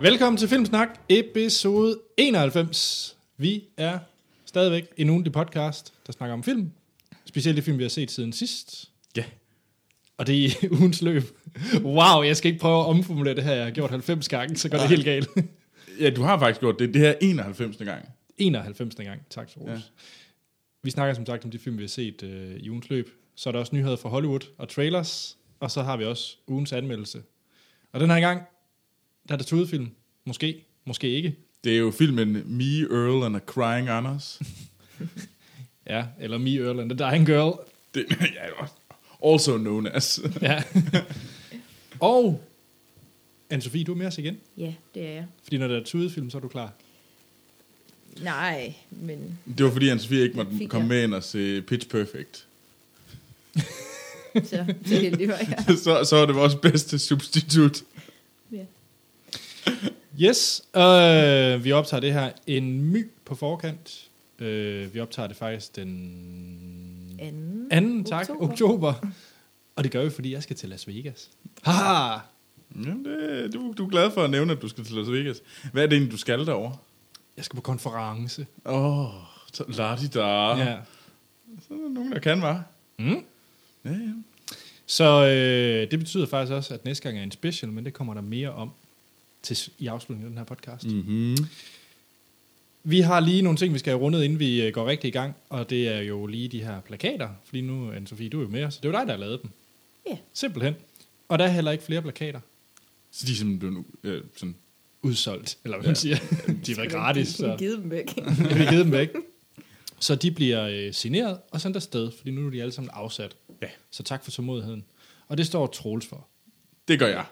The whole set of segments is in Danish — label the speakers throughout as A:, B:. A: Velkommen til Filmsnak, episode 91. Vi er stadigvæk en ugentlig podcast, der snakker om film. Specielt de film, vi har set siden sidst.
B: Ja.
A: Og det er i ugens løb. Wow, jeg skal ikke prøve at omformulere det her. Jeg har gjort 90 gange, så går det helt galt.
B: Ja, du har faktisk gjort det. Det her 91. gang.
A: 91. gang, tak til Rose. Ja.
B: Ja.
A: Vi snakker som sagt om de film, vi har set øh, i ugens løb. Så er der også nyheder fra Hollywood og trailers. Og så har vi også ugens anmeldelse. Og den her gang, der er der tudefilm. Måske, måske ikke.
B: Det er jo filmen Me, Earl and a Crying Anders.
A: Ja, eller Me, Earl and the Dying Girl.
B: Det, ja, also known as.
A: Ja. og, anne Sofie, du er med os igen.
C: Ja, det er jeg.
A: Fordi når der er tudefilm, så er du klar.
C: Nej, men
B: Det var fordi, Anne-Sophie ikke måtte
C: Fik jeg.
B: komme med ind og se Pitch Perfect.
C: så, så heldig var jeg.
B: så, så er det vores bedste substitut.
C: Ja.
A: Yes, øh, vi optager det her en my på forkant. Øh, vi optager det faktisk den
C: Anden.
A: anden, tak, oktober.
C: Oktober.
A: oktober. Og det gør vi, fordi jeg skal til Las Vegas. Haha!
B: Jamen, det, du, du er glad for at nævne, at du skal til Las Vegas. Hvad er det egentlig, du skal derovre?
A: Jeg skal på konference.
B: Åh, oh, la di da.
A: Ja.
B: Så er der nogen, der kan, var.
A: Mm.
B: Ja, ja.
A: Så øh, det betyder faktisk også, at næste gang er en special, men det kommer der mere om til, s- i afslutningen af den her podcast.
B: Mm-hmm.
A: Vi har lige nogle ting, vi skal have rundet, inden vi øh, går rigtig i gang, og det er jo lige de her plakater, fordi nu, øh, Anne-Sophie, du er jo med os, så det er jo dig, der har lavet dem.
C: Ja.
A: Simpelthen. Og der er heller ikke flere plakater
B: Så de er simpelthen blevet øh, sådan...
A: udsolgt, eller hvad man
B: Ja.
A: siger. De har været gratis, så
C: Givet dem væk.
A: vi har givet dem væk. Så de bliver øh, signeret og sendt afsted, fordi nu er de alle sammen afsat.
B: Ja.
A: Så tak for tålmodigheden. Og det står Troels for.
B: Det gør jeg.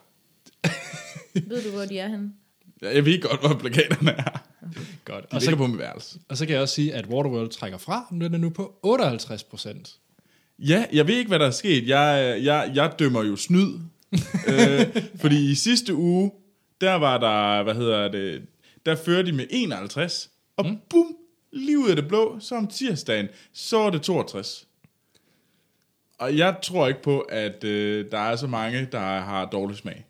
C: Ved du, hvor de er henne?
B: Jeg ved godt, hvor plakaterne er.
A: Godt.
B: De
A: Og
B: ligger
A: så,
B: på mit værelse.
A: og så kan jeg også sige, at Waterworld trækker fra, men den er nu på 58 procent.
B: Ja, jeg ved ikke, hvad der er sket. Jeg, jeg, jeg dømmer jo snyd. øh, fordi i sidste uge, der var der, hvad hedder det, der førte de med 51, og mm. bum, lige ud af det blå, så om tirsdagen, så er det 62. Og jeg tror ikke på, at øh, der er så mange, der har dårlig smag.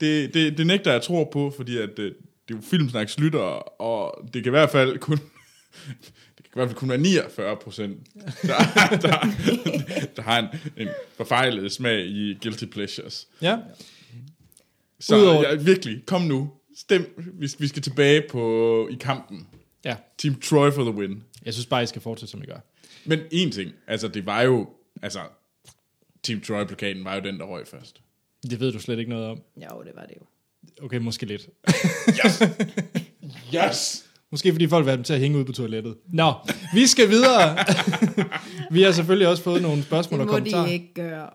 B: Det, det, det nægter jeg tror på, fordi at, øh, det er jo filmsnaks lytter, og det kan i hvert fald kun... Det kan i hvert fald kun være 49 procent, der, der, der har en, en forfejlet smag i Guilty Pleasures.
A: Ja.
B: Så
A: Udover-
B: jeg, virkelig, kom nu. Stem, vi, vi skal tilbage på, i kampen.
A: ja.
B: Team Troy for the win.
A: Jeg synes bare, I skal fortsætte, som I gør.
B: Men en ting, altså det var jo, altså Team Troy-plakaten var jo den, der røg først.
A: Det ved du slet ikke noget om.
C: Jo, det var det jo.
A: Okay, måske lidt.
B: Yes!
A: Måske fordi folk vil have dem til at hænge ud på toilettet. Nå, vi skal videre. vi har selvfølgelig også fået nogle spørgsmål
C: Det
A: og
C: må
A: kommentarer.
C: de ikke gøre.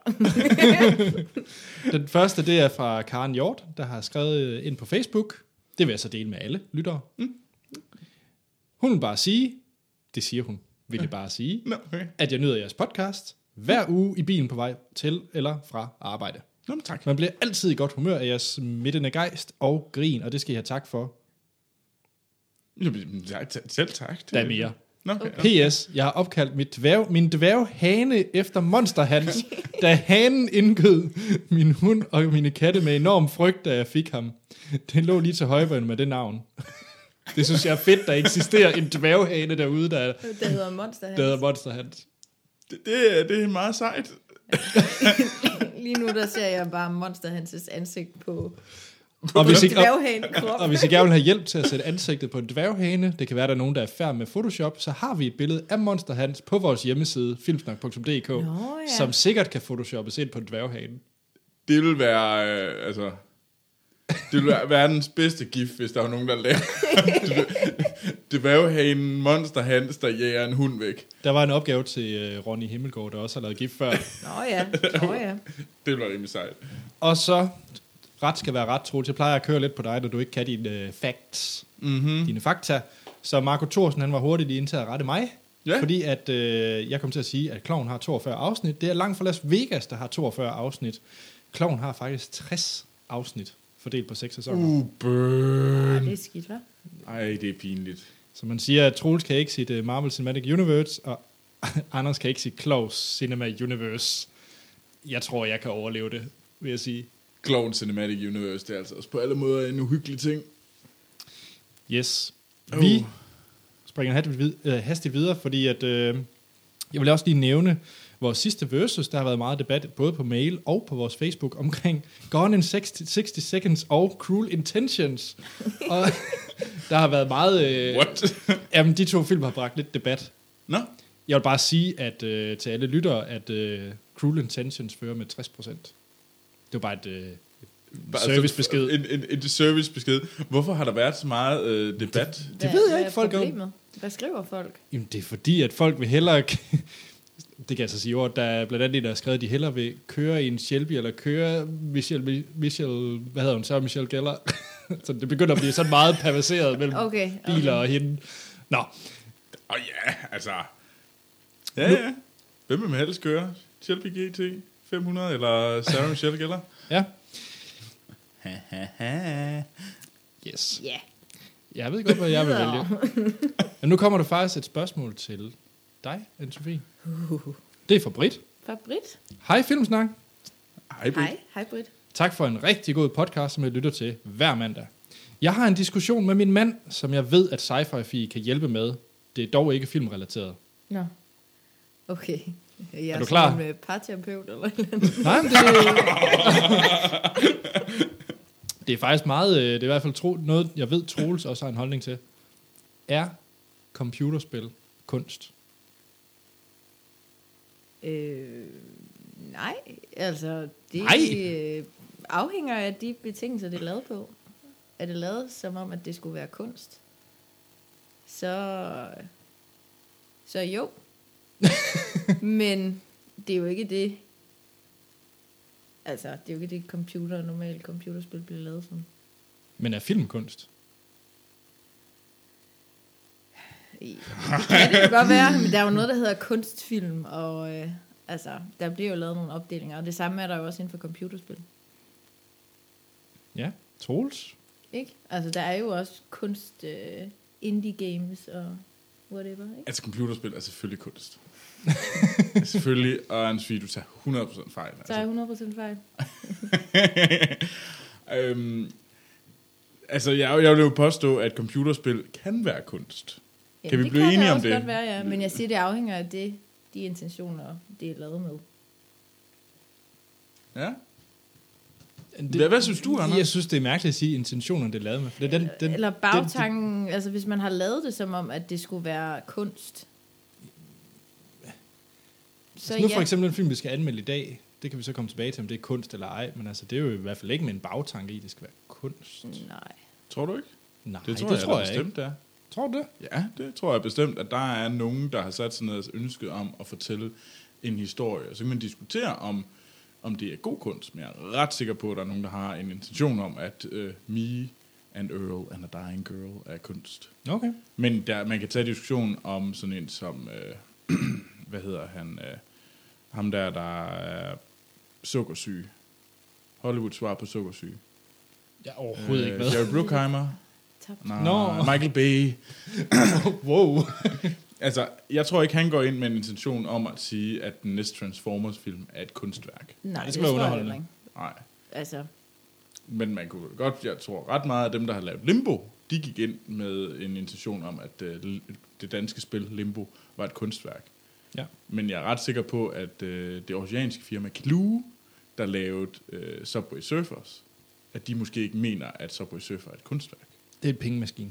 A: Den første, det er fra Karen Hjort, der har skrevet øh, ind på Facebook. Det vil jeg så dele med alle lyttere. Mm. Hun vil bare sige, det siger hun, vil
C: Mm.
A: det bare sige,
B: Nå, okay.
A: at jeg nyder jeres podcast hver uge i bilen på vej til eller fra arbejde.
B: Nå, men tak.
A: Man bliver altid i godt humør af jeres midtende gejst og grin, og det skal I have tak for.
B: Jamen, ja, t- selv tak. Det-
A: Der
C: Mm.
A: er mere.
B: Nå, okay. okay.
A: P.S. Jeg har opkaldt mit dværg, min dværghane efter monsterhans, da hanen indgød min hund og mine katte med enorm frygt, da jeg fik ham. Det lå lige til højbenet med det navn. Det synes jeg er fedt, der eksisterer en dværghane derude, der, er-
C: Det hedder Monster Hans.
A: der hedder monsterhans.
B: Det, det, er- det er meget sejt.
C: Lige nu, der ser jeg bare Monster Hanses ansigt på
A: Og hvis, ikke, og,
C: dværghane krop.
A: og hvis I gerne vil have hjælp til at sætte ansigtet på en dværghane, det kan være, der er nogen, der er færd med Photoshop, så har vi et billede af monsterhans på vores hjemmeside, filmsnak.dk,
C: Nå, ja.
A: som sikkert kan photoshoppes ind på en dværghane.
B: Det vil være, øh, altså... Det ville være verdens bedste gif, hvis der var nogen, der lavede det. Det var jo en monster hans, der jager en hund væk.
A: Der var en opgave til øh, Ronny Himmelgaard, der også har lavet gift før.
C: Nå ja, nå ja.
B: Det bliver rimelig sejt.
A: Og så, ret skal være ret, Troels. Jeg plejer at køre lidt på dig, når du ikke kan dine øh, facts, mm-hmm. dine fakta. Så Marco Thorsen, han var hurtigt lige ind til at rette mig.
B: Ja.
A: Fordi at, øh, jeg kom til at sige, at Kloven har 42 afsnit. Det er langt fra Las Vegas, der har 42 afsnit. Kloven har faktisk 60 afsnit, fordelt på 6 sæsoner. Uh.
B: Uh, burn.
A: Øhm.
C: Ej, det er skidt, hva'?
B: Ej, det er pinligt.
A: Så man siger, at Troels kan ikke sit øh, Marvel Cinematic Universe, og Anders kan ikke sit Klaus Cinema Universe. Jeg tror, jeg kan overleve det, vil jeg sige.
B: Clown Cinematic Universe, det er altså også på alle måder en uhyggelig ting.
A: Yes.
B: Oh.
A: Vi springer hastigt, vid- øh, hastigt videre, fordi at, øh, jeg vil også lige nævne vores sidste versus. Der har været meget debat både på mail og på vores Facebook omkring Gone in 60, 60 Seconds og Cruel Intentions. og der har været meget... Øh,
B: What?
A: jamen, de to film har bragt lidt debat.
B: Nå,
A: Jeg vil bare sige at øh, til alle lyttere, at øh, Cruel Intentions fører med 60%. Det var bare et øh,
B: Bare- altså,
A: servicebesked.
B: En, en, en servicebesked. Hvorfor har der været så meget øh, debat?
C: Hvad-
A: ved jeg
C: hvad
A: ikke,
C: er
A: folk er-
C: problemet? Hvad skriver folk?
A: Jamen, det er fordi, at folk vil hellere... det kan jeg så sige ord, der er blandt andet en, der har skrevet, at de hellere vil køre i en Shelby, eller køre Michelle, Michelle hvad hedder hun så, Michelle Geller. så det begynder at blive sådan meget perverseret mellem okay,
C: Okay.
A: okay. biler og hende. Nå,
B: Åh oh, ja, altså. Ja, ja. Hvem vil man helst køre? Shelby GT 500 eller Sarah Michelle Geller?
A: ja.
B: Ha, ha, ha.
A: Yes.
C: Ja.
A: Jeg ved godt, hvad jeg vil vælge. Men nu kommer der faktisk et spørgsmål til dig, Anne-Sophie. Det er fra Britt.
C: Fra Britt.
A: Hej Filmsnak.
B: Ej, Britt.
C: Hej. Hej, Britt.
A: Tak for en rigtig god podcast, som jeg lytter til hver mandag. Jeg har en diskussion med min mand, som jeg ved, at sci-fi fi kan hjælpe med. Det er dog ikke filmrelateret.
C: Nå. Okay. Jeg
A: du klar?
C: sådan en uh, parterapeut eller et eller andet.
A: Nej, men det... det er faktisk meget... øh, Det er i hvert fald tro, noget, jeg ved, Troels også har en holdning til. Er computerspil kunst?
C: Øh, nej, altså det
A: Nej.
C: Øh, afhænger af de betingelser, det er lavet på. Er det lavet som om, at det skulle være kunst? Så, så jo. Men det er jo ikke det, altså det er jo ikke det computer, normalt computerspil bliver lavet som.
A: Men er film kunst?
C: Det kan det jo godt være, men der er jo noget, der hedder kunstfilm, og øh, altså, der bliver jo lavet nogle opdelinger, og det samme er der jo også inden for computerspil.
A: Ja, Troels?
C: Ikke? Altså, der er jo også kunst, øh, indie games og whatever, ikke?
B: Altså, computerspil er selvfølgelig kunst. selvfølgelig, og Anne du tager 100% fejl. altså.
C: Så er jeg 100% fejl.
B: øhm, altså, jeg, jeg vil jo påstå, at computerspil kan være kunst.
C: Ja,
B: Kan vi blive enige om
C: også
B: det?
C: godt være, ja. Men jeg siger, det afhænger af det, de intentioner, det er lavet med.
B: Ja?
A: Det,
B: Hvad, hvad synes du, Anders?
A: Jeg synes, det er mærkeligt at sige, intentionerne det er lavet med. For det er den, den,
C: Eller bagtanken, altså hvis man har lavet det som om, at det skulle være kunst. Så
A: Så Altså, nu
C: ja,
A: for eksempel en film, vi skal anmelde i dag, det kan vi så komme tilbage til, om det er kunst eller ej, men altså, det er jo i hvert fald ikke med en bagtanke i, det skal være kunst.
C: nej.
B: Tror du ikke?
A: Nej,
B: Det tror jeg, da bestemt
A: ikke.
B: det er.
A: Tror du det?
B: Ja, det tror jeg bestemt, at der er nogen, der har sat sig ned og ønsket om at fortælle en historie. Og Så kan man diskutere, om, om det er god kunst, men jeg er ret sikker på, at der er nogen, der har en intention om, at uh, Me and Earl and a Dying Girl er kunst.
A: Okay.
B: Men der, man kan tage diskussion om sådan en som, øh, hvad hedder han, øh, ham der, der er sukkersyg. Hollywood svar på sukkersyg.
A: Jeg har overhovedet øh, ikke
B: Jerry Bruckheimer.
C: Tabt.
B: Nej,
A: Nå.
B: Michael Bay.
A: med. wow.
B: Altså, jeg tror ikke, han går ind med en intention om at sige, at den næste Transformers-film er et kunstværk.
C: Nej,
A: det skal
C: det, skal
A: være
C: tror jeg
A: underholdende.
C: heller ikke.
B: Nej.
C: Altså,
B: Men man kunne godt, jeg tror ret meget af dem, der har lavet Limbo, de gik ind med en intention om, at øh, l- det danske spil Limbo var et kunstværk.
A: Ja.
B: Men jeg er ret sikker på, at øh, det oceanske firma Clue, der lavede øh, Subway Surfers, at de måske ikke mener, at Subway Surfer er et kunstværk.
A: Det er et pengemaskine.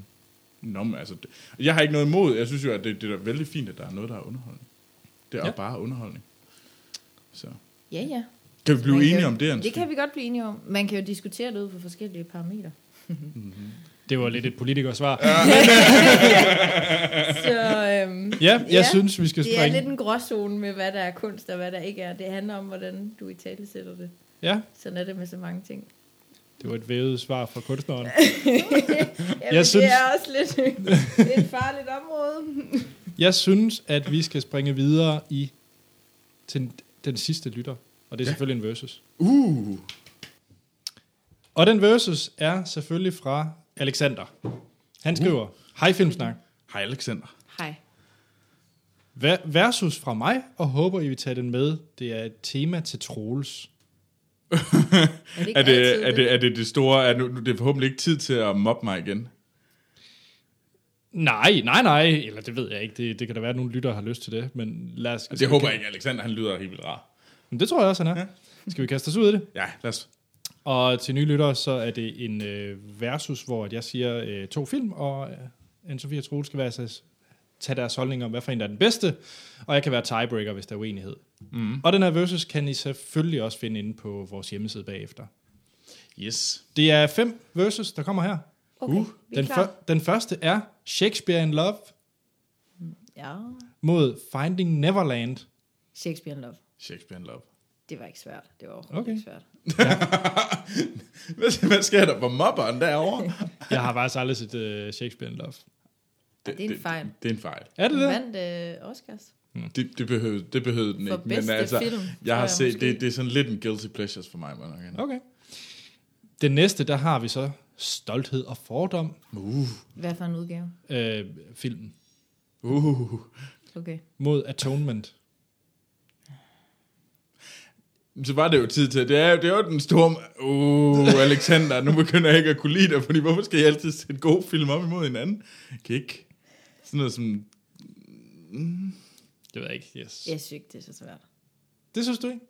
B: Nå, men altså, det, jeg har ikke noget imod. Jeg synes jo, at det, det er da vældig fint, at der er noget, der er underholdning. Det er
A: Ja.
B: ja. bare underholdning. Så.
C: ja, ja.
B: Kan vi blive
C: Man kan
B: enige
C: jo-
B: om det, Hans?
C: Det kan vi godt blive enige om. Man kan jo diskutere det ud fra forskellige parametre.
A: Det var lidt et politikersvar. Ja,
C: Så øhm,
A: ja jeg
C: Ja,
A: synes, vi skal
C: det er
A: springe.
C: lidt en gråzone med, hvad der er kunst og hvad der ikke er. Det handler om, hvordan du i tale sætter det.
A: Ja,
C: Sådan er det med så mange ting.
A: det var et vævet svar fra kunstneren.
C: Jamen,
A: Jeg
C: jeg
A: synes-
C: synes... Det er også lidt det er et farligt område.
A: Jeg synes, at vi skal springe videre i til den, den sidste lytter, og det er ja. selvfølgelig en versus.
B: Uh!
A: Og den versus er selvfølgelig fra Alexander. Han skriver,
B: Uh.
A: hej Filmsnak.
B: Hej, Alexander.
C: Hej.
A: Ver- Versus fra mig, og håber, I vil tage den med. Det er et tema til Troels.
C: Er det ikke
B: Er det,
C: altid
B: er, det, er det det store? Er nu, nu- det er forhåbentlig ikke tid til at mobbe mig igen. Altså,
A: Nej, nej, nej. Eller det ved jeg ikke. Det, det kan da være, at nogle lyttere har lyst til det. Men lad os...
B: Det håber jeg ikke. Alexander, han lyder helt vildt rar.
A: Men det tror jeg også, han er.
B: Ja.
A: Skal vi kaste os ud i det?
B: Ja, lad os.
A: Og til nye lyttere, så er det en øh, versus, hvor at jeg siger øh, to film, og øh, Anne-Sophie og Troel skal være sig, tage deres holdning om, hvad for en der er den bedste, og jeg kan være tiebreaker, hvis der er uenighed. Mm. Og den her versus kan I selvfølgelig også finde inde på vores hjemmeside bagefter.
B: Yes.
A: Det er fem versus, der kommer her.
C: Okay,
B: Uh,
C: vi er
A: Den,
C: klar.
A: den første er Shakespeare in Love
C: Ja.
A: mod Finding Neverland.
C: Shakespeare in Love.
B: Shakespeare in love.
C: Det var ikke svært. Det var overhovedet
A: Okay.
C: okay. ikke svært.
B: Hvad, hvad sker der for mobberen derovre?
A: Jeg har faktisk aldrig set uh, Shakespeare in Love.
C: det er en fejl.
B: Det, det er en fejl.
A: Er det det?
C: Den vandt øh, Oscars.
B: Det, det, behøvede, det behøvede den
C: For
B: ikke. altså,
C: bedste film,
B: jeg har
C: tror jeg
B: set,
C: måske.
B: det, det er sådan lidt en guilty pleasures for mig. Man. Okay.
A: Okay. Den næste, der har vi så Stolthed og Fordom
B: Uh,
C: Hvad for en udgave?
A: øh, filmen
B: uh.
C: Okay.
A: mod Atonement.
B: Så var det jo tid til, det er, jo- det er jo den store... Uh, Alexander, nu begynder jeg ikke at kunne lide dig, fordi hvorfor skal jeg altid sætte gode film op imod hinanden? Kan I ikke? Sådan noget som...
A: Det ved jeg ikke. Yes.
C: Jeg synes ikke, det er så svært.
A: Det synes du ikke?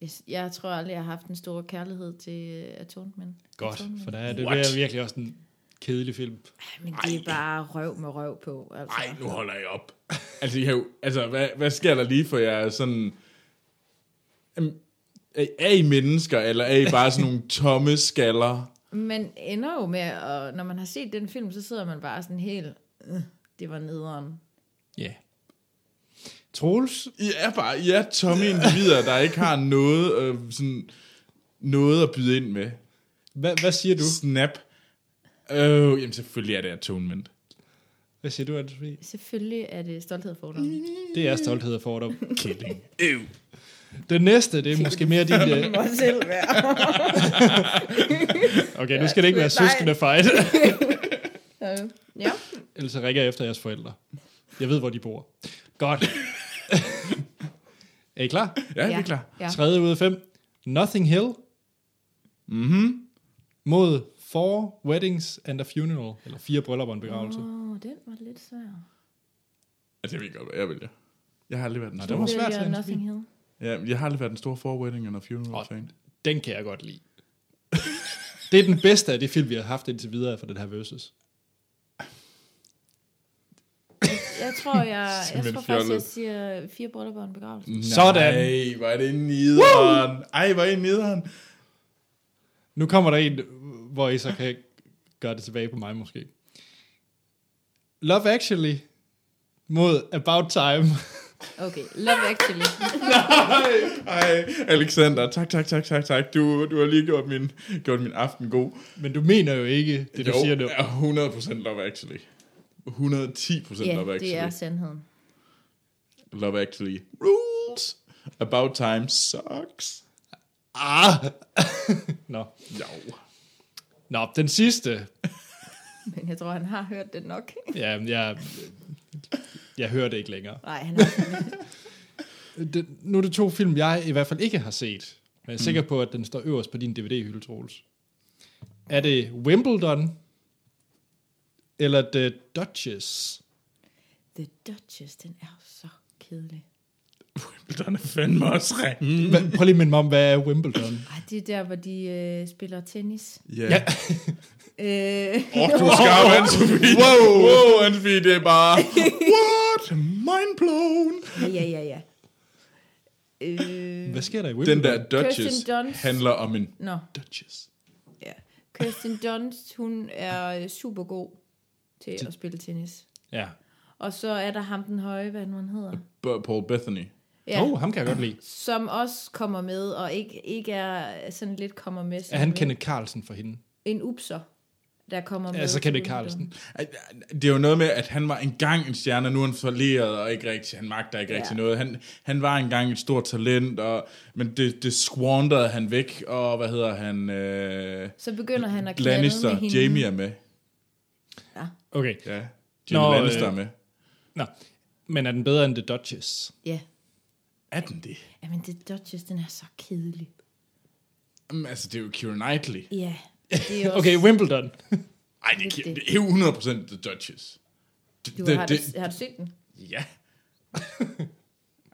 C: Jeg, s- jeg tror aldrig, jeg har haft en stor kærlighed til øh, Atonement.
A: Godt,
C: Atonement.
A: for der er, det
B: What?
A: er virkelig også en kedelig film.
C: Ej, Men det er bare røv med røv på. Altså.
B: Nej, nu holder jeg op. Altså, I har jo, altså hvad, hvad sker der lige for jer sådan... Jamen, Er er I mennesker, eller er I bare sådan nogle tomme skaller?
C: Man ender jo med, at, når man har set den film, så sidder man bare sådan helt, øh, det var nederen.
A: Ja. Yeah. Troels,
B: I er bare, I er tomme individer, der ikke har noget, øh, sådan, noget at byde ind med.
A: hvad, hvad siger du?
B: Snap. Øh, jamen selvfølgelig er det atonement.
A: Hvad siger du, Anne-Sophie?
C: Selvfølgelig er det stolthed for dig.
A: Det er Stolthed og Fordom.
B: Killing. Øv.
A: Den næste, det er måske mere din... øh,
C: må selv være.
A: Okay, nu skal det ikke være
C: Nej.
A: søskende fight.
C: Øh, Ja,
A: Ellers så ringer jeg efter jeres forældre. Jeg ved, hvor de bor. Godt. er I klar?
B: Ja, ja, det
C: ja.
B: er klar.
C: Ja.
A: Tredje ud af fem. Nothing Hill. Mm-hmm. Mod Four Weddings and a Funeral. Eller fire bryllupper og en begravelse. Mm.
C: Åh, den var lidt svær.
B: Altså, jeg ved godt, hvad jeg vælger. Jeg har aldrig været den
A: det
B: store,
A: var
C: Vælger
A: svært til en
C: Nothing Hill.
B: ja, jeg har aldrig været den store forwedding and a funeral
A: Åh.
B: fan.
A: Den kan jeg godt lide. det er den bedste af de film, vi har haft indtil videre for den her versus.
C: Jeg tror, jeg, jeg
B: Simpelthen
C: tror faktisk,
B: fjollet.
C: jeg
B: Mm.
C: siger fire bryllupper og en begravelse.
A: Sådan.
B: Nej, hvor er det nederen. Ej, hvor er det nederen.
A: Nu kommer der en, hvor I så kan gøre det tilbage på mig måske. Love Actually mod About Time.
C: Okay, Love Actually.
B: Ej, ej, Alexander, tak, tak, tak, tak, tak. Du, du har lige gjort min, gjort min aften god.
A: Men du mener jo ikke det, du
B: jo,
A: siger nu.
B: er 100% Love Actually. 110%
C: Ja,
B: Love Actually.
C: det er altså- sandheden.
B: Love Actually. Rules. About Time sucks.
A: Ah! Nå.
B: Jo.
A: Nå, den sidste.
C: Men jeg tror, han har hørt det nok.
A: Ja, jeg, jeg hører det ikke længere.
C: Nej, han har
A: Det, nu er det to film, jeg i hvert fald ikke har set. Men jeg er sikker på, at den står øverst på din DVD-hylde, Troels. Er det Wimbledon? Eller The Duchess?
C: The Duchess, den er jo så kedelig.
B: Wimbledon er fandme også ringe.
A: Hva, prøv lige at minde mig om, hvad er Wimbledon?
C: Ej, det er der, hvor de øh, spiller tennis.
A: Ja.
B: Yeah.
C: Øh,
B: Åh, du er skarp, Anne-Sophie. Wow, wow Anne-Sophie, det er bare... What? Mind blown.
C: ja, ja, ja. Øh,
A: Hvad sker der i
B: Den
A: Wimbledon?
B: der Duchess
C: Kirsten Dunst.
B: handler om en
C: nå,
B: Duchess.
C: ja. Kirsten Dunst, hun er øh, super god til at spille tennis.
A: Ja.
C: Og så er der ham den høje, hvad nu han hedder.
B: B- Paul Bethany.
A: ja. Oh, ham kan jeg godt lide.
C: Som også kommer med, og ikke, ikke er sådan lidt kommer med.
A: Er
C: som
A: han Kenneth Carlsen for hende?
C: En upser, der kommer med.
A: Altså
C: til
A: Kenneth Carlsen.
C: Wimbledon.
B: Ej, Det er jo noget med, at han var engang en stjerne, og nu er han forleret, og ikke rigtig, han magter ikke rigtig
C: Ja.
B: noget. Han, han var engang et stort talent, og, men det, det squanderede han væk, og hvad hedder han? Øh,
C: Så begynder han at klade med
B: Lannister,
C: hende.
B: Jamie er med.
A: Okay.
B: Ja, Jamie
A: Nå,
B: Lannister
A: øh.
B: er med.
A: Nå. Men er den bedre end The Duchess?
C: Ja.
B: Er den det?
C: Jamen, The Duchess, den er så kedelig.
B: Jamen, altså, det er jo Keira Knightley.
C: Ja, det er også...
A: Okay, Wimbledon.
B: Ej, det er, Keira- det er jo 100% The Duchess. Det,
C: du,
B: det-
C: har,
B: det-
C: du, har du set den?
B: Ja.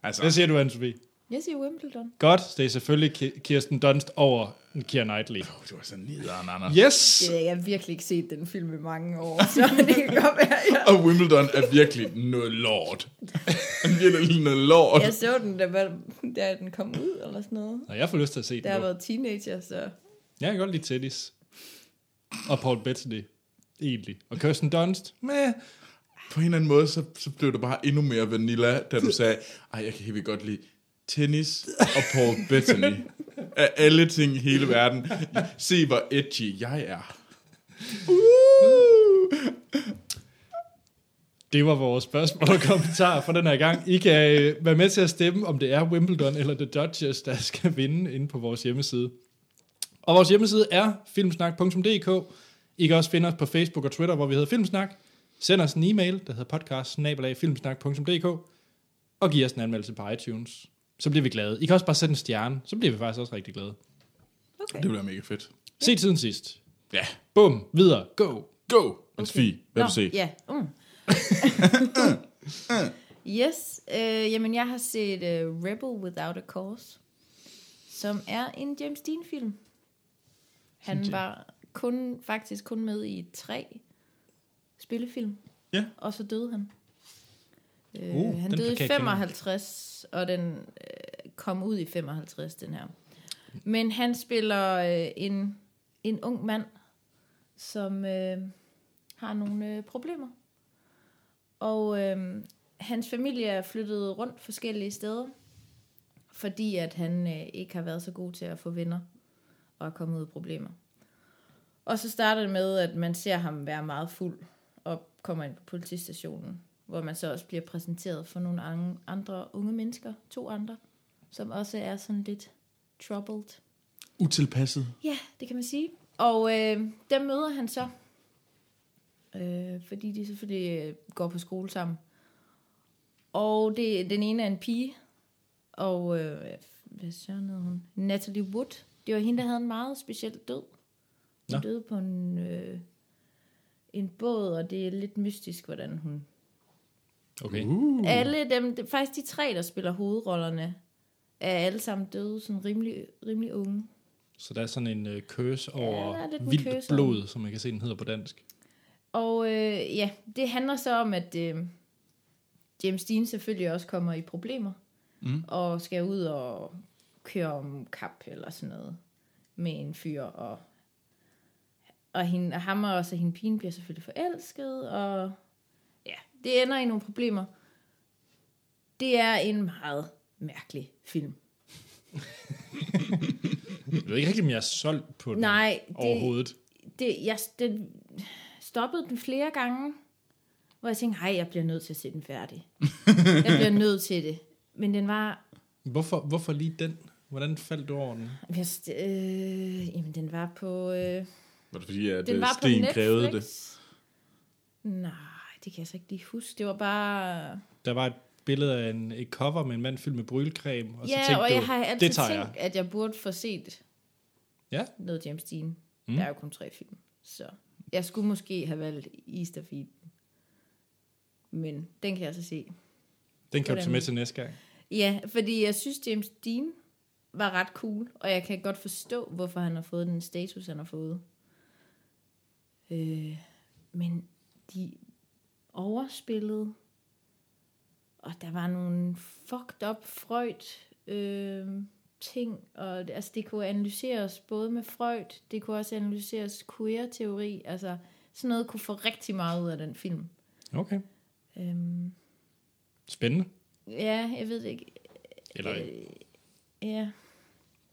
B: altså,
A: Hvad siger du, Anne-Sophie?
C: Jeg siger Wimbledon.
A: Godt, det er selvfølgelig Ki- Kirsten Dunst over Keira Knightley.
B: oh, du er så nederen, Anders.
A: Yes!
C: Det, jeg har virkelig ikke set den film i mange år, så det kan godt være, jeg...
B: Og Wimbledon er virkelig noget lort. Han er virkelig noget lort.
C: Jeg så den, da, var- da den kom ud, eller sådan noget.
A: Og jeg får lyst til at se
C: Da jeg
A: den.
C: har
A: nu.
C: været teenager, så...
A: Jeg kan godt lide Teddy's. Og Paul Bettany, egentlig. Og Kirsten Dunst, meh.
B: På en eller anden måde, så, så blev det bare endnu mere vanilla, da du sagde, ej, jeg kan helt vildt godt lide tennis og Paul Bettany. Af alle ting i hele verden. Se, hvor edgy jeg er.
A: Det var vores spørgsmål og kommentar for den her gang. I kan øh, være med til at stemme, om det er Wimbledon eller The Dodgers, der skal vinde inde på vores hjemmeside. Og vores hjemmeside er filmsnak.dk. I kan også finde os på Facebook og Twitter, hvor vi hedder Filmsnak. Send os en e-mail, der hedder podcast og giv os en anmeldelse på iTunes. Så bliver vi glade. I kan også bare sætte en stjerne, så bliver vi faktisk også rigtig glade.
C: Okay.
B: Det bliver mega fedt.
A: Se tiden sidst.
B: Ja,
A: Bum, videre, go.
B: go! Men Sofie, hvad har du set?
C: Ja. Mm. yes. Øh, jamen, jeg har set uh, Rebel Without a Cause, som er en James Dean-film. Han var kun, faktisk kun med i tre spillefilm.
B: Ja.
C: Og så døde han. Øh,
A: Uh,
C: han
A: den
C: døde
A: plakat
C: i
A: kender jeg.
C: 55, og den øh, kom ud i 55, den her. Men han spiller øh, en, en ung mand, som øh, har nogle øh, problemer. Og øh, hans familie er flyttet rundt forskellige steder, fordi at han øh, ikke har været så god til at få venner og er kommet ud i problemer. Og så starter det med, at man ser ham være meget fuld og kommer ind på politistationen, hvor man så også bliver præsenteret for nogle an- andre unge mennesker, to andre, som også er sådan lidt troubled.
B: Utilpasset.
C: Ja, det kan man sige. Og øh, dem møder han så, øh, fordi de selvfølgelig øh, går på skole sammen. Og det, den ene er en pige, og øh, hvad søren hed hun? Natalie Wood. Det var hende, der havde en meget speciel død. Hun
A: Nå.
C: døde på en, øh, en båd, og det er lidt mystisk, hvordan hun
A: Okay.
B: Uh.
C: alle dem, det, faktisk de tre, der spiller hovedrollerne, er alle sammen døde, sådan rimelig, rimelig unge.
A: Så der er sådan en uh, curse over
C: der er lidt en
A: vildt
C: curse over
A: blod, som man kan se, den hedder på dansk.
C: Og øh, ja, det handler så om, at øh, James Dean selvfølgelig også kommer i problemer, mm. og skal ud og køre om kap eller sådan noget med en fyr, og, og, hende, og ham og også hende pigen bliver selvfølgelig forelsket, og ja, det ender i nogle problemer. Det er en meget mærkelig film.
A: Jeg ved ikke rigtig, om jeg er solgt på den
C: Nej, det-
A: overhovedet.
C: det, jeg den stoppede den flere gange, hvor jeg tænkte, nej, jeg bliver nødt til at se den færdig. jeg bliver nødt til det. Men den var,
A: Hvorfor, hvorfor lige den? Hvordan faldt du over den?
C: jeg, st- øh, jamen den var på, øh,
B: Var det fordi, at
C: den
B: øh,
C: var på
B: Sten
C: Netflix.
B: krævede det?
C: Nej, det kan jeg så ikke lige huske. Det var bare,
A: Der var et billede af en, et cover med en mand fyldt med brylcreme, og
C: og
A: så
C: ja,
A: tænkte
C: og
A: du,
C: jeg har altid
A: det tager
C: tænkt,
A: jeg.
C: at jeg burde få set
A: Ja.
C: noget James Dean. Mm. Der er jo kun tre film, så jeg skulle måske have valgt Easterfield. Men den kan jeg så se
A: Den kan du
C: Hvordan?
A: tage med til næste gang.
C: Ja, fordi jeg synes, James Dean var ret cool, og jeg kan godt forstå, hvorfor han har fået den status, han har fået. Øh, men de overspillede, og der var nogle fucked up Freud øh, ting, og det- altså, det kunne analyseres både med Freud, det kunne også analyseres queer-teori, altså sådan noget kunne få rigtig meget ud af den film.
A: Okay.
C: Øhm,
A: Spændende.
C: ja, jeg ved det ikke.
A: Eller,
C: Øh, ja.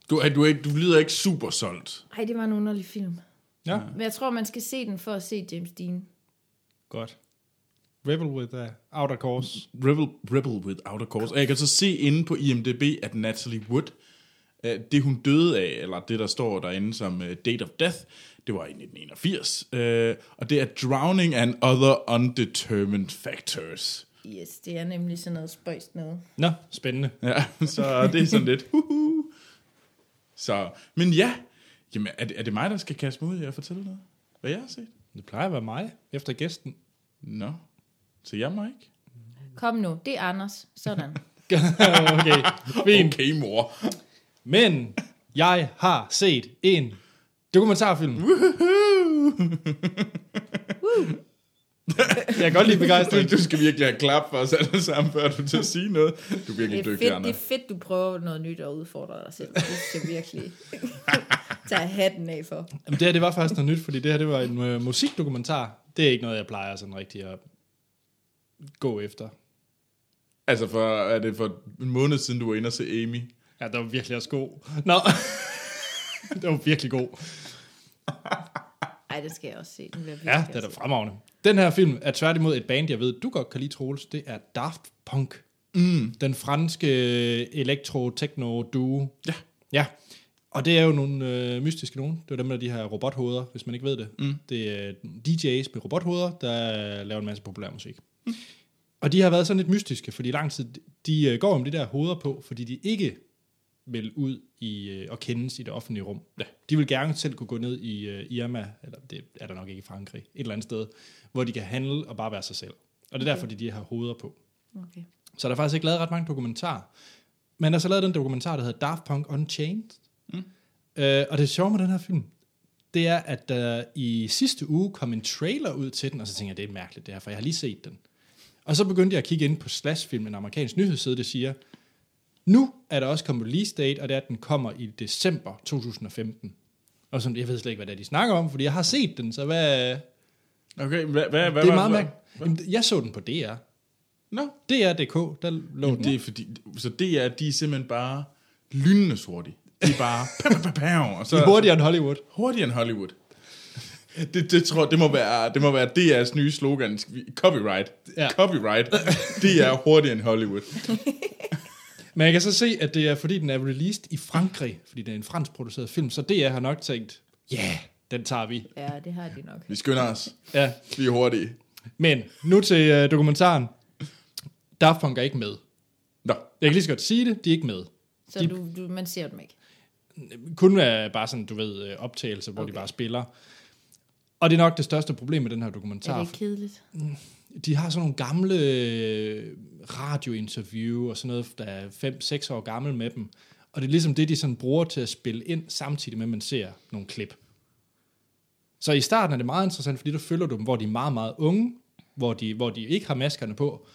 B: Du, er, du, er, ikke- du lyder ikke super solgt.
C: Ej, det var en underlig film.
A: ja,
C: Men jeg tror, man skal se den for at se James Dean.
A: godt. Rebel with a outer course.
B: Rebel, Rebel Without a Cause. Og jeg kan så se inde på IMDb, at Natalie Wood, øh, det hun døde af, eller det der står derinde som øh, Date of Death, det var i 1981. øh, Og det er Drowning and Other Undetermined Factors.
C: Yes, det er nemlig sådan noget spøjst noget.
A: Nå, spændende.
B: Ja, så det er sådan lidt, huhu. Så, men ja, Jamen, er det, er det mig, der skal kaste mig ud i at fortælle dig, hvad jeg har set?
A: Det plejer at være mig, efter gæsten.
B: Nå, så jeg må ikke.
C: Kom nu, det er Anders. Sådan.
A: okay, fint.
B: Okay, mor.
A: Men jeg har set en dokumentarfilm. jeg kan godt lide begejstring.
B: Du, du skal virkelig have klap for os alle sammen, før du til at sige noget. Du er
C: Det
B: virkelig
C: er,
B: dygtig,
C: fedt, det
B: Anna.
C: er fedt, du prøver noget nyt og udfordrer dig selv. Det skal jeg virkelig tage hatten af for.
A: Jamen, det her det var faktisk noget nyt, fordi det her det var en øh, musikdokumentar. Det er ikke noget, jeg plejer sådan rigtig at gå efter.
B: Altså, for, er det for en måned siden, du var inde og se Amy?
A: Ja, det var virkelig også god. Nå, det var virkelig god.
C: Ej, det skal jeg også se. Den vil jeg
A: Ja,
C: virkelig
A: det er da
C: også se.
A: fremragende. Den her film er tværtimod et band, jeg ved, du godt kan lide, Troels. Det er Daft Punk. Mm. Den franske elektro-techno-duo.
B: Ja.
A: Ja, og det er jo nogle øh, mystiske nogen. Det er dem med de her robothoveder, hvis man ikke ved det. Mm. Det er DJ's med robothoveder, der laver en masse populær musik. Mm. Og de har været sådan lidt mystiske, fordi i lang tid, de øh, går om de der hoveder på, fordi de ikke vil ud i, øh, og kendes i det offentlige rum. Ja. De vil gerne selv kunne gå ned i øh, Irma, eller det er der nok ikke i Frankrig, et eller andet sted, hvor de kan handle og bare være sig selv. Og det er derfor, de, de har hoveder på.
C: Okay.
A: Så der er faktisk ikke lavet ret mange dokumentarer. Men der er så lavet den dokumentar, der hedder Daft Punk Unchained. Mm. Øh, og det sjove med den her film, det er, at der i sidste uge kom en trailer ud til den, og så tænkte jeg, det er mærkeligt det her, for jeg har lige set den. Og så begyndte jeg at kigge ind på Slash-filmen, en amerikansk nyhedsside, der siger, nu er der også kommet release date, og det er, at den kommer i december 2015. Og sådan, jeg ved slet ikke, hvad det er, de snakker om, fordi jeg har set den, så hvad...
B: Okay, hvad, hvad, hvad
A: det er
B: var
A: meget mærkeligt. Jamen, Jeg så den på DR.
B: Nå,
A: DR.dk, der lå den.
B: Jamen, det er fordi, så det er, at de er simpelthen bare lynende hurtige. De er bare, pam, pam, pam, og så,
A: De er hurtigere end Hollywood.
B: hurtigere end Hollywood. Det, det, tror, det, må være, det må være DR's nye slogan. Skal vi- Copyright.
A: Ja.
B: Ja. Copyright. Det er hurtigere end Hollywood.
A: Men jeg kan så se, at det er fordi, den er released i Frankrig, fordi det er en fransk produceret film, så DR har nok tænkt, ja, yeah, den tager vi.
C: Ja, det har de nok.
B: Vi skynder os.
A: Ja.
B: Vi er hurtige.
A: Men nu til øh, dokumentaren. Daft Punk er ikke med.
B: Nå,
A: Jeg kan lige så godt sige det, de er ikke med.
C: Så
A: De-
C: du, du, man ser dem ikke.
A: Kun er bare sådan, du ved, øh, optagelser, hvor okay. de
C: Okay.
A: bare spiller. Og det er nok det største problem med den her
C: Er
A: dokumentar.
C: det ikke kedeligt?
A: de har sådan nogle gamle øh, radiointerview og sådan noget, der er 5-6 år gammel med dem. Og det er ligesom det, de sådan bruger til at spille ind, samtidig med, at man ser nogle klip. Så i starten er det meget interessant, fordi der følger du dem, hvor de er meget, meget unge, hvor de, hvor de ikke har maskerne på.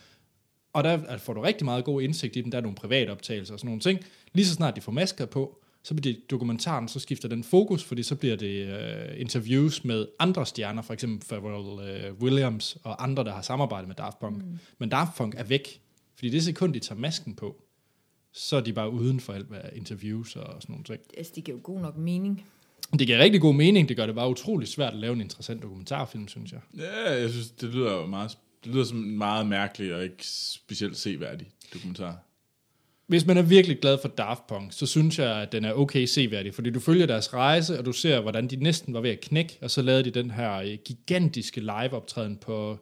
A: Og der er- får du rigtig meget god indsigt i dem. Der er nogle private optagelser og sådan nogle ting. Lige så snart de får masker på, så bliver det dokumentaren, så skifter den fokus, fordi så bliver det øh, interviews med andre stjerner, for eksempel Pharrell øh, Williams og andre, der har samarbejdet med Daft Punk. Mm. Men Daft Punk er væk, fordi det sekund, de tager masken på, så er de bare uden for alt, hvad interviews og sådan nogle ting.
C: Altså, det giver jo god nok mening.
A: Det giver rigtig god mening, det gør det bare utrolig svært at lave en interessant dokumentarfilm, synes jeg.
B: ja, jeg synes, det lyder jo meget, det lyder som en meget mærkelig og ikke specielt seværdig dokumentar.
A: Hvis man er virkelig glad for Daft Punk, så synes jeg, at den er okay seværdig, fordi du følger deres rejse, og du ser, hvordan de næsten var ved at knække, og så lavede de den her øh, gigantiske liveoptræden på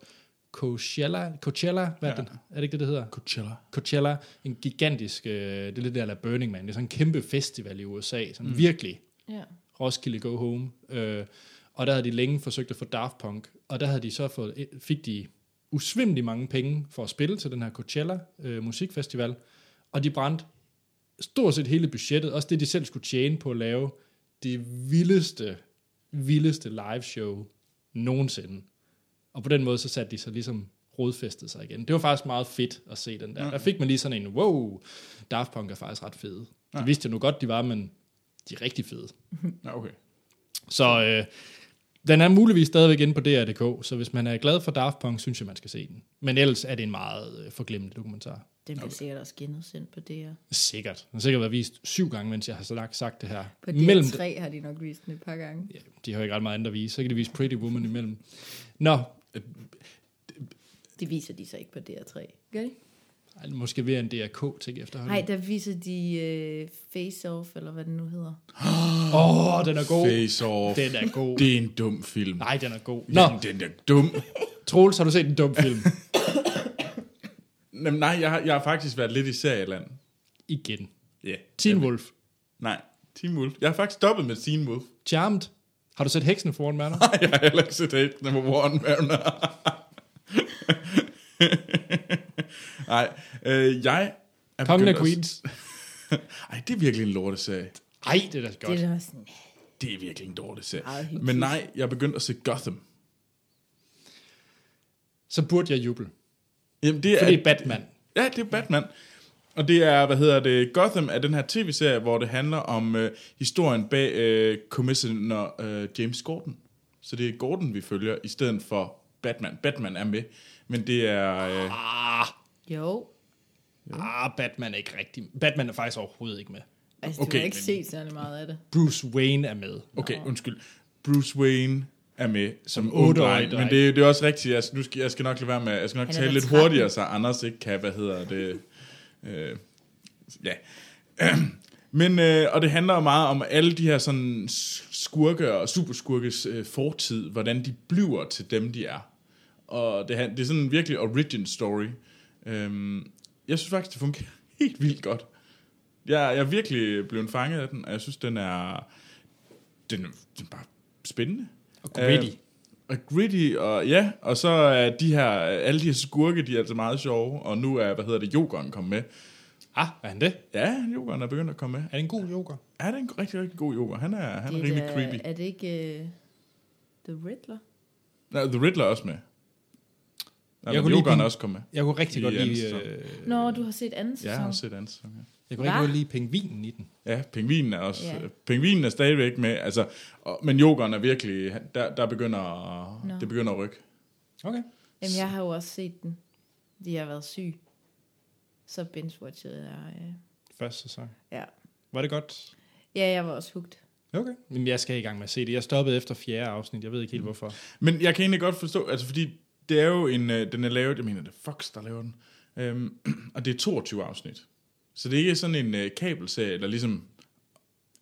A: Coachella, Coachella, hvad ja.
B: Ja.
A: den, er det ikke det, det hedder?
B: Coachella.
A: Coachella, en gigantisk, øh, det er lidt der, der Burning Man, det er sådan en kæmpe festival i USA, sådan mm. virkelig
C: Ja.
A: Roskilde Go Home, øh, og der havde de længe forsøgt at få Daft Punk, og der havde de så fået, øh, fik de usvimelig mange penge for at spille til den her Coachella øh, musikfestival, og de brændte stort set hele budgettet, også det de selv skulle tjene på at lave det vildeste, vildeste liveshow nogensinde. Og på den måde så satte de sig ligesom rodfæstet sig igen. Det var faktisk meget fedt at se den der. Der fik man lige sådan en, wow, Daft Punk er faktisk ret fede. De vidste jo nu godt, de var, men de er rigtig fede.
B: Nå, okay.
A: Så øh, den er muligvis stadigvæk inde på DR.dk, så hvis man er glad for Daft Punk, synes jeg, man skal se den. Men ellers er det en meget øh, forglemt dokumentar.
C: Den bliver sikkert også genudsendt på DR.
A: Sikkert. Den har sikkert været vist syv gange, mens jeg har så lagt sagt det her.
C: På DR3 har de nok vist den et par gange.
A: ja, de har jo ikke ret meget andet at vise. Så kan de vise Pretty Woman imellem. Nå,
C: Det viser de så ikke på DR3. Gør de?
A: ej, måske ved en DRK, tænker jeg efterhånden.
C: Nej, der viser de øh, face-off, eller hvad det nu hedder.
A: Åh, oh, den er god.
B: Face Off.
A: Den er god.
B: Det er en dum film.
A: Nej, den er god.
B: Nå.
A: Nå,
B: Den er dum.
A: Troels, har du set en dum film?
B: Jamen, nej, jeg har, jeg har faktisk været lidt i serieland.
A: Igen.
B: Ja. Yeah.
A: Teen Wolf.
B: Nej. Team Wolf. Jeg har faktisk stoppet med Teen Wolf.
A: Charmed. Har du set heksene foran mig? Anders?
B: Ej, jeg har heller ikke set Hate Number One, Werner. Nej, øh, jeg er
A: Kongen af
B: begyndt at-
A: Queens.
B: Ej, det er virkelig en lorteserie.
A: Ej, det er da
C: Det
A: godt.
C: er da også sådan,
B: Det er virkelig en lorteserie.
C: Ej, helt
B: Men nej, jeg er begyndt at se Gotham.
A: Så burde jeg juble.
B: Jamen, det er,
A: For det er Batman.
B: Ja, det er Batman. Og det er, hvad hedder det, Gotham er den her tv-serie, hvor det handler om øh, historien bag øh, commissioner øh, James Gordon. Så det er Gordon, vi følger, i stedet for Batman. Batman er med, men det er... Øh,
A: Ah,
C: jo.
A: ah, Batman er ikke rigtig. Batman er faktisk overhovedet ikke med.
C: Altså,
B: Okay,
C: du har ikke
B: men-
C: set særlig meget af det.
A: Bruce Wayne er med.
B: okay, undskyld. Bruce Wayne er med som
A: otteårig
B: ung dreng,
A: dreng.
B: men det, er- det er også rigtigt, altså, nu skal, jeg skal nok lade være med, jeg skal nok
C: Han er
B: tale
C: da
B: lidt
C: 13.
B: hurtigere, så Anders ikke kan, hvad hedder det, øh, ja. Men, øh, og det handler meget om alle de her sådan skurke og superskurkes øh, fortid, hvordan de bliver til dem, de er. Og det, han- det er sådan en virkelig origin story. Øhm, jeg synes faktisk, det fungerer helt vildt godt. Jeg, jeg er virkelig blevet fanget af den, og jeg synes, den er, den, er- den er bare spændende.
A: Og gritty.
B: Øh, og gritty, og ja, og så er de her, alle de her skurke, de er altså meget sjove, og nu er, hvad hedder det, Jokeren kommet med.
A: Ah, er han det?
B: Ja, Jokeren er begyndt at komme med.
A: Er det en god joker?
B: Er det en rigtig, rigtig god Joker? Han er, han er
C: Det
B: rimelig
C: da-
B: creepy.
C: Er det ikke uh, The Riddler?
B: Nej, The Riddler er også med. Nej,
A: Jeg kunne
B: jeg men
A: lide
B: Jokeren
A: Pink-
B: er også kommet med.
A: Jeg kunne rigtig
B: I
A: godt
B: anden
A: lide...
B: sæson.
A: Øh,
C: Nå, du har set anden sæson.
B: Ja, jeg har også set andet sæson, ja.
A: jeg kunne rigtig
C: Hva?
A: godt lide pingvinen i den.
B: Ja, pingvinen er også...
C: Ja.
B: Ja. Pingvinen er stadigvæk med, altså... Og, men Jokeren er virkelig... han- Der, der begynder...
C: Nå.
B: Det begynder at rykke.
A: Okay.
C: Jamen, jeg har jo også set den. De har været syg. Så binge-watchede jeg. Øh.
A: Første sæson.
C: Ja.
A: Var det godt?
C: ja, jeg var også hugt.
A: Okay. Men jeg skal i gang med at se det. Jeg stoppede efter fjerde afsnit. Jeg ved ikke helt hvorfor.
B: Men jeg kan egentlig godt forstå, altså fordi det er jo en, øh, den er lavet, jeg mener det er Fox, der laver den, øhm, og det er 22 afsnit. Så det er ikke sådan en øh, kabelserie, der ligesom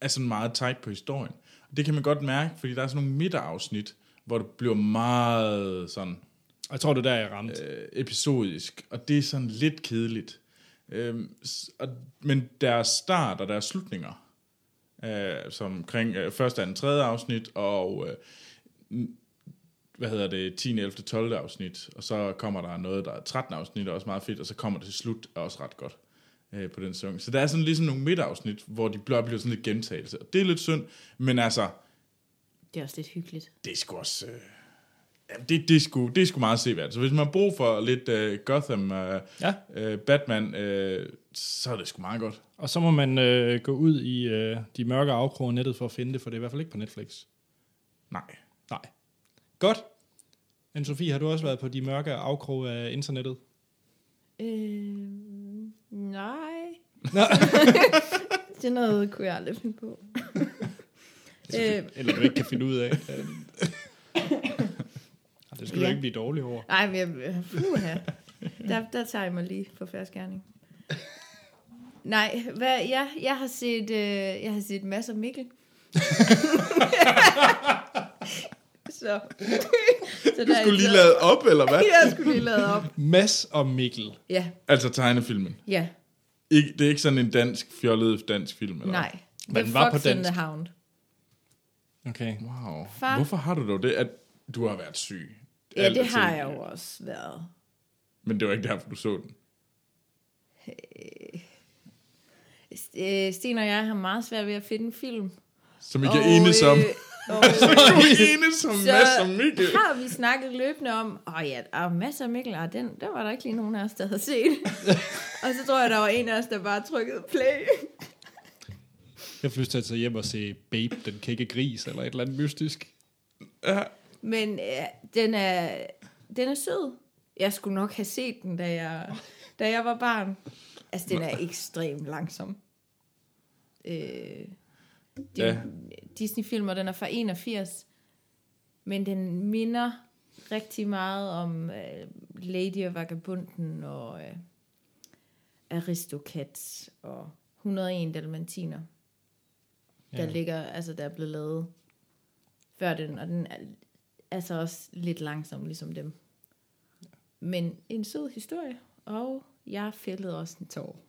B: er sådan meget tight på historien. Og det kan man godt mærke, fordi der er sådan nogle midterafsnit, hvor det bliver meget sådan
A: Og jeg tror, det er der, jeg ramte.
B: øh, episodisk, og det er sådan lidt kedeligt. Øhm, s- og, men deres start og deres slutninger, øh, som omkring øh, første, anden, tredje afsnit, og øh, n- hvad hedder det, 10., 11., 12. afsnit, og så kommer der noget, der er 13. afsnit, er også meget fedt, og så kommer det til slut, er også ret godt øh, på den sæson. Så der er sådan ligesom nogle midtafsnit, hvor de blot bliver sådan lidt gentagelse, og det er lidt synd, men altså,
C: Det er også lidt hyggeligt.
B: det er sgu også... Øh, jamen, det, det, er sgu, det er sgu meget seværdigt. Så hvis man har brug for lidt øh, Gotham, øh,
A: Ja.
B: øh, Batman, øh, så er det sgu meget godt.
A: Og så må man øh, gå ud i øh, de mørke afkroge af nettet for at finde det, for det er i hvert fald ikke på Netflix.
B: Nej.
A: Nej. Godt. Men Sofie, har du også været på de mørke afkroge af internettet?
C: Øh, nej. det er noget, kunne jeg aldrig finde på. øh,
A: Eller du ikke kan finde ud af? Øh. det skal ja.
C: Ja.
A: du ikke blive dårlig over.
C: nej, men jeg, øh, puha. Der, der tager jeg mig lige på færdskærning. Nej, hvad, ja, jeg, har set, øh, jeg har set masser af Mikkel. så, så
B: Du skulle
C: er jeg
B: lige
C: glad.
B: lade op, eller hvad?
C: Jeg skulle lige lade op.
A: Mads og Mikkel.
C: Ja,
B: Altså tegnefilmen.
C: ja,
B: Ikke, det er ikke sådan en dansk, fjollet dansk film, eller
C: nej.
A: Men
C: The
A: var på
C: Fox and
A: dansk.
C: the Hound.
A: Okay.
B: hvad? Wow.
C: Far.
B: Hvorfor har du dog det, at du har været syg?
C: Ja,
B: Alt er
C: det har
B: til-
C: jeg jo også været.
B: Men det var ikke derfor, du så den.
C: Øh, Sten og jeg har meget svært ved at finde en film.
B: Som ikke er enes om.
C: og
B: Du er enes som
C: øh. så
B: Mads og Mikkel.
C: har vi snakket løbende om, åh ja, og masser af Mikkel, og den, der var der ikke lige nogen af os, der havde set. og så tror jeg, der var en af os, der bare trykkede play.
A: Jeg får lyst til at tage hjem og se Babe, den kække gris, eller et eller andet mystisk.
B: Ja.
C: Men øh, den, er, den er sød. Jeg skulle nok have set den, da jeg, da jeg var barn. Altså, den er ekstremt langsom. Øh, den,
B: Ja.
C: Disney-filmer, den er fra 81. Men den minder rigtig meget om øh, Lady og Vagabunden og øh, Aristocats og 101 Dalmatiner. Der
A: Ja.
C: ligger, altså der er blevet lavet før den, og den er altså også lidt langsom, ligesom dem. Men en sød historie, og jeg fældede også en tår.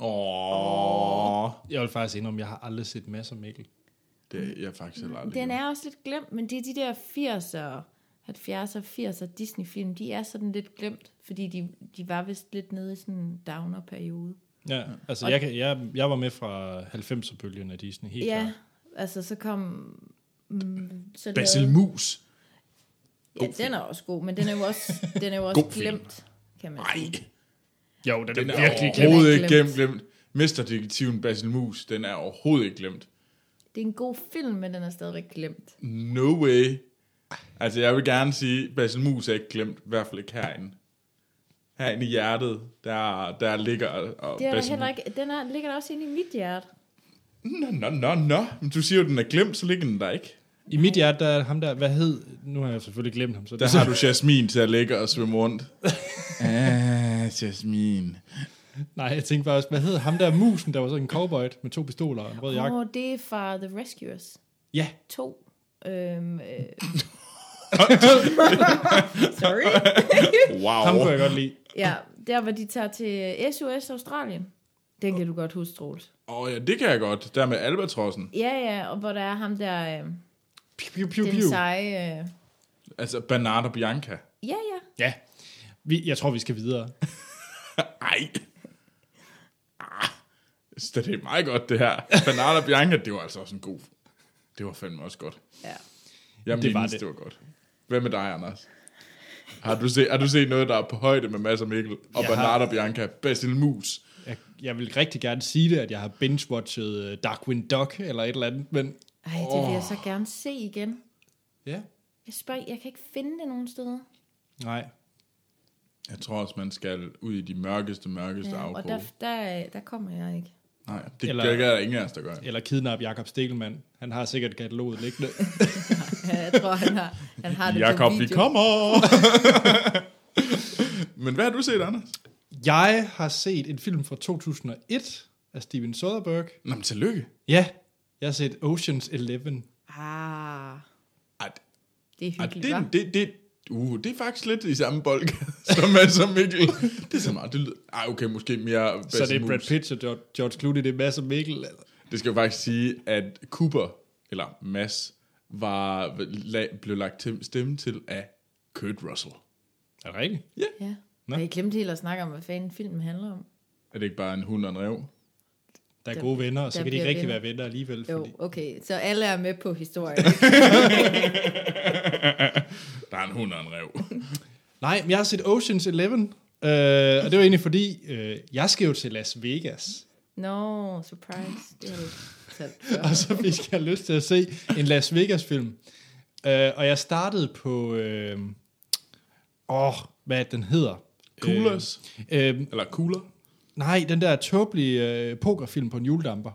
B: Åh,
A: Jeg vil faktisk indrømme, jeg har aldrig set masser af Mikkel.
B: det er jeg faktisk heller aldrig.
C: Den er også lidt glemt, men det er de der 80'er, 70'er, 80'er Disney-film, de er sådan lidt glemt, fordi de, de var vist lidt nede i sådan en downer-periode.
A: Ja, altså
C: Og-
A: jeg, kan- jeg, jeg var med fra 90'er-bølgen af Disney, helt
C: Ja,
A: klart.
C: altså så kom... Mm, så
B: Basil
C: lavede-
B: Mus.
C: Ja, den er også god, men den er jo også, den er jo
B: God
C: også
B: film.
C: glemt, kan man
B: Nej,
C: sige.
A: Jo, den,
B: den
A: er
B: er
A: virkelig
C: glemt.
B: overhovedet ikke
C: Glemt.
B: glemt. glemt. Mesterdetektiven Basil Mus, den er overhovedet ikke glemt.
C: Det er en god film, men den er stadigvæk glemt.
B: No way. Altså, jeg vil gerne sige, Basil Mus er ikke glemt, i hvert fald ikke herinde. Herinde i hjertet, der, der ligger og
C: Det er der
B: Basil
C: heller ikke, den er, ligger der også inde i mit hjerte.
B: Nå, nå, nå, nå. Men du siger jo, den er glemt, så ligger den der ikke.
A: I mit hjerte, der er ham der, hvad hed, nu har jeg selvfølgelig glemt ham, så
B: Der har du Jasmin til at ligge og svømme rundt. ah, Jasmin.
A: Nej, jeg tænkte bare også, hvad hed ham der musen, der var sådan en cowboy med to pistoler og en rød jakke?
C: Åh, det er fra The Rescuers
A: Ja,
C: 2. Øhm, øh. Sorry.
B: Wow.
A: ham kunne jeg godt lide.
C: Ja, der hvor de tager til øh, SOS Australien. Den kan du godt huske, Troels.
B: Åh oh, ja, det kan jeg godt. Der med albatrossen.
C: Ja, ja, og hvor der er ham der, øh,
A: Piu, piu, piu,
C: den
A: piu.
C: seje... Øh.
B: Altså Bernard og Bianca.
C: Ja, ja.
A: Ja, vi, jeg tror, vi skal videre.
B: Ej. Ah. Så det er meget godt, det her. Bernard og Bianca, det var altså også en god... Det var fandme også godt.
C: ja.
B: Jeg
A: Det var
B: mindes,
A: det.
B: det var godt. Hvad med dig, Anders? Har du, set, har du set noget, der er på højde med Mads og Mikkel? Og
A: Jeg har-
B: Bernard og Bianca, Basil Mus.
A: Jeg, jeg vil rigtig gerne sige det, at jeg har binge-watchet øh, Darkwing Duck eller et eller andet, men
C: Ej, det vil jeg så gerne se igen.
A: ja,
C: Jeg spørger, jeg kan ikke finde det nogen steder.
A: nej.
B: Jeg tror også, man skal ud i de mørkeste, mørkeste ja,
C: Ja, og
B: afkroge.
C: der, der, øh, der kommer jeg ikke.
B: Nej, det
A: Eller-
B: Eller... gør der ingen af os, der gør.
A: Eller kidnap Jakob Stelmann. Han har sikkert kataloget liggende.
C: Ja, jeg tror, han har, han har det
B: Jakob, vi
C: på video.
B: kommer! Men hvad har du set, Anders?
A: Jeg har set en film fra 2001 af Steven Soderbergh.
B: Nå, men tillykke.
A: Ja, jeg har set Ocean's Eleven.
C: Ah,
B: Ej,
C: det er
B: ej,
C: hyggeligt,
B: det,
C: hva'?
B: det, det, uh, det er faktisk lidt i samme bold, som er som Mikkel. Det er så meget, det lyder... Ej, okay, måske mere...
A: Så det er
B: Basil
A: Brad
B: Mus.
A: Pitt og George, George Clooney, det er masser Mikkel. eller-
B: Det skal jo faktisk sige, at Cooper, eller Mads, var, la, blev lagt til, stemme til af Kurt Russell.
A: Er det rigtigt?
C: Ja.
A: Nå.
C: Og jeg glemte helt at snakke om, hvad fanden filmen handler om.
B: Er det ikke bare en hund og en rev?
A: Der er
C: Der-
A: gode venner, og så
C: der
A: kan de ikke
C: bliver
A: rigtig
C: venner.
A: være venner alligevel.
C: Jo,
A: Fordi...
C: okay, så alle er med på historien.
B: Der er en hund og en rev.
A: Nej, men jeg har set Ocean's Eleven, øh, og det var egentlig fordi, øh, jeg skal jo til Las Vegas,
C: no, surprise. Det har du ikke fortalt
A: og
C: før.
A: så fik jeg lyst til at se en Las Vegas-film. Øh, og jeg startede på, øh, åh, hvad den hedder?
B: Coolers?
A: Øh, øh,
B: Eller Cooler?
A: nej, den der tåbelige øh, pokerfilm på en juledamper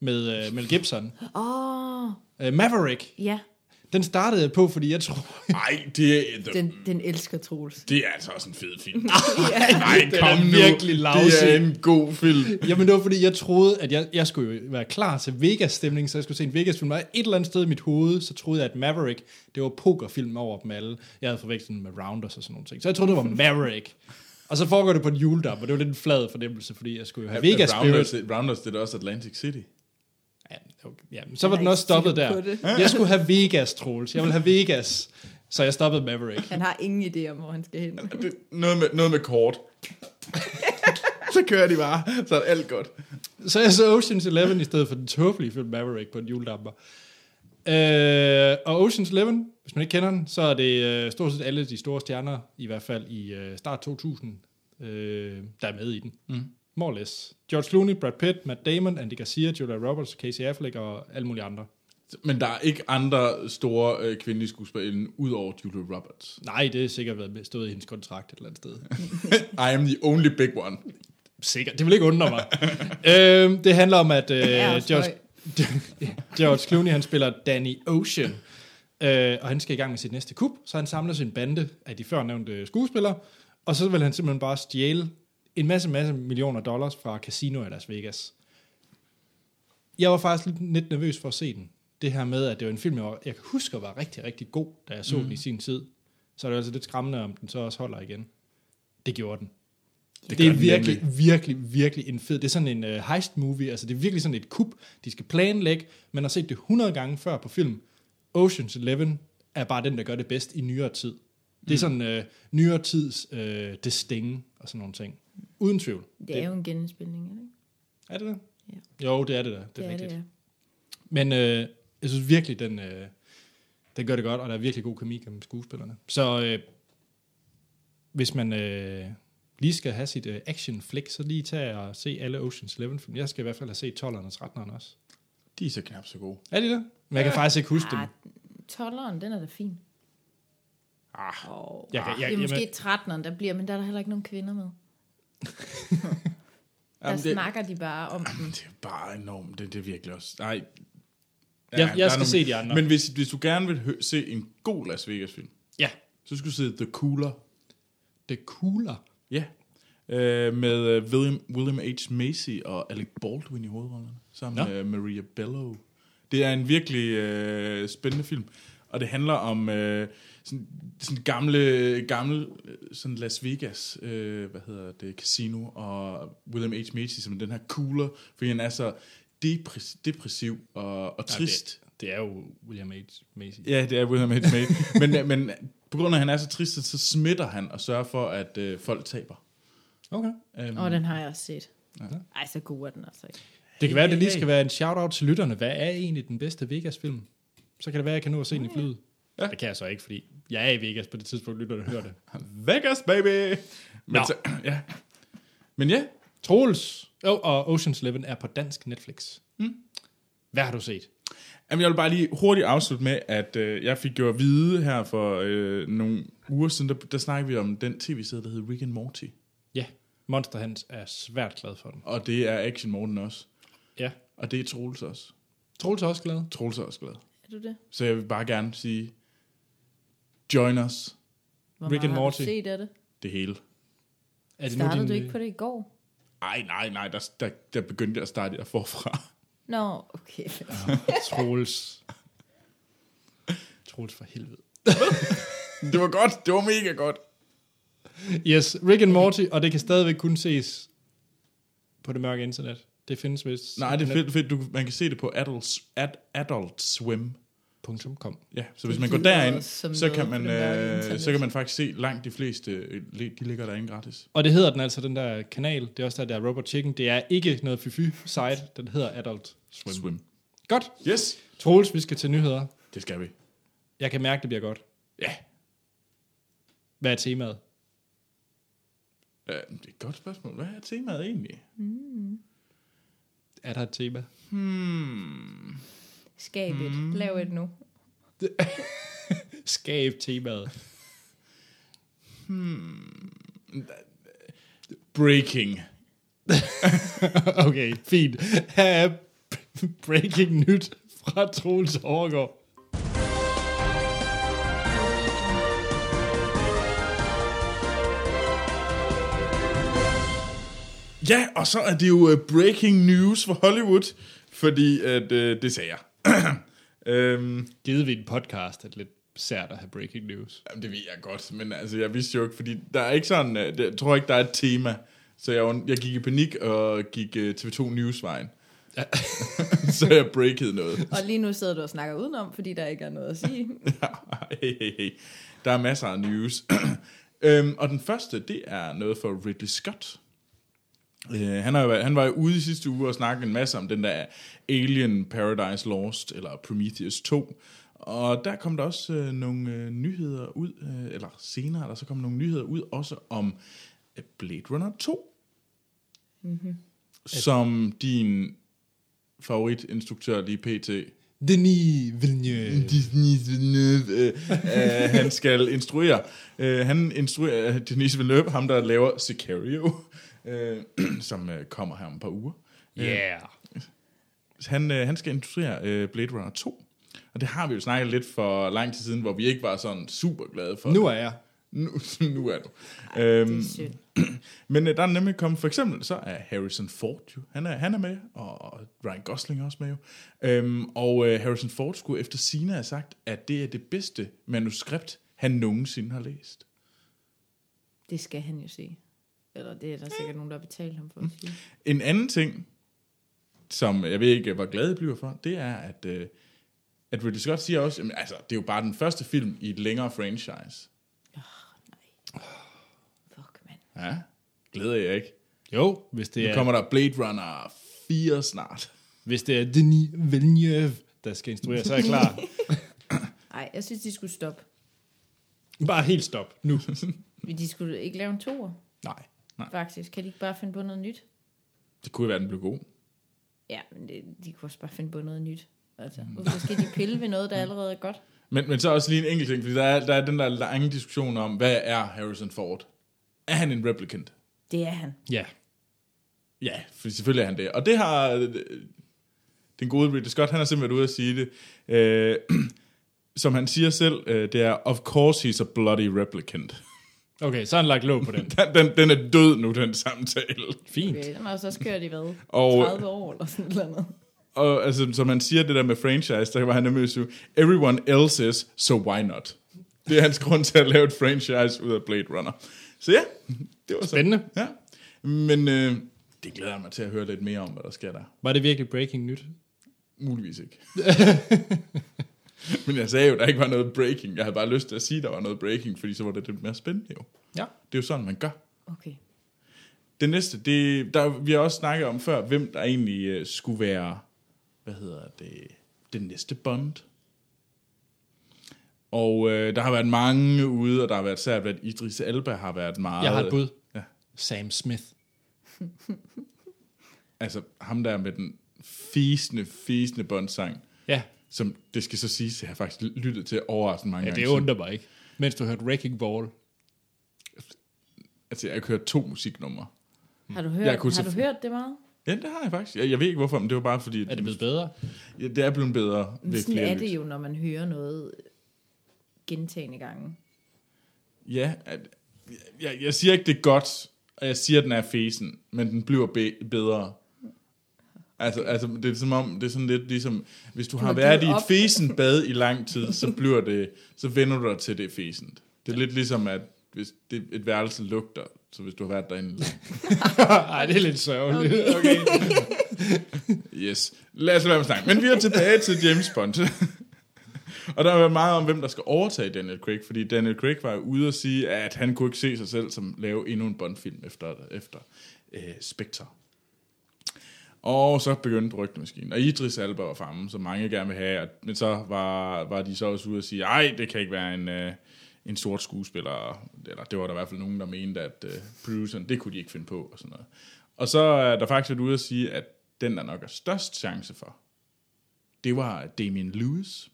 A: med øh, Mel Gibson.
C: Åh, oh,
A: Øh, Maverick,
C: ja.
A: den startede jeg på, fordi jeg tror,
B: Nej, det er... The,
C: Den, den elsker Troels.
B: Det er altså også en fed film. Nej,
A: Den er
B: kom nu.
A: virkelig lousy.
B: Det er en god film.
A: Jamen det var fordi, jeg troede, at jeg, jeg skulle jo være klar til Vegas-stemningen, så jeg skulle se en Vegas-film, og et eller andet sted i mit hoved, så troede jeg, at Maverick, det var pokerfilm over dem alle. Jeg havde forvekslet den med Rounders og sådan nogle ting, så jeg troede, det var Maverick. Og så foregår det på en juledam, og det var lidt en flad fornemmelse, fordi jeg skulle jo have Vegas
B: Rounders,
A: Spirit.
B: Rounders, det er også Atlantic City.
A: Ja, okay, ja, men så var
C: Jeg
A: den
C: er
A: også
C: ikke sikker
A: stoppet
C: på
A: der.
C: det.
A: Jeg skulle have Vegas, Troels. Jeg ville have Vegas. Så jeg stoppede Maverick.
C: Han har ingen idé om, hvor han skal
A: Øh,
C: hen.
B: Det, noget, med, noget med kort. så kører de bare, så er alt godt.
A: Så jeg så Ocean's Eleven i stedet for den tåbelige film Maverick på en juledamper. Øh, og Ocean's Eleven, hvis man ikke kender den, så er det øh, stort set alle de store stjerner, i hvert fald i øh, start 2000, øh, der er med i den. Mm. More or less. George Clooney, Brad Pitt, Matt Damon, Andy Garcia, Julia Roberts, Casey Affleck og alle mulige andre.
B: Men der er ikke andre store øh, kvindelige skuespillere ud over Julia Roberts.
A: Nej, det er sikkert været med- stået i hendes kontrakt et eller andet sted.
B: I am the only big one.
A: Sikkert, det vil ikke undre mig. øhm, det handler om, at øh,
C: er også
A: George, George Clooney han spiller Danny Ocean, øh, og han skal i gang med sit næste kup, så han samler sin bande af de førnævnte skuespillere, og så vil han simpelthen bare stjæle en masse, masse millioner dollars fra casino i Las Vegas. Jeg var faktisk lidt, lidt nervøs for at se den. Det her med, at det var en film, jeg, var, jeg husker var rigtig, rigtig god, da jeg så mm. den i sin tid. Så er det altså lidt skræmmende, om den så også holder igen. Det gjorde den. Det,
B: gør
A: det er
B: den
A: virkelig, virkelig, virkelig en fed... Det er sådan en øh, heist-movie, altså det er virkelig sådan et kup, de skal planlægge. Man har set det 100 gange før på film. Ocean's Eleven er bare den, der gør det bedst i nyere tid. Det er
B: Mm.
A: sådan øh, nyere tids øh, det stinge og sådan nogle ting. Uden tvivl.
C: Det er jo en genindspilning, er det ikke?
A: er det det? Ja. Jo, det er det da. Det er
C: Det er
A: rigtigt.
C: det, ja.
A: Men øh, jeg synes virkelig, den, øh, den gør det godt, og der er virkelig god kemi gennem skuespillerne. Så øh, hvis man øh, lige skal have sit øh, action flick, så lige tag og se alle Ocean's Eleven film. Jeg skal i hvert fald have set 12'eren og 13'eren også.
B: De er så knap så gode.
A: Er de det? Men jeg kan faktisk ikke huske dem.
C: Ah, 12'eren, den er da fin. Ah, oh,
A: Jeg kan- jeg-
C: det er måske
A: jamen-
C: 13'eren, der bliver, men der er der heller ikke nogen kvinder med. der
B: Jamen, det-
C: snakker de bare om den.
B: Det er bare enormt. Det, det er virkelig også... Nej.
A: Jeg- jeg
B: der er
A: skal se de andre.
B: Men hvis, hvis du gerne vil hø- se en god Las Vegas-film,
A: Ja,
B: så skal du se The Cooler.
A: The Cooler.
B: Ja. Øh, med øh, William, William H. Macy og Alec Baldwin i hovedrollerne. Sammen
A: Nå.
B: med øh, Maria Bello. Det er en virkelig øh, spændende film. Og det handler om øh, sådan, sådan gamle, gamle øh, sådan Las Vegas, øh, hvad hedder det, casino, og William H. Macy som den her cooler, fordi han er så depres- depressiv og, og trist.
A: Ja, det, det er jo William H. Macy.
B: Ja, det er William H. Macy. men, øh, men på grund af, at han er så trist, så smitter han og sørger for, at øh, folk taber.
A: Okay.
B: Um,
C: Åh,
A: Mm-hmm.
C: oh, den har jeg også set.
B: Ja.
C: Ej, så god er den altså ikke.
A: Det kan være, at det lige
B: Hey.
A: skal være en shout-out til lytterne. Hvad er egentlig den bedste Vegas-film? Så kan det være, at jeg kan nå at se den i flyet. Ja.
B: Ja.
A: Det kan jeg så ikke, fordi jeg er i Vegas på det tidspunkt, lytterne hører det.
B: Vegas, baby! Men,
A: Nå.
B: så, ja. men ja,
A: Troels oh, og Ocean's Eleven er på dansk Netflix. Mm. Hvad har du set?
B: Jamen, jeg vil bare lige hurtigt afslutte med, at øh, jeg fik jo at vide her for øh, nogle uger siden, der, der snakkede vi om den tv-serie, der hedder Rick and Morty.
A: Ja, Monster Hans er svært glad for den.
B: Og det er Action Morten også.
A: Ja.
B: Og det er Troels også.
A: Troels er også glad.
B: Troels er også glad.
C: Er du det?
B: Så jeg vil bare gerne sige, join us
C: Hvor
A: Rick
C: meget
A: and
C: har du
A: Morty.
C: set af det?
B: det hele.
A: Er det
C: Startede du
A: øh,
C: ikke på det i går?
B: Ej, nej, nej, der, der, der begyndte jeg at starte der forfra.
C: Nå, okay.
A: øh, Troels. Troels for helvede.
B: Det var godt, det var mega godt.
A: Yes, Rick and Morty, og det kan stadigvæk kun ses på det mørke internet. Det findes vist.
B: Nej, det er fedt, fedt. Du, man kan se det på Adult, ad, adult Swim.
A: Punktum kom.
B: Ja, så hvis man går
C: lyder
B: derind,
C: som
B: så
C: noget
B: kan,
C: på
B: man,
C: det mørke
B: øh,
C: internet.
B: så kan man faktisk se langt de fleste, øh, de ligger derinde gratis.
A: Og det hedder den altså, den der kanal. Det er også der, der er Robot Chicken. Det er ikke noget fy-fy-site. Den hedder Adult Swim.
B: Swim.
A: Godt.
B: Yes,
A: Troels, vi skal til nyheder.
B: det skal vi.
A: Jeg kan mærke, det bliver godt.
B: Ja,
A: Hvad er temaet?
B: øh, det er et godt spørgsmål. Hvad er temaet egentlig?
A: Er der et tema?
B: Hmm.
C: Skab et.
A: Mm.
C: Lav et nu.
A: Skab temaet.
B: Breaking.
A: okay, fint. Her er breaking nyt fra Troels Overgaard.
B: Ja, og så er det jo øh, breaking news for Hollywood, fordi at, øh, det sagde jeg. øhm,
A: Givet vi en podcast, er det lidt sært at have breaking news.
B: Jamen, det ved jeg godt, men altså, jeg vidste jo ikke, fordi der er ikke sådan, øh, det- jeg tror ikke, der er et tema. Så jeg, var- jeg gik i panik og gik øh, TV2 Newsvejen.
A: Ja.
B: så jeg breakede noget.
C: Og lige nu sidder du og snakker udenom, fordi der ikke er noget at sige.
B: hey, hey, hey. Der er masser af news. øhm, og den første, det er noget for Ridley Scott. Øh, han, har jo været, han var jo ude i sidste uge og snakkede en masse om den der Alien Paradise Lost, eller Prometheus 2. Og der kom der også øh, nogle øh, nyheder ud, øh, eller senere, der så kom nogle nyheder ud, også om øh, Blade Runner 2. Mm-hmm. Som din favoritinstruktør lige pt.
A: Denis Villeneuve.
B: Denis Villeneuve, øh, øh, han skal instruere. Øh, han instruerer øh, Denis Villeneuve, ham der laver Sicario, øh, som øh, kommer her om et par uger.
A: Yeah.
B: Han, øh, han skal instruere øh, Blade Runner 2. Og det har vi jo snakket lidt for lang tid siden, hvor vi ikke var sådan super glade for.
A: Nu er jeg.
B: nu, nu er du. Øhm,
C: Det er synd.
B: men øh, der er nemlig kommet, for eksempel, så er Harrison Ford jo, han er, han er med, og Ryan Gosling er også med jo. Øhm, og øh, Harrison Ford skulle efter sine have sagt, at det er det bedste manuskript, han nogensinde har læst.
C: Det skal han jo se. Eller det er der sikkert nogen, der har betalt ham for at sige.
B: En anden ting, som jeg ved ikke, hvor glad jeg bliver for, det er, at, øh, at Ridley Scott siger også, jamen, altså, det er jo bare den første film i et længere franchise.
C: Fuck, mand.
B: Ja, glæder jeg ikke.
A: Jo, hvis det,
B: Nu
A: er,
B: kommer der Blade Runner 4 snart.
A: hvis det er Denis Villeneuve, der skal instruere, så er jeg klar.
C: Nej, jeg synes, de skulle stoppe.
A: Bare helt stop nu.
C: Men De skulle ikke lave en toer,
B: Nej, nej.
C: faktisk. Kan de ikke bare finde på noget nyt?
B: Det kunne jo være, den blev god.
C: Ja, men det, de kunne også bare finde på noget nyt. Altså,
A: Mm.
C: hvorfor skal de pille ved noget, der allerede er godt?
B: Men, men så også lige en enkelt ting, fordi der er, der er den der lange diskussion om, hvad er Harrison Ford? Er han en replicant?
C: Det er han.
A: Ja.
B: Ja, for selvfølgelig er han det. Og det har øh, den gode Ridley Scott, han har simpelthen været ude at sige det. Øh, som han siger selv, øh, det er, of course he's a bloody replicant.
A: Okay, så har han lagt låg på den.
B: Den, den, den er død nu, den samtale.
A: Fint.
C: Okay, den har så også kørt i hvad?
B: Og-
C: 30 år eller sådan noget.
B: Og altså, som han siger det der med franchise, der var han nemlig syv. Everyone else is, so why not? Det er hans grund til at lave et franchise ud af Blade Runner. Så ja, det var så.
A: Spændende.
B: Ja. Men øh, det glæder jeg mig til at høre lidt mere om, hvad der sker der.
A: Var det virkelig breaking nyt?
B: Muligvis ikke. Men jeg sagde jo, der ikke var noget breaking. Jeg havde bare lyst til at sige, der var noget breaking, fordi så var det lidt mere spændende jo.
A: Ja.
B: Det er jo sådan, man gør.
C: Okay.
B: Det næste, det, der, vi har også snakket om før, hvem der egentlig øh, skulle være, hvad hedder det, den næste Bond. Og øh, der har været mange ude, og der har været særligt, at Idris Elba har været meget...
A: Jeg har et bud.
B: Ja.
A: Sam Smith.
B: Altså, ham der med den fisende, fisende Bond-sang,
A: Ja,
B: som det skal så siges, jeg har faktisk lyttet til overraskende mange
A: ja
B: gange.
A: det
B: siden.
A: undrer mig ikke. Mens du hørte Wrecking Ball.
B: Altså, jeg har hørt to musiknumre.
C: Har du hørt,
B: Jeg kunne
C: har du
B: se-
C: hørt det meget?
B: Ja, det har jeg faktisk. Jeg, jeg ved ikke hvorfor, men det var bare fordi,
A: Er det blevet bedre?
B: ja, det er blevet bedre.
C: Men
B: ved
C: sådan
B: flere
C: er
B: lyt.
C: det jo, når man hører noget gentagende gange.
B: Ja, at, jeg, jeg siger ikke, det er godt, og jeg siger, at den er fesen, men den bliver be- bedre. Altså, altså, det er som om, det er sådan lidt ligesom, hvis du har
C: har
B: været i
C: givet
B: et
C: op.
B: fesen bad i lang tid, så bliver det, så vender du dig til det er fesent. Det er lidt ligesom, at hvis det, et værelse lugter, så hvis du har været derinde.
A: Nej, det er lidt sørgeligt.
B: Okay. yes. Lad os lade være med snakke. Men vi er tilbage til James Bond. og der har været meget om, hvem der skal overtage Daniel Craig, fordi Daniel Craig var jo ude og sige, at han kunne ikke se sig selv som lave endnu en Bond-film efter, efter øh, Spectre. Og så begyndte rygtemaskinen. Og Idris Elba var fremme, som mange gerne vil have. og- Men så var, var de så også ude og sige, ej, det kan ikke være en, øh, en sort skuespiller. Eller det var der i hvert fald nogen, der mente, at øh, produceren, det kunne de ikke finde på. Og sådan noget. Og så er der faktisk været ude og sige, at den, der nok er størst chance for, det var Damien Lewis.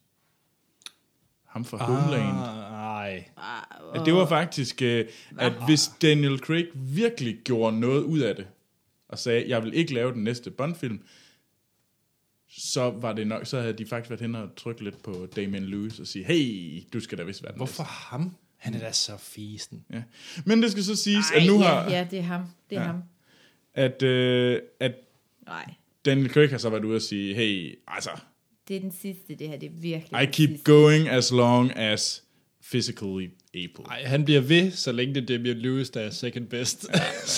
B: Ham fra ah. Homeland.
A: Nej.
B: At det var faktisk, øh, at hvis Daniel Craig virkelig gjorde noget ud af det, og sagde, jeg vil ikke lave den næste Bond-film, så var det nok, så havde de faktisk været hen og trykke lidt på Damien Lewis og sige, hey, du skal da vist være den
A: Hvorfor ham? Han er da så fisen.
B: næste. Ja. Men det skal så siges,
C: Ej,
B: at nu
C: ja,
B: har,
C: ja, det er ham. Det er
B: Ja.
C: ja. ham.
B: at, øh, at
C: Nej,
B: Daniel Craig har så været ude og sige, hey, altså,
C: det er den sidste, det her. Det er virkelig
B: I
C: den
B: keep
C: sidste.
B: going as long as physically able.
A: Nej, han bliver ved, så længe det er Damien Lewis, der er second best.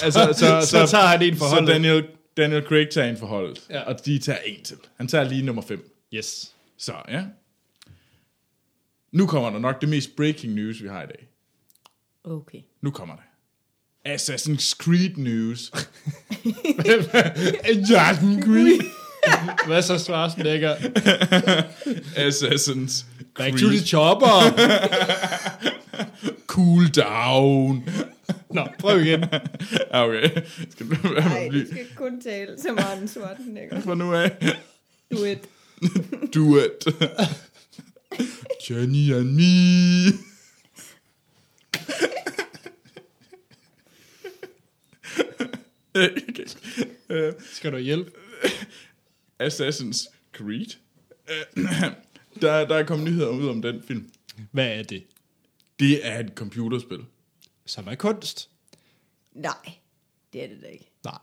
B: altså, så,
A: Så tager han en for holdet.
B: Så Daniel, Daniel Craig tager en forholdet, ja.
A: Ja.
B: og de tager en til. Han tager lige nummer 5.
A: yes.
B: Så ja. Nu kommer der nok det mest breaking news, vi har i dag.
C: Okay.
B: Nu kommer det. Assassin's Creed news.
A: Jordan Green. Hvad så, Schwarzenegger?
B: Assassin's
A: Back to the
B: Creed.
A: chopper.
B: Cool down.
A: Nå, prøv igen.
B: Ah, Okay. Skal du være med
C: Nej,
B: at
C: du
B: blive
C: skal kun tale så meget den Schwarzenegger.
B: fra nu af?
C: Du et.
B: Do it. Jenny and me. okay. uh,
A: Skal du hjælpe?
B: Assassin's Creed. Øh, der, der er kommet nyheder ud om den film.
A: Hvad er det?
B: Det er et computerspil.
A: Som er kunst?
C: Nej, det er det da ikke.
A: Nej.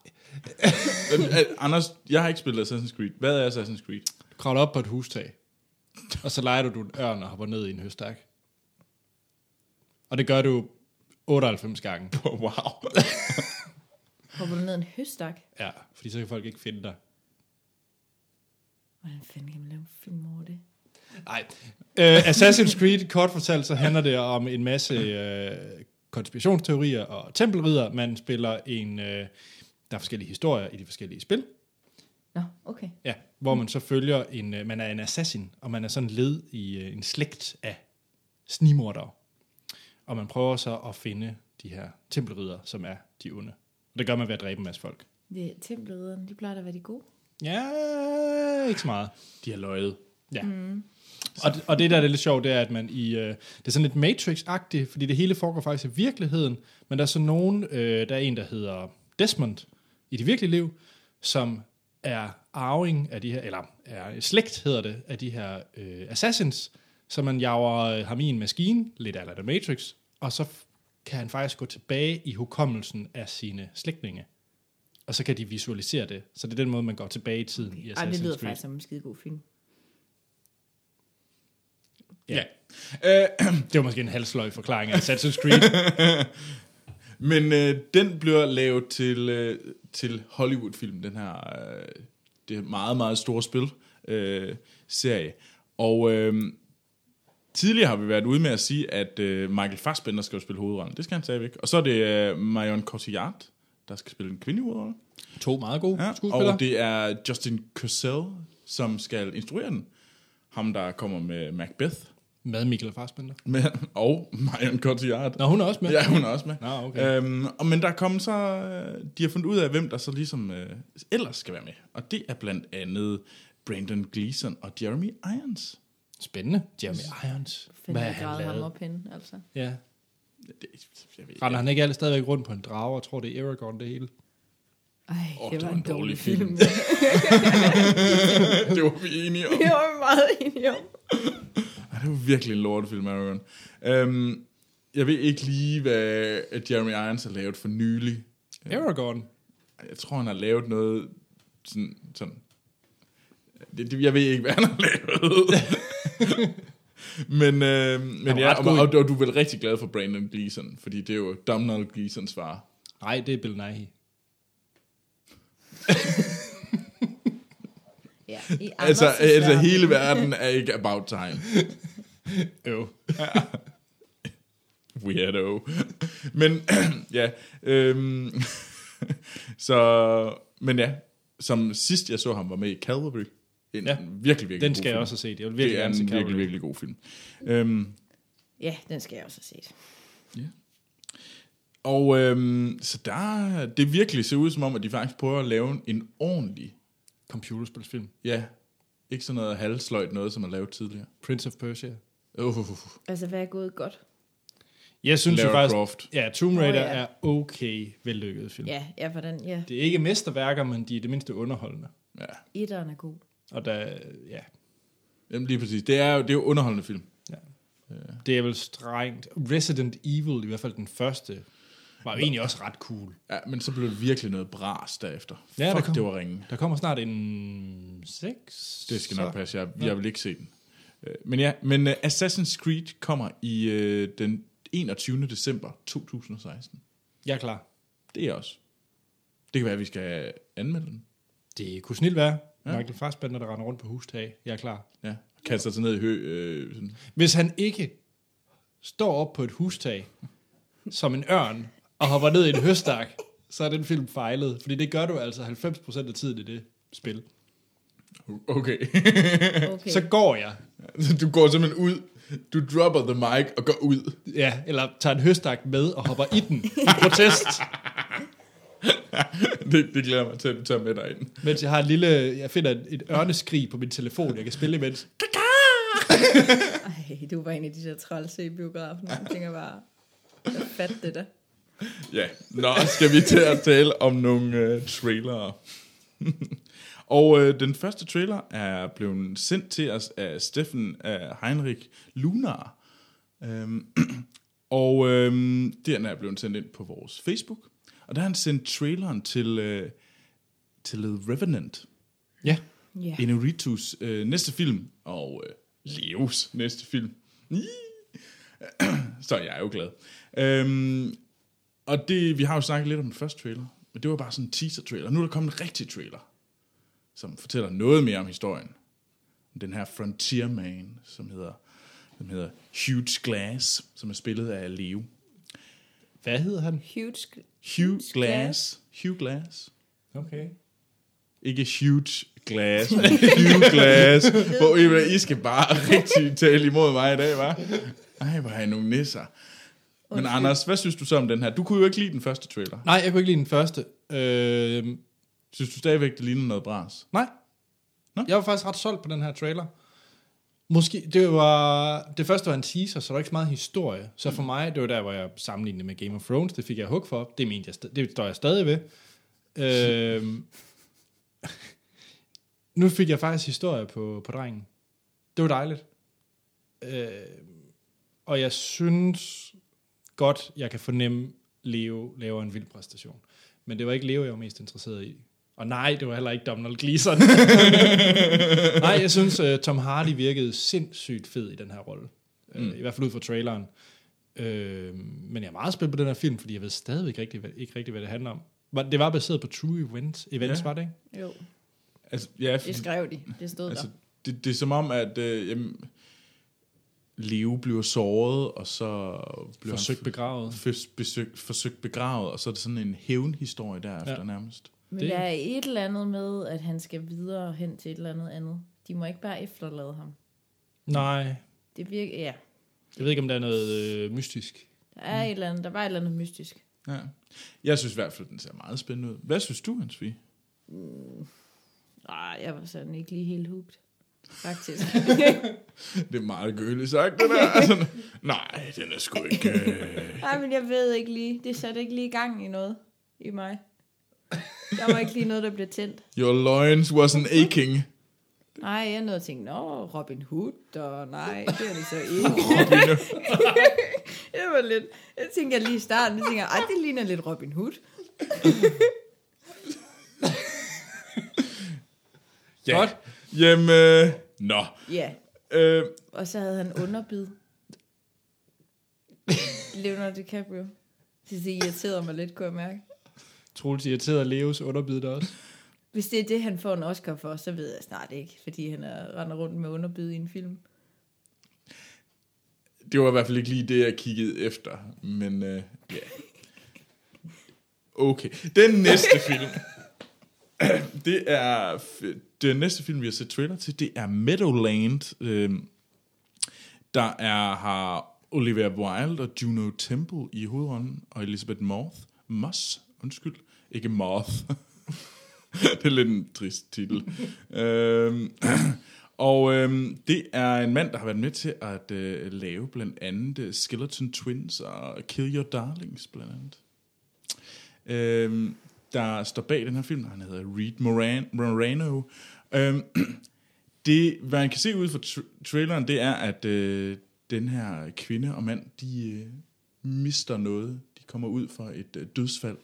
B: Øh, øh, Anders, jeg har ikke spillet Assassin's Creed. Hvad er Assassin's Creed?
A: Du kravler op på et hustag, og så leger du en ørn og hopper ned i en høstak. Og det gør du 98 gange.
B: Wow.
C: Hopper du ned en høstak?
A: Ja, fordi så kan folk ikke finde dig.
C: Hvordan fanden kan man lave en film over det?
A: Nej. Øh, Assassin's Creed, kort fortalt, så handler det om en masse øh, konspirationsteorier og tempelridder. Man spiller en... Øh, der er forskellige historier i de forskellige spil.
C: Nå, okay.
A: Ja, hvor man så følger en, øh, man er en assassin, og man er sådan led i øh, en slægt af snimordere. Og man prøver så at finde de her tempelridder, som er de onde. Og det gør man ved at dræbe en masse folk.
C: Det er tempelridderne, de plejer da at være de gode.
A: Ja, ikke så meget. De har løjet. Ja. Mm. Og, og det, der er lidt sjovt, det er, at man i... Øh, det er sådan lidt Matrix-agtigt, fordi det hele foregår faktisk i virkeligheden, men der er så nogen... Øh, der er en, der hedder Desmond i det virkelige liv, som er arving af de her... Eller er slægt, hedder det, af de her øh, assassins, så man jager øh, ham i en maskine, lidt af The Matrix, og så f- kan han faktisk gå tilbage i hukommelsen af sine slægtninge. Og så kan de visualisere det. Så det er den måde, man går tilbage i tiden i
C: Ej, det
A: Assassin's
C: lyder
A: Creed.
C: faktisk som en skide god film.
B: Ja.
A: Ja.
B: ja. Øh,
A: Det var måske en halvsløj forklaring af Assassin's Creed.
B: men øh, den bliver lavet til, øh, til Hollywood-film, den her øh, det her meget, meget store spil øh, serie. Og øh, tidligere har vi været ude med at sige, at øh, Michael Fassbender skal jo spille hovedrollen. Det skal han stadigvæk. Og så er det øh, Marion Cotillard, der skal spille en kvindelig hovedrolle.
A: to meget gode ja, skuespillere.
B: og
A: Det,
B: det er Justin Curcell, som skal instruere den. Ham, der kommer med Macbeth.
A: med Michael Fassbender.
B: Med, og Marion Cotillard.
A: Nå, hun er også med.
B: Ja, hun er også med.
A: Nå, okay.
B: Øhm, og, men der er kommet så... øh, De har fundet ud af, hvem der så ligesom øh, ellers skal være med. Og det er blandt andet Brandon Gleeson og Jeremy Irons.
A: Spændende. Jeremy Irons. Hvad
C: Fanden,
A: har
C: jeg
A: han
C: gravede ham
A: lavet?
C: op henne, altså.
A: Ja.
B: Det, jeg ved,
A: Render han ikke alle stadigvæk rundt på en drage og tror, det er Aragorn det hele?
C: Ej,
B: Åh,
C: det, var en dårlig
B: film.
C: film.
B: det var vi enige om.
C: det var vi meget enige om.
B: Ej, det var virkelig en lortefilm, Aaron. Øhm, jeg ved ikke lige, hvad Jeremy Irons har lavet for nylig.
A: Aragorn?
B: Jeg tror, han har lavet noget sådan... sådan det, det, jeg ved ikke, hvad han har lavet. men øh, men
A: Han var
B: ja,
A: ret
B: og,
A: god i-
B: og, og, du er vel rigtig glad for Brandon Gleeson, fordi det er jo Donald Gleesons far.
A: Nej, det er Bill Nighy.
C: Ja, i
B: Altså,
C: Anders'
B: altså
C: verden.
B: hele verden er ikke about time.
A: Øv.
B: Weirdo. Men ja, øhm, så, men ja, som sidst jeg så ham var med i Calvary. En ja,
A: Ja,
B: virkelig, virkelig
A: Den
B: god
A: skal jeg
B: film.
A: også have set. Jeg vil virkelig
B: Det er
A: gerne
B: en
A: se
B: virkelig,
A: Calvary.
B: virkelig, virkelig god film. Øhm,
C: Ja, den skal jeg også have set.
B: og øhm, så der, det virkelig ser ud som om, at de faktisk prøver at lave en ordentlig,
A: Computerspilsfilm.
B: ja, ikke sådan noget halvsløjt noget, som er lavet tidligere.
A: Prince of Persia.
B: Uh,
C: Altså, hvad er gået godt?
A: Jeg synes jo
B: Lara
A: faktisk...
B: Croft.
A: Ja, Tomb Raider
C: Nå, ja.
A: er okay vellykket film.
C: Ja, ja, for den, ja.
A: Det er ikke mesterværker, men de er det mindste underholdende.
B: ja,
C: Etteren er god.
A: Og der, ja,
B: jamen lige præcis. Det er jo, det er jo underholdende film.
A: Det er vel strengt. Resident Evil, i hvert fald den første, var jo egentlig også ret cool.
B: Ja, men så blev det virkelig noget bras derefter.
A: Ja, der
B: Fuck,
A: kom-
B: det var ringen.
A: Der kommer snart en 6.
B: Det skal nok passe. Jeg, jeg vil ikke se den. Øh, Men ja, men øh, Assassin's Creed kommer i øh, den 21. december 2016.
A: Jeg er klar.
B: Det er også. Det kan være, at vi skal anmelde den.
A: Det kunne snilt være. Ja. Michael Fassbender, der render rundt på hustag. Jeg er klar.
B: Ja. Kaster sig ned i hø. Øh, sådan.
A: Hvis han ikke står op på et hustag som en ørn og hopper ned i en høstak, så er den film fejlet. Fordi det gør du altså 90% af tiden i det spil.
B: Okay.
C: Okay.
A: Så går jeg.
B: du går simpelthen ud. Du dropper the mic og går ud.
A: Ja, eller tager en høstak med og hopper i den. I protest.
B: Det, det glæder jeg mig til, at du tager med dig ind.
A: Mens jeg har en lille, jeg finder et, et ørneskrig på min telefon, jeg kan spille imens.
C: Ej, du var en af de der trælse i biografen. Jeg tænker bare, jeg fat det der.
B: Ja, nå, skal vi til at tale om nogle øh, trailere. og øh, den første trailer er blevet sendt til os af Steffen øh, Heinrich Lunar. Øhm, og øhm, den er blevet sendt ind på vores Facebook. Og der har han sendt traileren til, øh, til The Revenant,
A: Ja.
C: Ja.
B: Inuritus øh, næste film, og øh, Leos næste film. Ih. Så jeg er jo glad. Øhm, og det, vi har jo snakket lidt om den første trailer, Men det var bare sådan en teaser-trailer. Nu er der kommet en rigtig trailer, som fortæller noget mere om historien. Om Den her Frontierman, som hedder, som hedder Huge Glass, som er spillet af Leo.
A: Hvad hedder han?
C: Huge. sk-
B: Hugh
C: Glass.
B: Glass. Hugh Glass.
A: Okay.
B: Ikke huge glass, men huge glass. Hvor I, ved, I skal bare rigtig tale imod mig i dag, var. Ej, hvor er I nogle nisser. Men Anders, hvad synes du så om den her? Du kunne jo ikke lide den første trailer.
A: Nej, jeg kunne ikke lide den første. Øh,
B: Synes du stadigvæk, det ligner noget bras?
A: nej.
B: Nå?
A: Jeg var faktisk ret solgt på den her trailer. Måske, det var, det første var en teaser, så der er ikke så meget historie. Så for mig, det var der, hvor jeg sammenlignede med Game of Thrones, det fik jeg hug for. Det, mente jeg, sta- det står jeg stadig ved. Øhm, nu fik jeg faktisk historie på, på drengen. Det var dejligt. Øh, og jeg synes godt, jeg kan fornemme, Leo laver en vild præstation. Men det var ikke Leo, jeg var mest interesseret i. Og nej, det var heller ikke Donald Gleeson. nej, jeg synes, uh, Tom Hardy virkede sindssygt fed i den her rolle. Mm.
B: Mm.
A: Uh, I hvert fald ud fra traileren. Uh, men jeg er meget spændt på den her film, fordi jeg ved stadigvæk ikke rigtig, hvad, ikke rigtig, hvad det handler om. Var- Det var baseret på true events, events ja.
B: Ja.
A: var det ikke?
C: Jo,
B: Altså, ja, for,
C: det skrev de. Det stod
B: altså,
C: der.
B: det, det er som om, at øh, jamen, Leo bliver såret, og så bliver
A: Forsøgt begravet.
B: han forsøgt, besøgt, forsøgt begravet, og så er det sådan en hævnhistorie derefter ja.
A: Ja.
B: nærmest.
C: Men
A: det-
C: der er et eller andet med, at han skal videre hen til et eller andet andet. De må ikke bare efterlade ham.
A: Nej,
C: Det virker, ja.
A: jeg ved ikke, om der er noget øh, mystisk.
C: Der er et eller andet, der var et eller andet mystisk.
B: Ja. Jeg synes i hvert fald, den ser meget spændende ud. Hvad synes du, Hans Vig?
C: Nej, jeg var sådan ikke lige helt hugt. Faktisk.
B: Det er meget gøligt sagt, det der. Sådan, nej, den er sgu ikke... øh."
C: Nej, men jeg ved ikke lige. Det satte ikke lige i gang i noget i mig. Der var ikke lige noget, der blev tændt.
B: Your loins wasn't aching.
C: Nej, jeg nåede at tænke, nå, Robin Hood, og nej, det er det så ikke.
B: Robin,
C: Det var lidt, jeg tænkte jeg lige i starten, jeg tænker, ej, det ligner lidt Robin Hood.
B: ja.
A: Godt.
B: Jamen, øh, nå.
C: Ja,
B: Øh,
C: og så havde han underbid. Leonardo DiCaprio. Det det irriterede mig lidt, kunne jeg mærke.
A: Troels irriterede Leos underbid der også.
C: Hvis det er det, han får en Oscar for, så ved jeg snart ikke, fordi han er, render rundt med underbid i en film.
B: det var i hvert fald ikke lige det, jeg kiggede efter. Men øh, ja. Okay. Den næste film. det er... f- Den næste film, vi har set trailer til, det er Meadowland. Øh, der er, har Olivia Wilde og Juno Temple i hovedrollen, og Elizabeth Moth. Moss, undskyld. Ikke Moth. det er lidt en trist titel. øhm, og øhm, det er en mand, der har været med til at øh, lave blandt andet øh, Skeleton Twins og Kill Your Darlings blandt andet. Øhm, der står bag den her film, han hedder Reed Moran, Morano. Øhm, det, hvad man kan se ud fra tra- traileren, det er, at øh, den her kvinde og mand, de øh, mister noget. De kommer ud for et øh, dødsfald.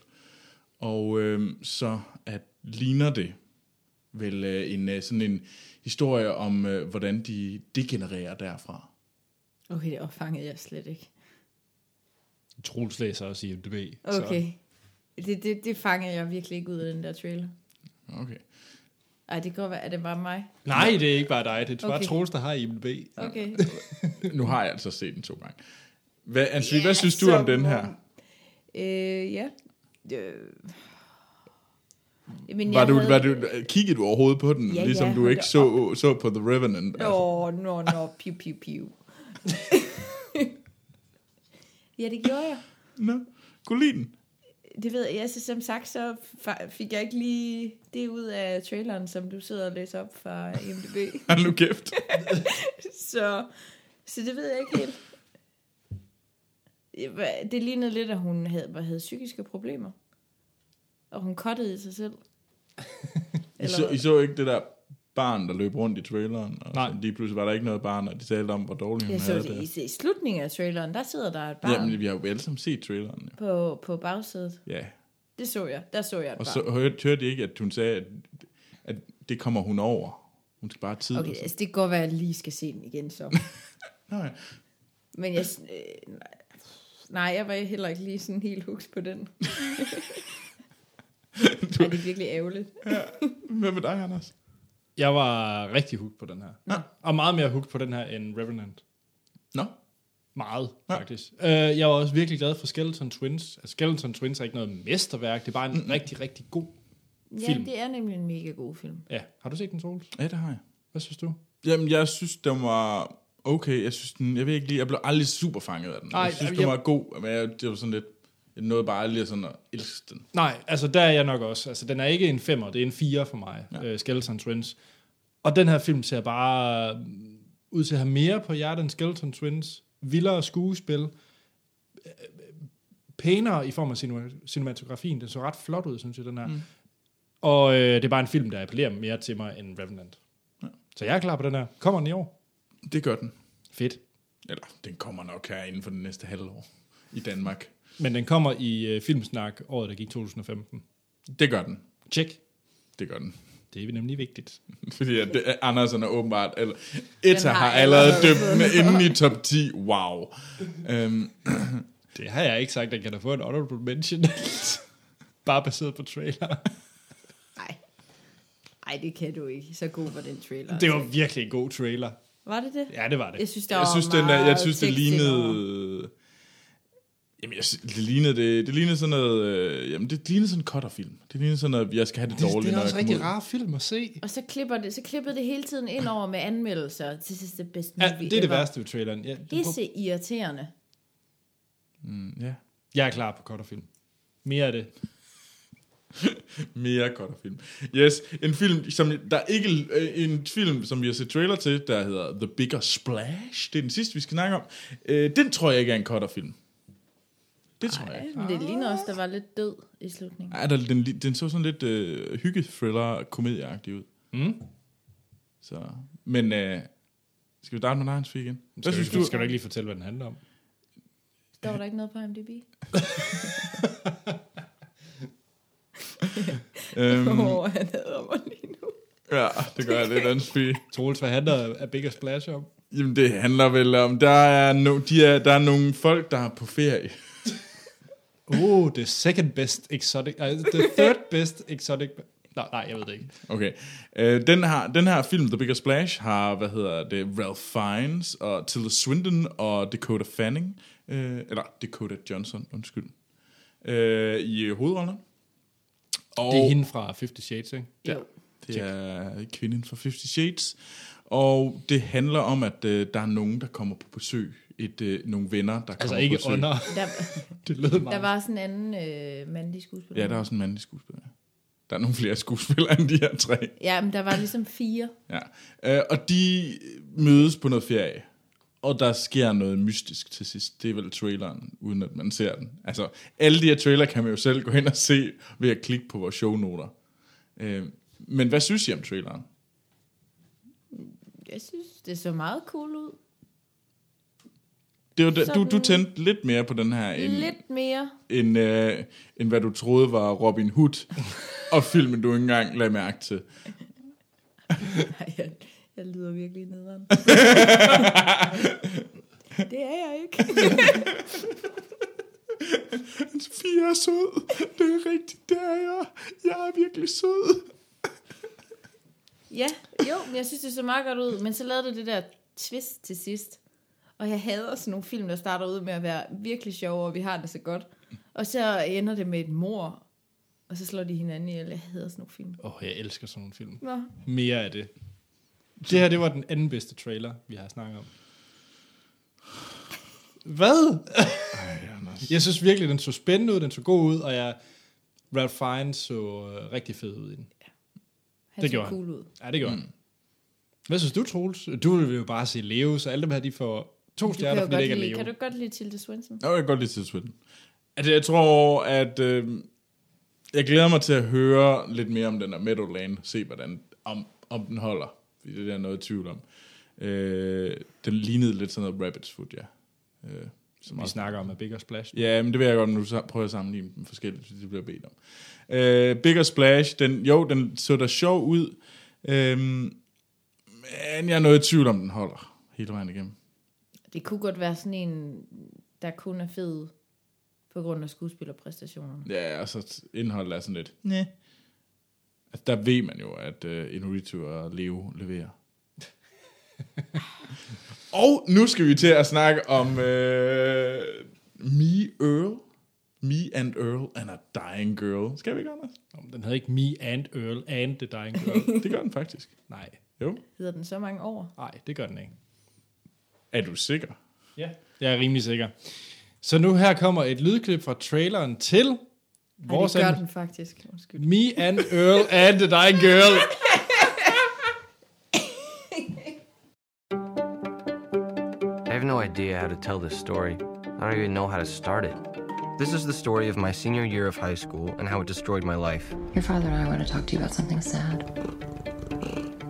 B: Og øh, så at ligner det vel øh, en, øh, sådan en historie om, øh, hvordan de degenererer derfra.
C: Okay, det opfangede jeg slet ikke.
A: Troels læser også i MDB.
C: Okay. Det, det, det fangede jeg virkelig ikke ud af den der trailer.
B: Okay.
C: Ej, det kan godt være, at det var mig.
A: Nej, det er ikke bare dig. Det er bare
C: Okay.
A: Troels, der har IMDb.
C: Okay.
B: Nu har jeg altså set den to gange. Hvad, Ansvi, Altså, hvad synes du om
C: så
B: den her?
C: må- Øh, ja. Øh. Men
B: Var du, var du, kiggede du overhovedet på den,
C: Ja,
B: ja, ligesom
C: ja,
B: du
C: hold
B: ikke
C: da
B: så, så på The Revenant? Altså,
C: Nå, nå, nå, piu, piu, piu. ja, det gjorde jeg.
B: Nå, kunne lide den.
C: Det ved jeg. Altså, som sagt, så fa- fik jeg ikke lige det ud af traileren, som du sidder og læser op fra IMDb.
B: Hold nu kæft.
C: så, så det ved jeg ikke helt. Ja, hvad- Det lignede lidt, at hun havde, hvad havde psykiske problemer. Og hun kottede i sig selv.
B: I så, I så ikke det der barn, der løb rundt i traileren? Og
A: Nej.
B: Så lige pludselig var der ikke noget barn, og de talte om, hvor dårligt hun
C: jeg så
B: havde
C: det
B: det.
C: i, i slutningen af traileren, der sidder der et barn
B: Jamen, vi har jo alle sammen set traileren. Jo.
C: på, på bagsædet.
B: Ja,
C: Det så jeg. Der så jeg et
B: og
C: barn.
B: så hørte, hørte I ikke, at hun sagde, at, at det kommer hun over. Hun skal bare have tid. og
C: Okay,
B: sådan.
C: altså det kan godt være, at jeg lige skal se den igen så.
B: Nå, ja.
C: Men jeg... s- Øh, nej. nej, jeg var heller ikke lige sådan helt hooked på den. Ej, det er virkelig ærgerligt.
B: Hvad med dig, Anders?
A: Jeg var rigtig hooked på den her.
B: Ja.
A: Og meget mere hooked på den her end Revenant.
B: Nå.
A: Meget,
B: Ja.
A: faktisk. Øh, jeg var også virkelig glad for Skeleton Twins. Altså, Skeleton Twins er ikke noget mesterværk, det er bare en mm. rigtig, rigtig god.
C: Ja,
A: Film.
C: det er nemlig en mega god film.
A: Ja, har du set den, Troels?
B: Ja, det har jeg.
A: Hvad synes du?
B: Jamen, jeg synes, den var okay. Jeg synes, den, jeg ved ikke lige, jeg blev aldrig super fanget af den.
A: Nej,
B: jeg synes,
A: jeg-
B: den var god, men jeg, det var sådan lidt, jeg nåede bare lige sådan at elske den.
A: Nej, altså der er jeg nok også. Altså, den er ikke en femmer, det er en firer for mig, ja.
B: Ja.
A: øh, Skeleton Twins. Og den her film ser bare øh, ud til at have mere på hjertet end Skeleton Twins. Vildere skuespil. Øh, Pænere i form af cinema- cinematografien. Den så ret flot ud, synes jeg, den her. Mm. Og øh, det er bare en film, der appellerer mere til mig end Revenant. Ja.
B: Ja.
A: Så jeg er klar på den her. Kommer den i år?
B: Det gør den.
A: Fedt.
B: Eller, den kommer nok her inden for det næste halvår i Danmark.
A: Men den kommer i øh, Filmsnak året, der gik 2015.
B: Det gør den.
A: Tjek.
B: Det gør den.
A: Det er nemlig vigtigt.
B: Fordi at det, Andersen er åbenbart... Eller, Etta
C: har
B: har allerede
C: allerede
B: dømt den inden i top 10. Wow. Øhm,
A: Det har jeg ikke sagt, at jeg kan da få en honorable mention. Bare baseret på trailer.
C: Nej. Nej, det kan du ikke. Så god var den trailer.
A: Det var virkelig en god trailer.
C: Var det det?
A: Ja, det var
C: Jeg
A: det.
C: synes, der
B: jeg
C: var
B: synes,
C: meget
B: den der, jeg synes det
C: tekst indover.
B: lignede... Jamen, jeg, sy- det lignede det, det lignede sådan noget... Øh, jamen, det lignede sådan en cutter-film. Det lignede sådan noget, jeg skal have det, dårligt, når jeg kommer ud.
A: rar film at se.
C: Og så, klipper det, så klippede det hele tiden ind over med anmeldelser. This is the best movie
A: Ja, det er det
C: ever.
A: værste ved traileren. Ja, det er på-
C: Pisse irriterende.
B: Mm, ja.
A: jeg er klar på cutterfilm. Mere af det.
B: Mere cutter-film. Yes, en film, som der er ikke... Øh, en film, som vi har set trailer til, der hedder The Bigger Splash. Det er den sidste, vi skal snakke om. Øh, den tror jeg ikke er en cutter-film. Det tror jeg ikke.
C: Men det ligner også, der var lidt død i slutningen.
B: Ej, der, den, den så sådan lidt øh, hygge-thriller-komedieagtig ud.
A: Mm.
B: Så, men øh, skal vi starte med Lions Fee igen? Hvad
A: Skal,
B: synes
A: du,
B: du?
A: skal du ikke lige fortælle, hvad den handler om?
C: Der var der ikke noget på IMDb.
B: Øhm,
C: Åh, han hader mig lige nu.
B: ja, det gør jeg lidt, Lions Fee.
A: Troels, hvad handler af Bigger Splash om?
B: Jamen, det handler vel om, der er, no, de er, der er nogle folk, der er på ferie.
A: Oh, the second best exotic... Uh, the third best exotic... Nej, nej, jeg ved det ikke.
B: Okay. Øh, den, har, den her film, The Bigger Splash, har, hvad hedder det, Ralph Fiennes og Tilda Swinton og Dakota Fanning, øh, eller Dakota Johnson, undskyld, øh, i hovedrollen. Og
A: Det er hende fra Fifty Shades, ikke?
C: Jo.
B: Det er kvinden fra Fifty Shades. Og det handler om, at øh, der er nogen, der kommer på besøg. Et, øh, nogle venner, der
A: Altså
B: kommer
A: ikke
B: på besøg.
A: under.
C: Der,
A: Det lød meget.
C: der var sådan en anden øh, mandlig skuespiller.
B: Ja, der er også en mandlig skuespiller. Der er nogle flere skuespillere end de her tre.
C: Ja, men der var ligesom fire.
B: Ja. Øh, og de mødes på noget ferie. Og der sker noget mystisk til sidst. Det er vel traileren, uden at man ser den. Altså, alle de her trailer kan man jo selv gå hen og se ved at klikke på vores shownoter. Øh, men hvad synes I om traileren?
C: Jeg synes, det så meget cool ud.
B: Det var, da- du, du
C: Sådan-
B: tændte lidt mere på den her end,
C: Lidt mere.
B: end, øh, end hvad du troede var Robin Hood, og filmen du ikke engang lagde mærke til.
C: Ej, jeg, jeg lyder virkelig nederen. det er jeg ikke.
B: Sofie er sød, det er rigtigt, det er jeg. Jeg er virkelig sød.
C: Ja, jo, men jeg synes, det så meget godt ud. Men så lavede du det der twist til sidst. Og jeg hader sådan nogle film, der starter ud med at være virkelig sjove, og vi har det så godt. Og så ender det med et mor, og så slår de hinanden ihjel. Jeg hader sådan nogle film.
A: Åh, oh, jeg elsker sådan nogle film.
C: Nå.
A: Mere af det. Det her, det var den anden bedste trailer, vi har snakket om. Hvad? Jeg synes virkelig, den så spændende ud, den så god ud, og jeg, Ralph Fiennes så øh, rigtig fed ud i den.
C: Han
A: Det
C: så
A: gjorde han.
C: cool ud.
A: Ja, det gjorde mm. Hvad synes du, Troels? Du vil jo bare se Leo, så alle dem her, de får to
C: Du kan,
A: stjerner,
C: jo
A: fordi det
C: godt
A: ikke er
C: lide,
A: Leo.
C: kan du godt lide Tilda Swinton?
B: Nå, jeg kan godt lide tidsvinden. Altså, jeg tror, at øh, jeg glæder mig til at høre lidt mere om den her Meadowland, se hvordan, om, om den holder. Fordi det er der noget i tvivl om. Øh, den lignede lidt sådan noget rabbit's foot, ja. Øh, så
A: Vi
B: meget
A: snakker om, at Bigger Splash.
B: Ja, men det vil jeg godt, men nu så prøver jeg at sammenligne dem forskelligt, fordi det bliver bedt om. Øh, Bigger Splash, den, jo, den så da sjov ud, øh, men jeg er noget i tvivl om, den holder hele vejen igennem.
C: Det kunne godt være sådan en, der kun er fed på grund af skuespillerpræstationerne.
B: Ja, og så indholdet er sådan lidt, nej. Altså, der ved man jo, at uh, Inuritu og Leo leverer. og nu skal vi til at snakke om uh, Me Earl. Me and Earl and a Dying Girl. Skal vi ikke, Anders?
A: Nå, men Den hedder ikke Me and Earl and the Dying Girl.
B: Det gør den faktisk.
A: Nej,
B: Jo.
C: Hedder den så mange år?
A: nej, det gør den ikke.
B: Er du sikker?
A: Ja, jeg er rimelig sikker. Så nu her kommer et lydklip fra traileren til
C: Nej,
A: vores
C: det gør den faktisk. Undskyld.
A: Me and Earl and the Dying Girl.
D: I have no idea how to tell this story. I don't even know how to start it. This is the story of my senior year of high school and how it destroyed my life.
E: Your father and I want to talk to you about something sad.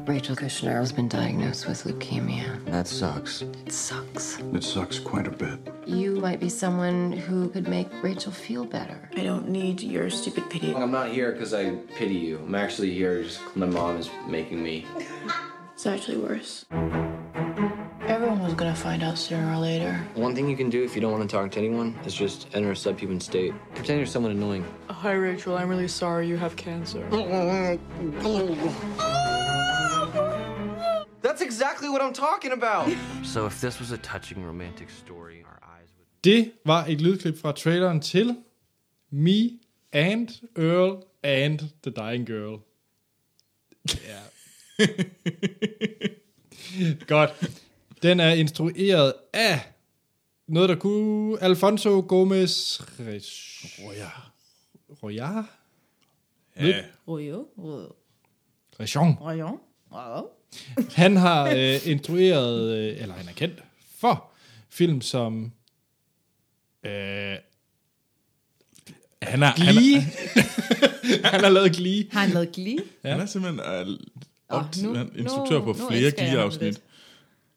E: Rachel Kushner has been diagnosed with leukemia.
F: That sucks.
E: It sucks.
F: It sucks quite a bit.
E: You might be someone who could make Rachel feel better.
G: I don't need your stupid pity.
F: I'm not here because I pity you. I'm actually here just 'cause my mom is making me.
G: It's actually worse. Everyone was gonna find out sooner or later.
F: One thing you can do if you don't want to talk to anyone is just enter a subhuman state. Pretend you're someone annoying.
H: Hi, Rachel. I'm really sorry you have cancer.
F: That's exactly what I'm talking about.
D: So, if this was a touching romantic story, our eyes would.
A: Det var et lydklip fra traileren til Me and Earl and the Dying Girl. Ja. Godt. Den er instrueret af noget, der kunne Alfonso Gomez Roya. Roya?
B: Ja.
C: Royo? Royo?
A: Rejon.
C: Royo? Royo?
A: Han har øh, instrueret, øh, eller han er kendt for film som øh,
B: Han er, han, er,
A: Glee. han har lavet Glee.
C: Har han lavet gli?
B: han er simpelthen uh, op,
C: nu-
B: oh, instruktør
C: nu-
B: på
C: nu
B: flere
C: elsker jeg ham
B: Glee-afsnit.
C: lidt.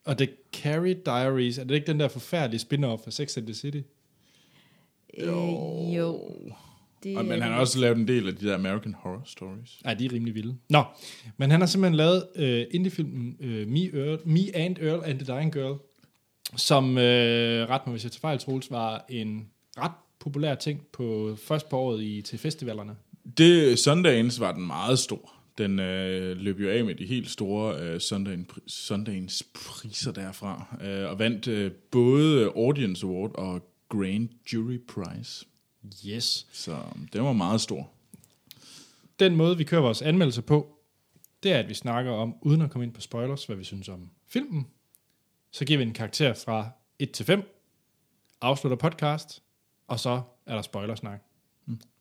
A: Og The Carrie Diaries, er det ikke den der forfærdelige spin-off af Sex and the City?
C: Øh, jo. Det,
B: Og, men han har også lavet en del af de der American Horror Stories.
A: Nej, de er rimelig vilde. Nå, men han har simpelthen lavet øh, indiefilmen øh, Me, Earl, Me and Earl and the Dying Girl, som, øh, ret mig hvis jeg tager fejl, Troels, var en ret populær ting på først på året i, til festivalerne.
B: Det Sundagens var den meget stor. Den øh, løb jo af med de helt store øh, Sundagen, Sundagens priser derfra, øh, og vandt øh, både Audience Award og Grand Jury Prize.
A: Yes.
B: Så øh, den var meget stor.
A: Den måde, vi kører vores anmeldelser på, det er, at vi snakker om, uden at komme ind på spoilers, hvad vi synes om filmen. Så giver vi en karakter fra 1 til 5, afslutter podcast, og så er der spoilersnak,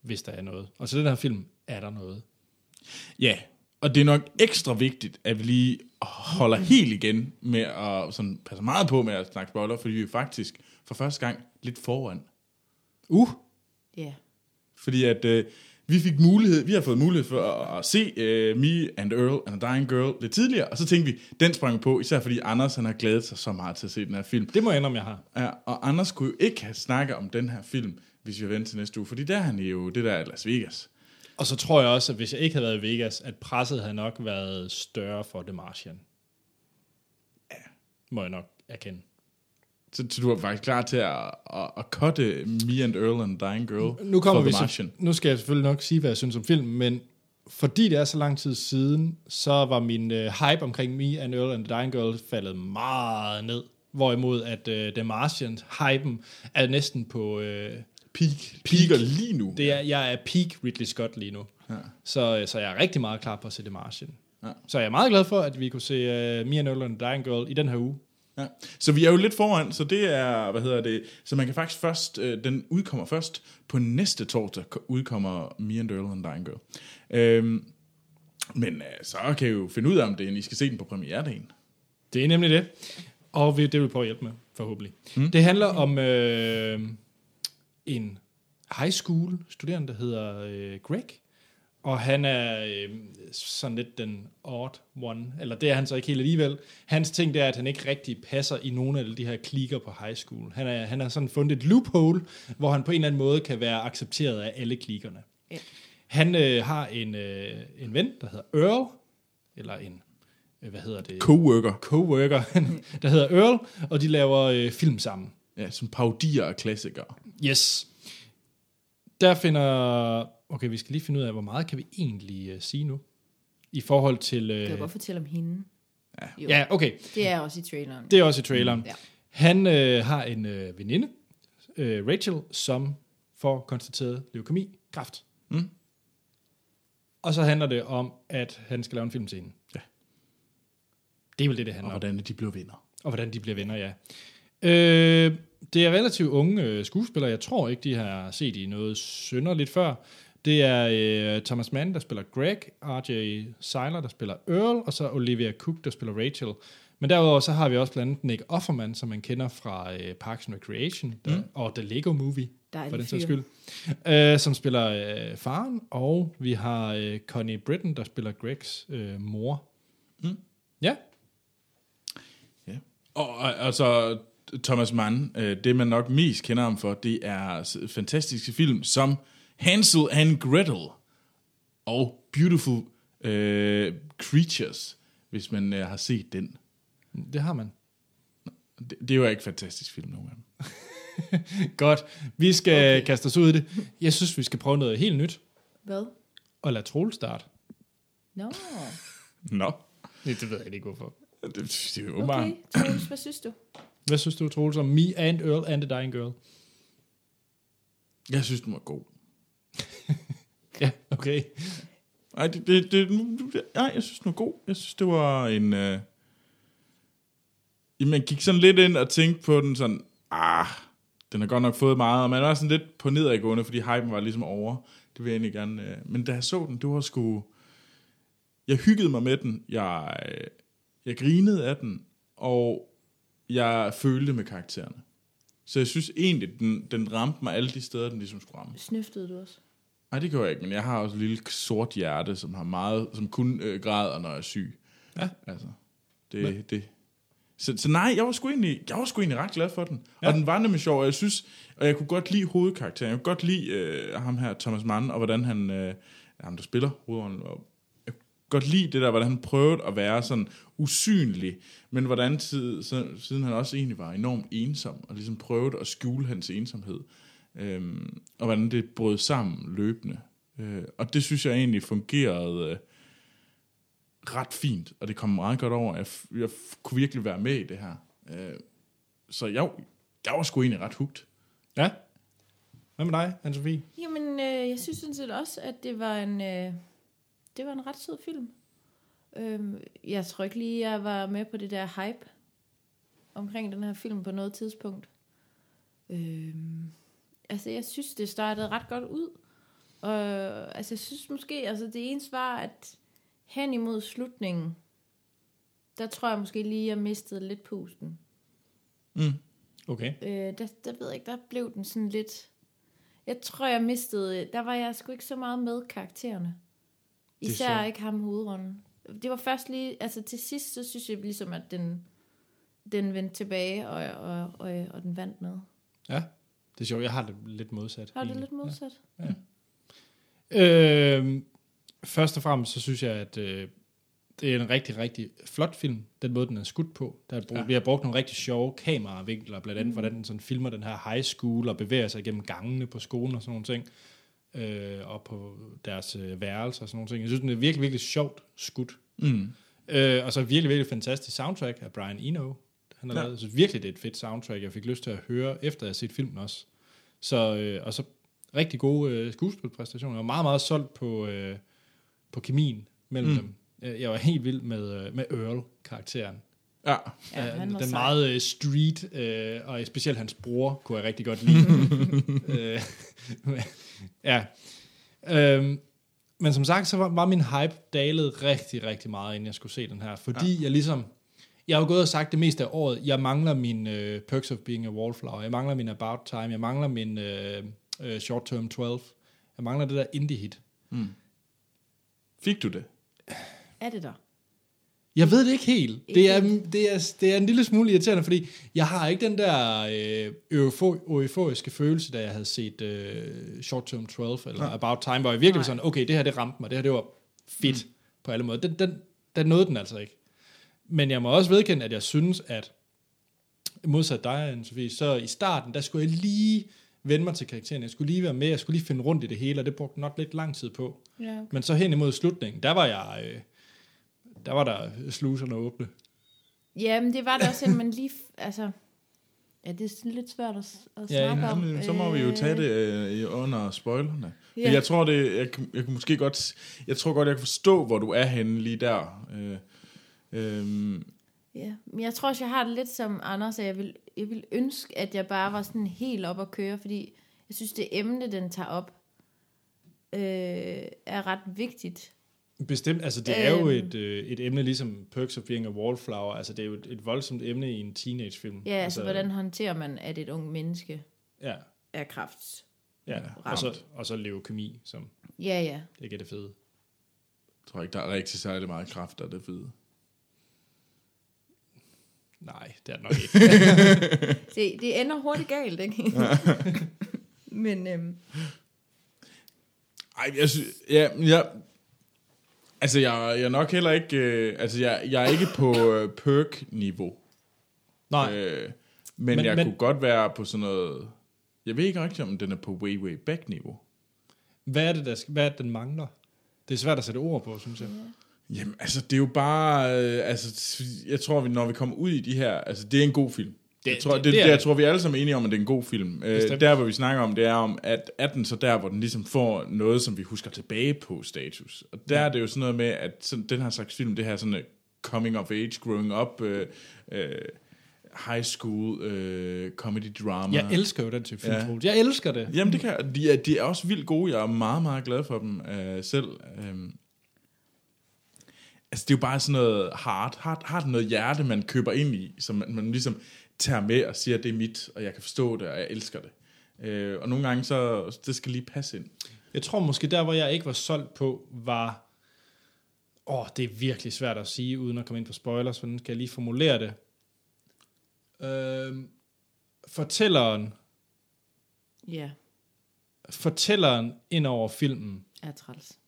A: hvis der er noget. Og til den her film er der noget.
B: Ja, og det er nok ekstra vigtigt, at vi lige holder helt igen med at sådan, passe meget på med at snakke spoiler, fordi vi er faktisk for første gang lidt foran.
A: Uh,
C: Ja.
B: Fordi at øh, vi fik mulighed, vi har fået mulighed for at, at se øh, Me and Earl and a Dying Girl lidt tidligere, og så tænkte vi, den sprang på, især fordi Anders han har glædet sig så meget til at se den her film.
A: det må jeg indrømme, jeg har.
B: Ja, og Anders kunne jo ikke have snakket om den her film, hvis vi venter til næste uge, fordi der er han jo det der er Las Vegas.
A: Og så tror jeg også, at hvis jeg ikke havde været i Vegas, at presset havde nok været større for The Martian. Ja. Må jeg nok erkende.
B: Så, så du var faktisk klar til at, at, at cutte Me and Earl and a Dying Girl
A: nu kommer
B: for
A: vi
B: The
A: så,
B: Martian.
A: nu skal jeg selvfølgelig nok sige, hvad jeg synes om filmen, men fordi det er så lang tid siden, så var min øh, hype omkring Me and Earl and the Dying Girl faldet meget ned. Hvorimod at øh, The Martian hypen er næsten på... Øh,
B: Peak. Peaker lige nu.
A: det er, jeg er peak Ridley Scott lige nu. Ja. Så, øh, så jeg er rigtig meget klar på at se The Martian. Ja. Så jeg er meget glad for, at vi kunne se øh, Me and Earl and the Dying Girl i den her uge.
B: Ja. Så vi er jo lidt foran, så det er, hvad hedder det, så man kan faktisk først, øh, den udkommer først på næste torsdag, ko- udkommer Me and Earl and Dying Girl. Øhm, men øh, så kan I jo finde ud af, om det er, I skal se den på premieredagen.
A: Det er nemlig det. Og vi, det vil vi prøve at hjælpe med, forhåbentlig. Mm. Det handler om øh, en high school studerende, der hedder øh, Greg. Og han er øh, sådan lidt den odd one. Eller det er han så ikke helt alligevel. Hans ting det er, at han ikke rigtig passer i nogen af de her klikker på high school. Han, er, han har sådan fundet et loophole, hvor han på en eller anden måde kan være accepteret af alle klikkerne.
C: Ja.
A: Han øh, har en, øh, en ven, der hedder Earl. Eller en, øh, hvad hedder det?
B: Coworker.
A: coworker, der hedder Earl, og de laver øh, film sammen.
B: Ja, som paudier og klassikere.
A: Yes. Der finder... Okay, vi skal lige finde ud af, hvor meget kan vi egentlig uh, sige nu? I forhold til...
C: Kan jeg
A: Uh,
C: godt fortælle om hende? Ja. Jo,
A: ja, okay.
C: Det er også i traileren.
A: Det er også i traileren.
C: Ja.
A: Han øh, har en øh, veninde, øh, Rachel, som får konstateret leukemi, kræft. Mm. Og så handler det om, at han skal lave en film til hende.
B: Ja.
A: Det er vel det, det handler om.
B: hvordan de blev venner.
A: Og hvordan de bliver venner, ja. Øh, det er relativt unge øh, skuespillere. Jeg tror ikke, de har set i noget synderligt før. Det er øh, Thomas Mann, der spiller Greg, R.J. Seiler, der spiller Earl, og så Olivia Cook, der spiller Rachel. Men derudover så har vi også blandt andet Nick Offerman, som man kender fra øh, Parks and Recreation der, mm. og The Lego Movie,
C: Dejlig
A: for den sags
C: fyr.
A: skyld, øh, som spiller øh, faren, og vi har øh, Connie Britton, der spiller Gregs øh, mor. Mm. Ja,
B: Og, og, og så Thomas Mann, øh, det man nok mest kender ham for, det er s- fantastiske film som Hansel and Gretel og Beautiful øh, Creatures, hvis man øh, har set den.
A: det har man.
B: Det, det er jo ikke fantastisk film, nogen af dem.
A: Godt. Vi skal okay. kaste os ud i det. Jeg synes, vi skal prøve noget helt nyt.
C: Hvad?
A: Og lade Troel starte.
C: Nå,
B: Nå,
A: Det, det ved jeg ikke, hvorfor.
B: det, det er jo
C: okay.
B: okay.
C: Troels, hvad synes du?
A: Hvad synes du, Troels, om Me and Earl and the Dying Girl?
B: Jeg synes, den var god.
A: Ja, okay.
B: Ej, det, det, det, nu- nu- det, nej, jeg synes, den var god. Jeg synes, det var en... Øh... Jamen, jeg gik sådan lidt ind og tænkte på den sådan, ah, den har godt nok fået meget, og man var sådan lidt på nedadgående, fordi hypen var ligesom over. Det vil jeg egentlig gerne... Øh... Men da jeg så den, det var sgu... Jeg hyggede mig med den. Jeg, øh, jeg grinede af den, og jeg følte med karaktererne. Så jeg synes egentlig, den, den ramte mig alle de steder, den ligesom skulle ramme.
C: Snøftede du også?
B: Nej, det gjorde jeg ikke, men jeg har også et lille sort hjerte, som har meget, som kun øh, græder, når jeg er syg. Ja. Altså, det, det. Så, så nej, jeg var, sgu egentlig, jeg var sgu egentlig ret glad for den. Ja. Og den var nemlig sjov, og jeg synes, og jeg kunne godt lide hovedkarakteren. Jeg kunne godt lide øh, ham her, Thomas Mann, og hvordan han, øh, ham der spiller hovedrollen, og jeg kunne godt lide det der, hvordan han prøvede at være sådan usynlig, men hvordan tid, så, siden han også egentlig var enormt ensom, og ligesom prøvede at skjule hans ensomhed. Øhm, og hvordan det brød sammen løbende. Øh, og det synes jeg egentlig fungerede øh, ret fint, og det kom meget godt over. Jeg, f- jeg f- kunne virkelig være med i det her. Øh, så jeg, jeg var sgu egentlig ret hugt.
A: Ja. Hvad med dig, anne -Sophie?
C: Jamen, øh, jeg synes sådan set også, at det var en, øh, det var en ret sød film. Øhm, jeg tror ikke lige, jeg var med på det der hype omkring den her film på noget tidspunkt. Øhm, altså, jeg synes, det startede ret godt ud. Og altså, jeg synes måske, altså det eneste var, at hen imod slutningen, der tror jeg måske lige, jeg mistede lidt pusten.
A: Okay.
C: Øh, der, der ved jeg ikke, der blev den sådan lidt... Jeg tror, jeg mistede... Der var jeg sgu ikke så meget med karaktererne.
A: er
C: Især
A: sjovt.
C: ikke ham hovedrunden. Det var først lige... Altså til sidst, så synes jeg ligesom, at den, den vendte tilbage, og, og, og, og den vandt noget.
A: Ja. Det er sjovt, jeg har det lidt modsat.
C: Har du det
A: egentlig.
C: lidt modsat?
A: Øh, først og fremmest, så synes jeg, at øh, det er en rigtig, rigtig flot film, den måde, den er skudt på. Der er brug, ja. Vi har brugt nogle rigtig sjove kameravinkler, blandt andet, mm. hvordan den sådan filmer den her high school og bevæger sig gennem gangene på skolen og sådan nogle ting, øh, og på deres øh, værelser og sådan nogle ting. Jeg synes, den er virkelig, virkelig sjovt skudt.
B: Mm.
A: Øh, og så virkelig, virkelig fantastisk soundtrack af Brian Eno. Han har ja.
B: Ja.
A: lavet, så virkelig, det er et fedt soundtrack, jeg fik lyst til at høre, efter jeg har set filmen også. Så, øh, og så rigtig gode øh, skuespilpræstationer. Jeg var meget, meget solgt på, øh, på kemien mellem mm. dem. Øh, Jeg var helt vild med, øh, med Earl-karakteren.
B: Ja.
C: Ja,
A: Øh,
C: han var
A: den
C: sej.
A: meget øh, street, øh, og specielt hans bror, kunne jeg rigtig godt lide. øh, ja. Øhm, men som sagt, så var, var min hype dalet rigtig, rigtig meget, inden jeg skulle se den her. Fordi ja. jeg ligesom... Jeg har jo gået og sagt det meste af året, jeg mangler min øh, Perks of Being a Wallflower, jeg mangler min About Time, jeg mangler min øh, øh, Short Term 12, jeg mangler det der indie-hit.
B: Fik du det?
C: Er det der?
A: Jeg ved det ikke helt. Det er, det, er, det er en lille smule irriterende, fordi jeg har ikke den der øh, eufo- euforiske følelse, da jeg havde set øh, Short Term 12 eller ja. About Time, hvor jeg virkelig var sådan, okay, det her det ramte mig, det her det var fedt mm. på alle måder. Den, den, den nåede den altså ikke. Men jeg må også vedkende, at jeg synes, at modsat dig, anne Sofie, så i starten, der skulle jeg lige vende mig til karaktererne. Jeg skulle lige være med, jeg skulle lige finde rundt i det hele, og det brugte nok lidt lang tid på.
C: Ja, okay.
A: Men så hen imod slutningen, der var jeg... Øh, der var der sluserne åbne.
C: Jamen, det var det også, at man lige... f- Altså, ja, det er sådan lidt svært at, s- at
A: Ja,
C: snakke
A: ja,
C: om.
B: Jamen, så må vi jo
C: Øh,
B: tage det øh, i- under spoilerne.
C: Ja.
B: Yeah. Jeg tror det, jeg, kan- jeg kan måske godt, s- jeg tror godt, jeg kan forstå, hvor du er henne lige der. Øh, øhm,
C: Ja, men jeg tror også, jeg har det lidt som Anders, at jeg vil, jeg vil ønske, at jeg bare var sådan helt op at køre, fordi jeg synes, det emne, den tager op, øh, er ret vigtigt.
A: Bestemt, altså det er jo
C: Øhm.
A: et, øh, et emne ligesom Perks of Being a Wallflower, altså det er jo et, et voldsomt emne i en teenagefilm.
C: Ja, altså, hvordan håndterer man, at et ung menneske
A: Ja,
C: er kræft?
A: ja. Og, så, og så leukemi, som
C: Ja, ja.
A: ikke er det fede.
B: jeg tror ikke, der er rigtig særlig meget kraft, der er det fede.
A: Nej, det er det nok ikke.
C: Det, det ender hurtigt galt, ikke? men øhm,
B: Ej, jeg synes, ja, men jeg, altså jeg, jeg er nok heller ikke, øh, altså jeg, jeg er ikke på øh, perk-niveau.
A: Nej,
B: Øh, men,
A: Men-
B: men jeg
A: men-
B: men, kunne godt være på sådan noget, jeg ved ikke rigtig, om den er på way, way back-niveau.
A: hvad er det, der, skal- hvad er det, den mangler? Det er svært at sætte ord på, synes jeg.
B: Jamen, altså, det er jo bare... Øh, altså, jeg tror, vi, når vi kommer ud i de her... Altså, det er en god film. Det, jeg tror, det, det,
A: det er
B: det, jeg
A: det.
B: tror, vi er alle sammen enige om, at det er en god film. Øh,
A: Bestemt.
B: der, hvor vi snakker om, det er om, at er den så der, hvor den ligesom får noget, som vi husker tilbage på status. Og der er det jo sådan noget med, at sådan, den her slags film, det her sådan øh, coming of age, growing up, øh, øh, high school, øh, comedy drama.
A: Jeg elsker jo den type film,
B: Ja.
A: Troels. Jeg elsker det.
B: Jamen, det kan, jeg- de, er, de er også vildt gode. Jeg er meget, meget glad for dem øh, selv. Øhm. Altså, det er jo bare sådan noget hard. Har, har det noget hjerte, man køber ind i, som man, man ligesom tager med og siger, det er mit, og jeg kan forstå det, og jeg elsker det. Øh, og nogle gange, så det skal lige passe ind.
A: Jeg tror måske der, hvor jeg ikke var solgt på, var... Åh, det er virkelig svært at sige, uden at komme ind på spoilers. Hvordan skal jeg lige formulere det? Øhm, fortælleren,
C: ja,
A: fortælleren ind over filmen,
C: er træls.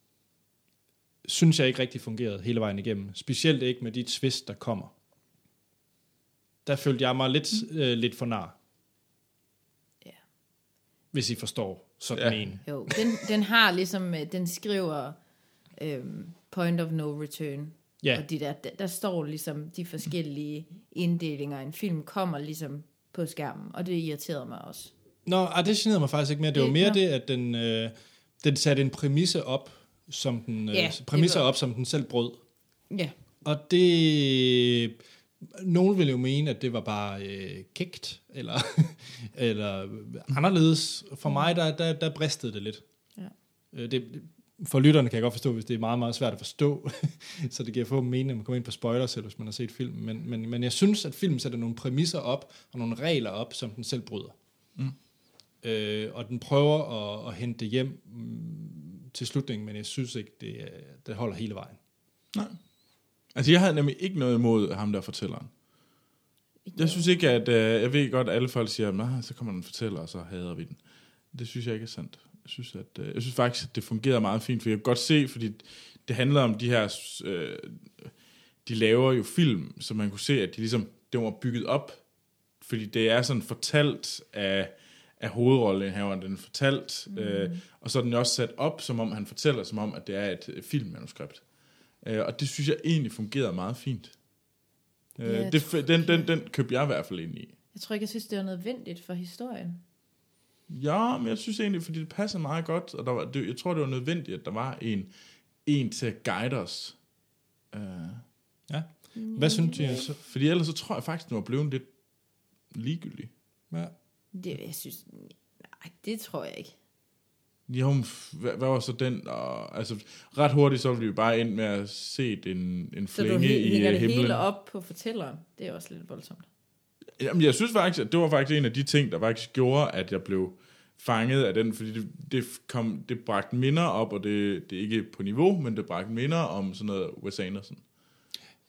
A: synes jeg ikke rigtig fungerede hele vejen igennem. Specielt ikke med de twist, der kommer. Der følte jeg mig lidt, øh, lidt for nar.
C: Mm. Ja.
A: Hvis I forstår sådan
B: Ja.
A: ja. en.
C: Jo, den, den har ligesom, øh, den skriver øhm, point of no return.
A: Ja.
C: Og de der, der, der står ligesom de forskellige inddelinger. En film kommer ligesom på skærmen, og det irriterede mig også.
A: Nå, ah, det generede mig faktisk ikke mere. Det var
C: Det-
A: mere
C: nå.
A: det, at den, øh, den satte en præmisse op, som den, øh,
C: Ja,
A: ja,
C: det
A: præmisser
C: var-
A: op, som den selv brød.
C: Ja.
A: Og det... Nogen ville jo mene, at det var bare øh, kægt, eller, eller anderledes. For mig, der, der, der bristede det lidt.
C: Ja.
A: Øh, det, for lytterne kan jeg godt forstå, hvis det er meget, meget svært at forstå, så det giver få mening, at man kommer ind på spoilers, selv hvis man har set filmen. Men, men, men jeg synes, at filmen sætter nogle præmisser op, og nogle regler op, som den selv bryder. Mm. Øh, og den prøver at, at hente det hjem mm, til slutningen, men jeg synes ikke, det, er- det holder hele vejen.
B: Nej. Altså, jeg havde nemlig ikke noget imod ham, der fortælleren. Jeg synes ikke, at... Øh, jeg ved godt, at alle folk siger, nah, så kommer den fortæller, og så hader vi den. Det synes jeg ikke er sandt. Jeg synes, at, øh, jeg synes faktisk, at det fungerer meget fint, for jeg kan godt se, fordi det handler om de her... Øh, de laver jo film, så man kunne se, at de ligesom, det var bygget op, fordi det er sådan fortalt af, af hovedrollehaveren, den er fortalt, mm. øh, og så er den jo også sat op, som om han fortæller, som om, at det er et øh, filmmanuskript. Øh, og det synes jeg egentlig fungerede meget fint. Øh,
C: Ja, jeg
B: det, f- den, den, den købte jeg i hvert fald ind i.
C: Jeg tror ikke, jeg synes, det var nødvendigt for historien.
B: Ja, men jeg synes egentlig, fordi det passer meget godt, og der var, det, jeg tror, det var nødvendigt, at der var en, en til at guide os. Øh,
A: Ja.
C: Mm.
A: Hvad synes du? så?
B: fordi ellers så tror jeg faktisk, den var blevet lidt ligegyldig.
A: Ja.
C: Det, jeg synes, nej, det tror jeg ikke.
B: Jo, men f- hvad, hvad var så den? Og, altså, ret hurtigt, så ville vi jo bare ind med at se en, en
C: Så du
B: flænge
C: hæ-
B: i
C: hænger
B: øh,
C: det
B: himlen.
C: hele op på fortælleren. Det er også lidt voldsomt.
B: Jamen, jeg synes faktisk, at det var faktisk en af de ting, der faktisk gjorde, at jeg blev fanget af den, fordi det, det, kom, det bragte minder op, og det, det er ikke på niveau, men det bragte minder om sådan noget Wes Anderson.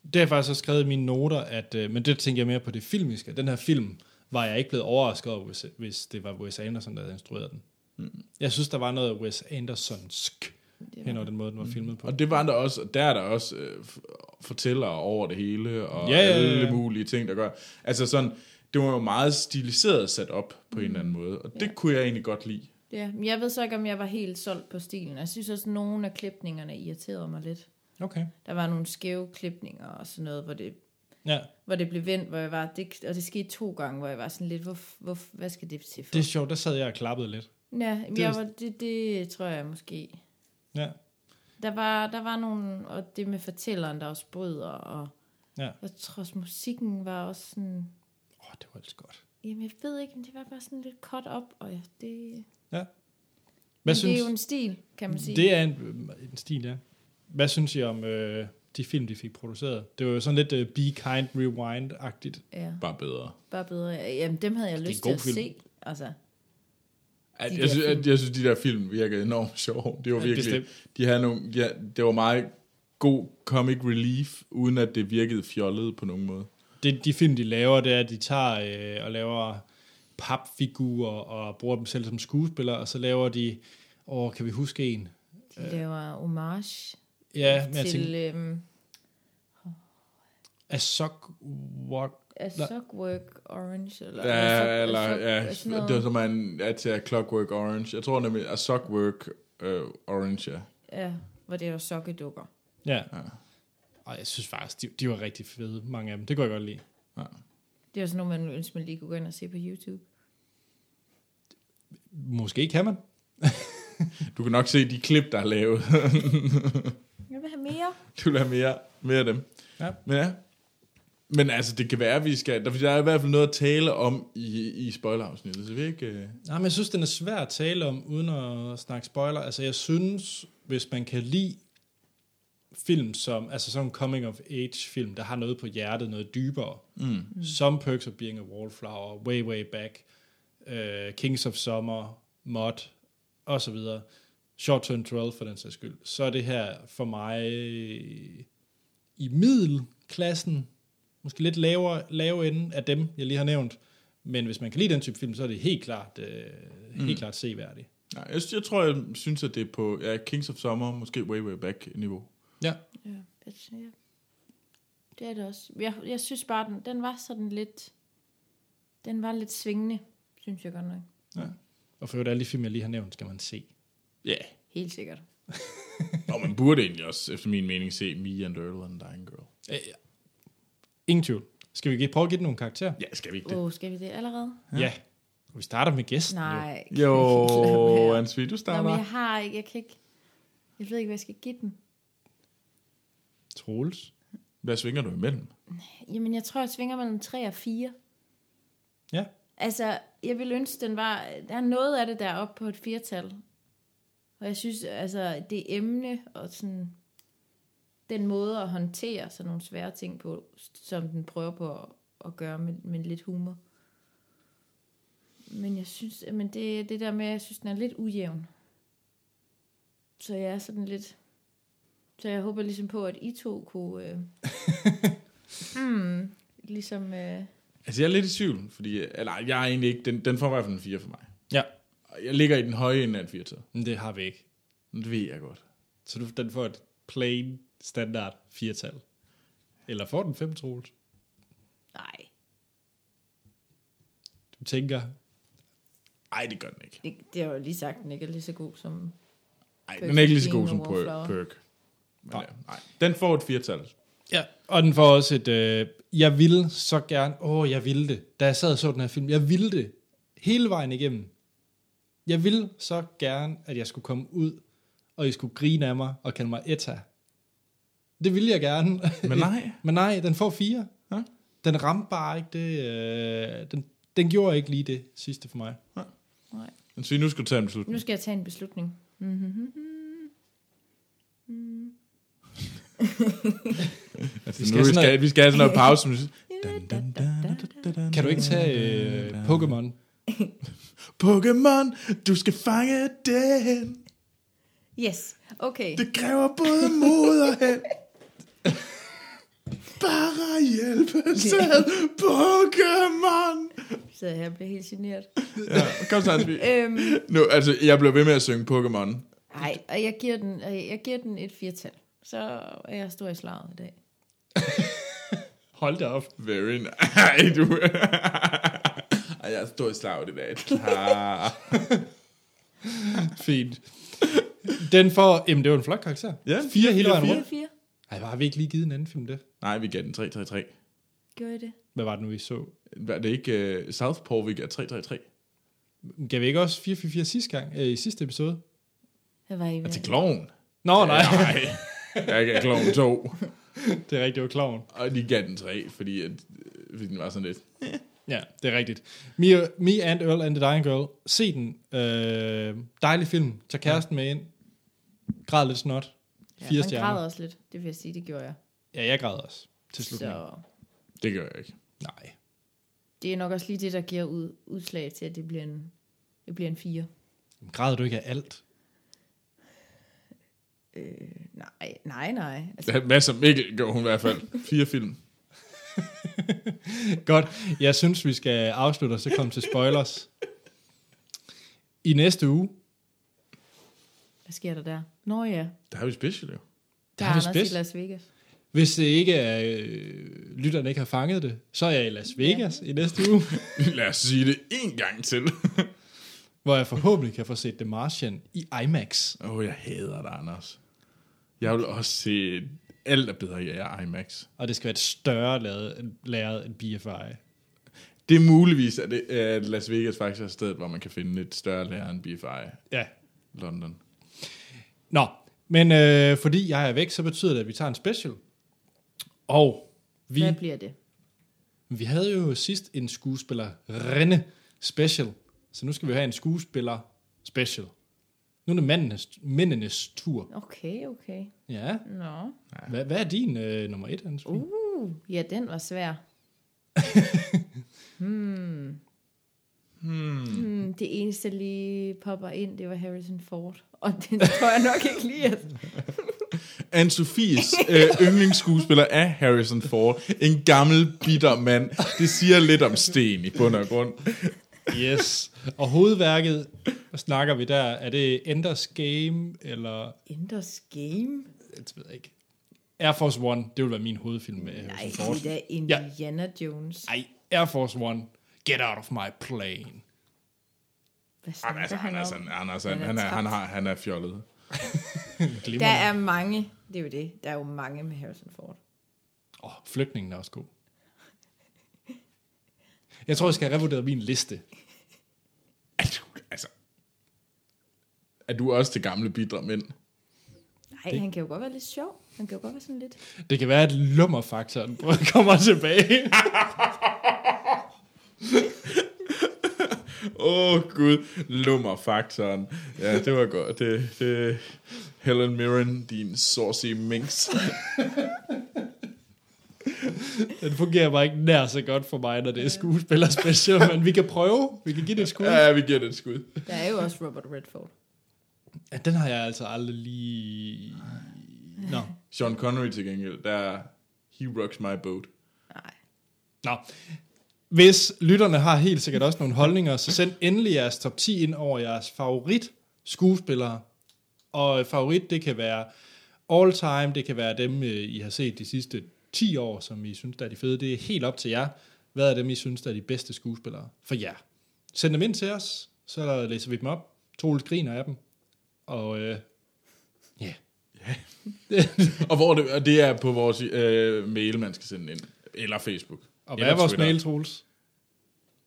A: Det har jeg faktisk også skrevet i mine noter, at, øh, men det tænker jeg mere på det filmiske. Den her film var jeg ikke blevet overrasket over, hvis, hvis det var Wes Anderson, der havde instrueret den. Mm. Jeg synes, der var noget Wes Andersonsk hen over den måde, den var filmet på.
B: Og det var der også, der er der også øh, f- fortællere over det hele, og
A: Ja,
B: ja,
A: ja, ja,
B: ja,
A: ja.
B: alle mulige ting, der gør. Altså sådan, det var jo meget stiliseret sat op på en eller anden måde, og det kunne jeg egentlig godt lide.
C: Ja, men jeg ved så ikke, om jeg var helt solgt på stilen. Jeg synes også, at nogle af klipningerne irriterede mig lidt.
A: Okay.
C: Der var nogle skæve klipninger og sådan noget, hvor det,
A: Ja,
C: hvor det blev vendt, hvor jeg var, det, og det skete to gange, hvor jeg var sådan lidt, hvor, hvor, hvad skal det til for?
A: det er
C: Det,
A: sjovt. Der sad jeg og klappede lidt.
C: ja, men
A: det er
C: jeg
A: jo-
C: var, det, det tror jeg måske.
A: Ja,
C: Der var, der var nogle, og det med fortælleren, der også bryder, og
A: ja.
C: jeg tror også, musikken var også sådan,
A: Åh, oh, det var altid godt.
C: jamen jeg ved ikke, men det var bare sådan lidt cut op, og jeg, det,
A: Ja.
C: men
A: Hvad
C: det
A: synes,
C: er jo en stil, kan man sige.
A: det er en, en stil, ja. Hvad synes I om øh, de film, de fik produceret? Det var jo sådan lidt øh, Be Kind, Rewind-agtigt.
C: ja,
B: Bare bedre.
C: bare bedre. Jamen dem havde jeg
A: er
C: lyst
A: en
C: til
A: god
C: at
A: film.
C: se, altså.
B: At,
C: De
B: jeg,
C: der
B: synes,
C: film.
B: at, jeg synes, de der film virkede enormt sjove. Det var
A: Ja,
B: virkelig...
A: bestemt.
B: de havde nogle, ja, det var meget god comic relief, uden at det virkede fjollet på nogen måde.
A: det, de film, de laver, det er, at de tager øh, og laver papfigurer og bruger dem selv som skuespillere, og så laver de, åh, kan vi huske en?
C: De laver homage
A: Øh. Ja, men jeg
C: til
A: tænker,
C: øhm,
A: Asok Walk.
C: A Sockwork Orange, eller,
B: Ja, eller,
C: Sock-
B: ja,
C: Sock- sådan noget.
B: det var som en, ja, til A Clockwork Orange. Jeg tror nemlig, at Sockwork øh, Orange, ja.
C: ja, hvor det var sokkedukker.
A: Ja. Og jeg synes faktisk, de, de var rigtig fede, mange af dem. Det kunne jeg godt lide.
C: Det er sådan nogle, man ville ønske, man lige kunne gå ind og se på YouTube.
A: Måske kan man.
B: Du kan nok se de klip, der er lavet.
C: Jeg vil have mere.
B: du vil have mere, mere af dem.
A: Ja.
B: Men ja. Men altså, det kan være, at vi skal... Der, der er i hvert fald noget at tale om i, i spoilerafsnittet, så vi ikke... Øh,
A: Nej, men jeg synes, den er svær at tale om, uden at snakke spoiler. Altså, jeg synes, hvis man kan lide film som, altså sådan en coming of age film, der har noget på hjertet, noget dybere, mm. som Perks of Being a Wallflower, Way Way Back, øh, Kings of Summer, Mod, og så videre, Short Term 12 for den sags skyld, så er det her for mig i middelklassen, måske lidt lavere, lave ende af dem, jeg lige har nævnt. Men hvis man kan lide den type film, så er det helt klart, øh, helt mm. klart seværdigt.
B: nej, jeg, jeg, tror, jeg synes, at det er på ja, Kings of Summer, måske way, way back niveau.
A: Ja.
C: Ja, altså, ja. Det er det også. Jeg, jeg synes bare, den, den var sådan lidt... Den var lidt svingende, synes jeg godt nok.
A: Og for øvrigt, alle de film, jeg lige har nævnt, skal man se.
B: Ja. Yeah.
C: Helt sikkert.
B: Nå, man burde egentlig også, efter min mening, se Me and Earl and Dying Girl.
A: Øh, ingen tvivl. Skal vi gi- prøve at give den nogle karakterer?
B: Ja, skal vi ikke
C: Åh,
B: det?
C: oh, skal vi det allerede?
A: Ja. ja. Og Vi starter med gæsten. Jo.
C: Nej.
B: Jo,
C: Nå,
B: Ansvi, du starter.
C: men jeg har ikke, jeg kan ikke... Jeg ved ikke, hvad jeg skal give den.
A: Troels.
B: Hvad svinger du imellem?
C: Jamen, jeg tror, jeg svinger mellem 3 og 4.
A: Ja.
C: Altså, jeg ville ønske, den var... Der er noget af det, der er oppe på et firtal. Og jeg synes, altså, det emne og sådan... Den måde at håndtere sådan nogle svære ting på, som den prøver på at, at gøre med, med lidt humor. Men jeg synes, men det, det der med, jeg synes, den er lidt ujævn. Så jeg er sådan lidt... Så jeg håber ligesom på, at I to kunne... Øh, mm, ligesom... Øh,
B: Altså, jeg er lidt i tvivl, fordi... Eller, ej, jeg er egentlig ikke... Den, den får i hvert fald en 4 for mig.
A: Ja.
B: Og Jeg ligger i den høje ende af et 4 -tal.
A: Men det har vi ikke.
B: Det ved jeg godt.
A: Så du, den får et plain standard firtal. Eller får den fem, Troels?
C: nej,
A: Du tænker,
B: Ej, det gør den ikke.
C: Det, det har jeg jo lige sagt, den ikke er lige så god som...
B: Ej,
C: Perks
B: den er ikke lige så god
C: of Being a
B: som Perk.
C: Wallflower.
B: perk. Men, ja, nej. Den får et 4 -tal.
A: Ja, og den får også et, øh, jeg ville så gerne, åh, jeg ville det, da jeg sad og så den her film, jeg ville det hele vejen igennem. Jeg ville så gerne, at jeg skulle komme ud, og I skulle grine af mig og kalde mig Etta. Det ville jeg gerne.
B: Men nej.
A: Men nej, den får fire.
B: Ja.
A: Den ramte bare ikke det, øh, den, den gjorde ikke lige det sidste for mig.
C: Nej.
B: Så nu skal du tage en beslutning.
C: Nu skal jeg tage en beslutning.
A: Vi
B: Altså, vi,
A: skal
B: skal Altså, nu, vi,
A: sådan
B: skal,
A: noget-
B: vi skal have sådan noget pause. som-
A: Kan du ikke tage øh, Pokémon?
B: Pokémon, du skal fange den.
C: Yes, okay.
B: Det kræver både mod og held. Bare hjælpe selv, Pokémon.
C: Så jeg bliver helt generet.
B: Ja, kom så, Hansby.
C: Øhm,
B: Nu, altså, jeg blev ved med at synge Pokémon.
C: nej, og jeg giver den, og jeg giver den et firtal. Så er jeg stor i slaget i dag.
A: Hold da op.
B: Very nice. Ej, du. Ej, jeg står i slag i dag. Klar.
A: Fint. Den får... Jamen, det var en flot karakter.
B: Ja,
A: Fire hele vejen
B: fire.
A: rundt.
C: 4
A: Ej, var har vi ikke lige givet en anden film det?
B: Nej, vi gav den 333.
C: Gjorde I det?
A: Hvad var det nu, vi så?
B: Var det ikke uh, Southpaw, vi gav 333?
A: Gav vi ikke også 444 sidste gang? Øh, I sidste episode?
C: Hvad var I ved?
B: Og til Kloven.
A: Nå, nej.
B: Nej. Jeg gav Kloven 2.
A: det er rigtigt, det var kloven.
B: Og de gav den 3, fordi, at, øh, fordi den var sådan lidt...
A: Ja, det er rigtigt. Me, Me and Earl and the Dying Girl. Se den. Øh, dejlig film. Tag kæresten med ind. Græd lidt snot.
C: Ja,
A: Fire
C: man
A: stjerner.
C: græder også lidt. Det vil jeg sige, det gjorde jeg.
A: Ja, jeg græd også. Til slut.
C: Så
B: Det gør jeg ikke.
A: Nej.
C: det er nok også lige det, der giver ud, udslag til, at det bliver en, det bliver en 4.
A: Græder du ikke af alt?
C: Øh, nej, nej, nej. Altså,
B: Hvad som Mikkel gjorde hun i hvert fald. Fire film.
A: Godt. Jeg synes, vi skal afslutte og så komme til spoilers. I næste uge,
C: hvad sker der der? Nå ja,
B: Der har vi special, jo.
C: der
A: er
C: er
A: vist
C: Anders
A: bedst.
C: i Las Vegas.
A: hvis det ikke er, øh, lytterne ikke har fanget det, så er jeg i Las Vegas ja. i næste uge,
B: Lad os sige det en gang til.
A: hvor jeg forhåbentlig kan få set The Martian i IMAX.
B: Åh, oh, jeg hader dig, Anders. Jeg vil også se alt er bedre i IMAX.
A: Og det skal være et større lavet, lavet end BFI.
B: Det er muligvis, at, det, at Las Vegas faktisk er et sted, hvor man kan finde et større lærer end BFI
A: Ja.
B: London.
A: Nå, men øh, fordi jeg er væk, så betyder det, at vi tager en special. Og vi,
C: Hvad bliver det?
A: vi havde jo sidst en skuespiller Renne special, så nu skal vi have en skuespiller special. Nu er det mændenes, mændenes tur.
C: Okay, okay.
A: Ja.
C: Nå.
A: Hvad, hvad er din øh, nummer et, Hans? Uh.
C: Uh, ja, den var svær. hmm. Hmm. hmm. Det eneste, der lige popper ind, det var Harrison Ford. Og den tror jeg nok ikke lige, at
B: Anne-Sophies øh, yndlingsskuespiller er Harrison Ford. En gammel, bitter mand. Det siger lidt om sten i bund og grund.
A: Yes. Og hovedværket, hvad snakker vi der? Er det Enders Game, eller...
C: Enders Game?
A: Det ved jeg ikke. Air Force One, det vil være min hovedfilm med Harrison
C: Nej,
A: Ford.
C: det er Indiana ja. Jones.
A: Ej, Air Force One, get out of my plane.
C: Hvad snakker
B: Anders,
C: han om?
B: Anders, Anders, altså- han,
C: Han er
B: han, er, han,
C: træt.
B: har, han er fjollet.
A: Glimmer.
C: Der
A: Åh,
C: er mange, det er jo det, der er jo mange med Harrison Ford.
A: oh, flygtningen er også god. Jeg tror, jeg skal have revurderet min liste.
B: Er du, altså, er du også til gamle, bitre mænd?
C: Nej, han kan jo godt være lidt sjov. Han kan jo godt være sådan lidt...
A: Det kan være, at lummerfaktoren kommer tilbage.
B: Åh oh, gud, lummerfaktoren. Ja, det var godt. Det, det, Helen Mirren, din saucy minx.
A: Den fungerer bare ikke nær så godt for mig, når det er skuespiller special, men vi kan prøve. Vi kan give det et skud.
C: Øh.
B: Ja, ja, vi giver det et skud.
C: Der er jo også Robert Redford.
A: Ja, den har jeg altså aldrig lige... Nå.
B: Sean Connery til gengæld, der he rocks my boat.
C: Nej.
A: Nå. Hvis lytterne har helt sikkert også nogle holdninger, så send endelig jeres top 10 ind over jeres favorit skuespillere. Og favorit, det kan være all time, det kan være dem, øh, I har set de sidste 10 år, som I synes, der er de fede. Det er helt op til jer. Hvad er dem, I synes, der er de bedste skuespillere for jer? Send dem ind til os, så læser vi dem op. Troels griner af dem. Og øh, ja,
B: Og, hvor det, og det er på vores øh, mail, man skal sende ind. Eller Facebook.
A: og hvad
B: Eller
A: er vores
B: Twitter.
A: mail, Troels?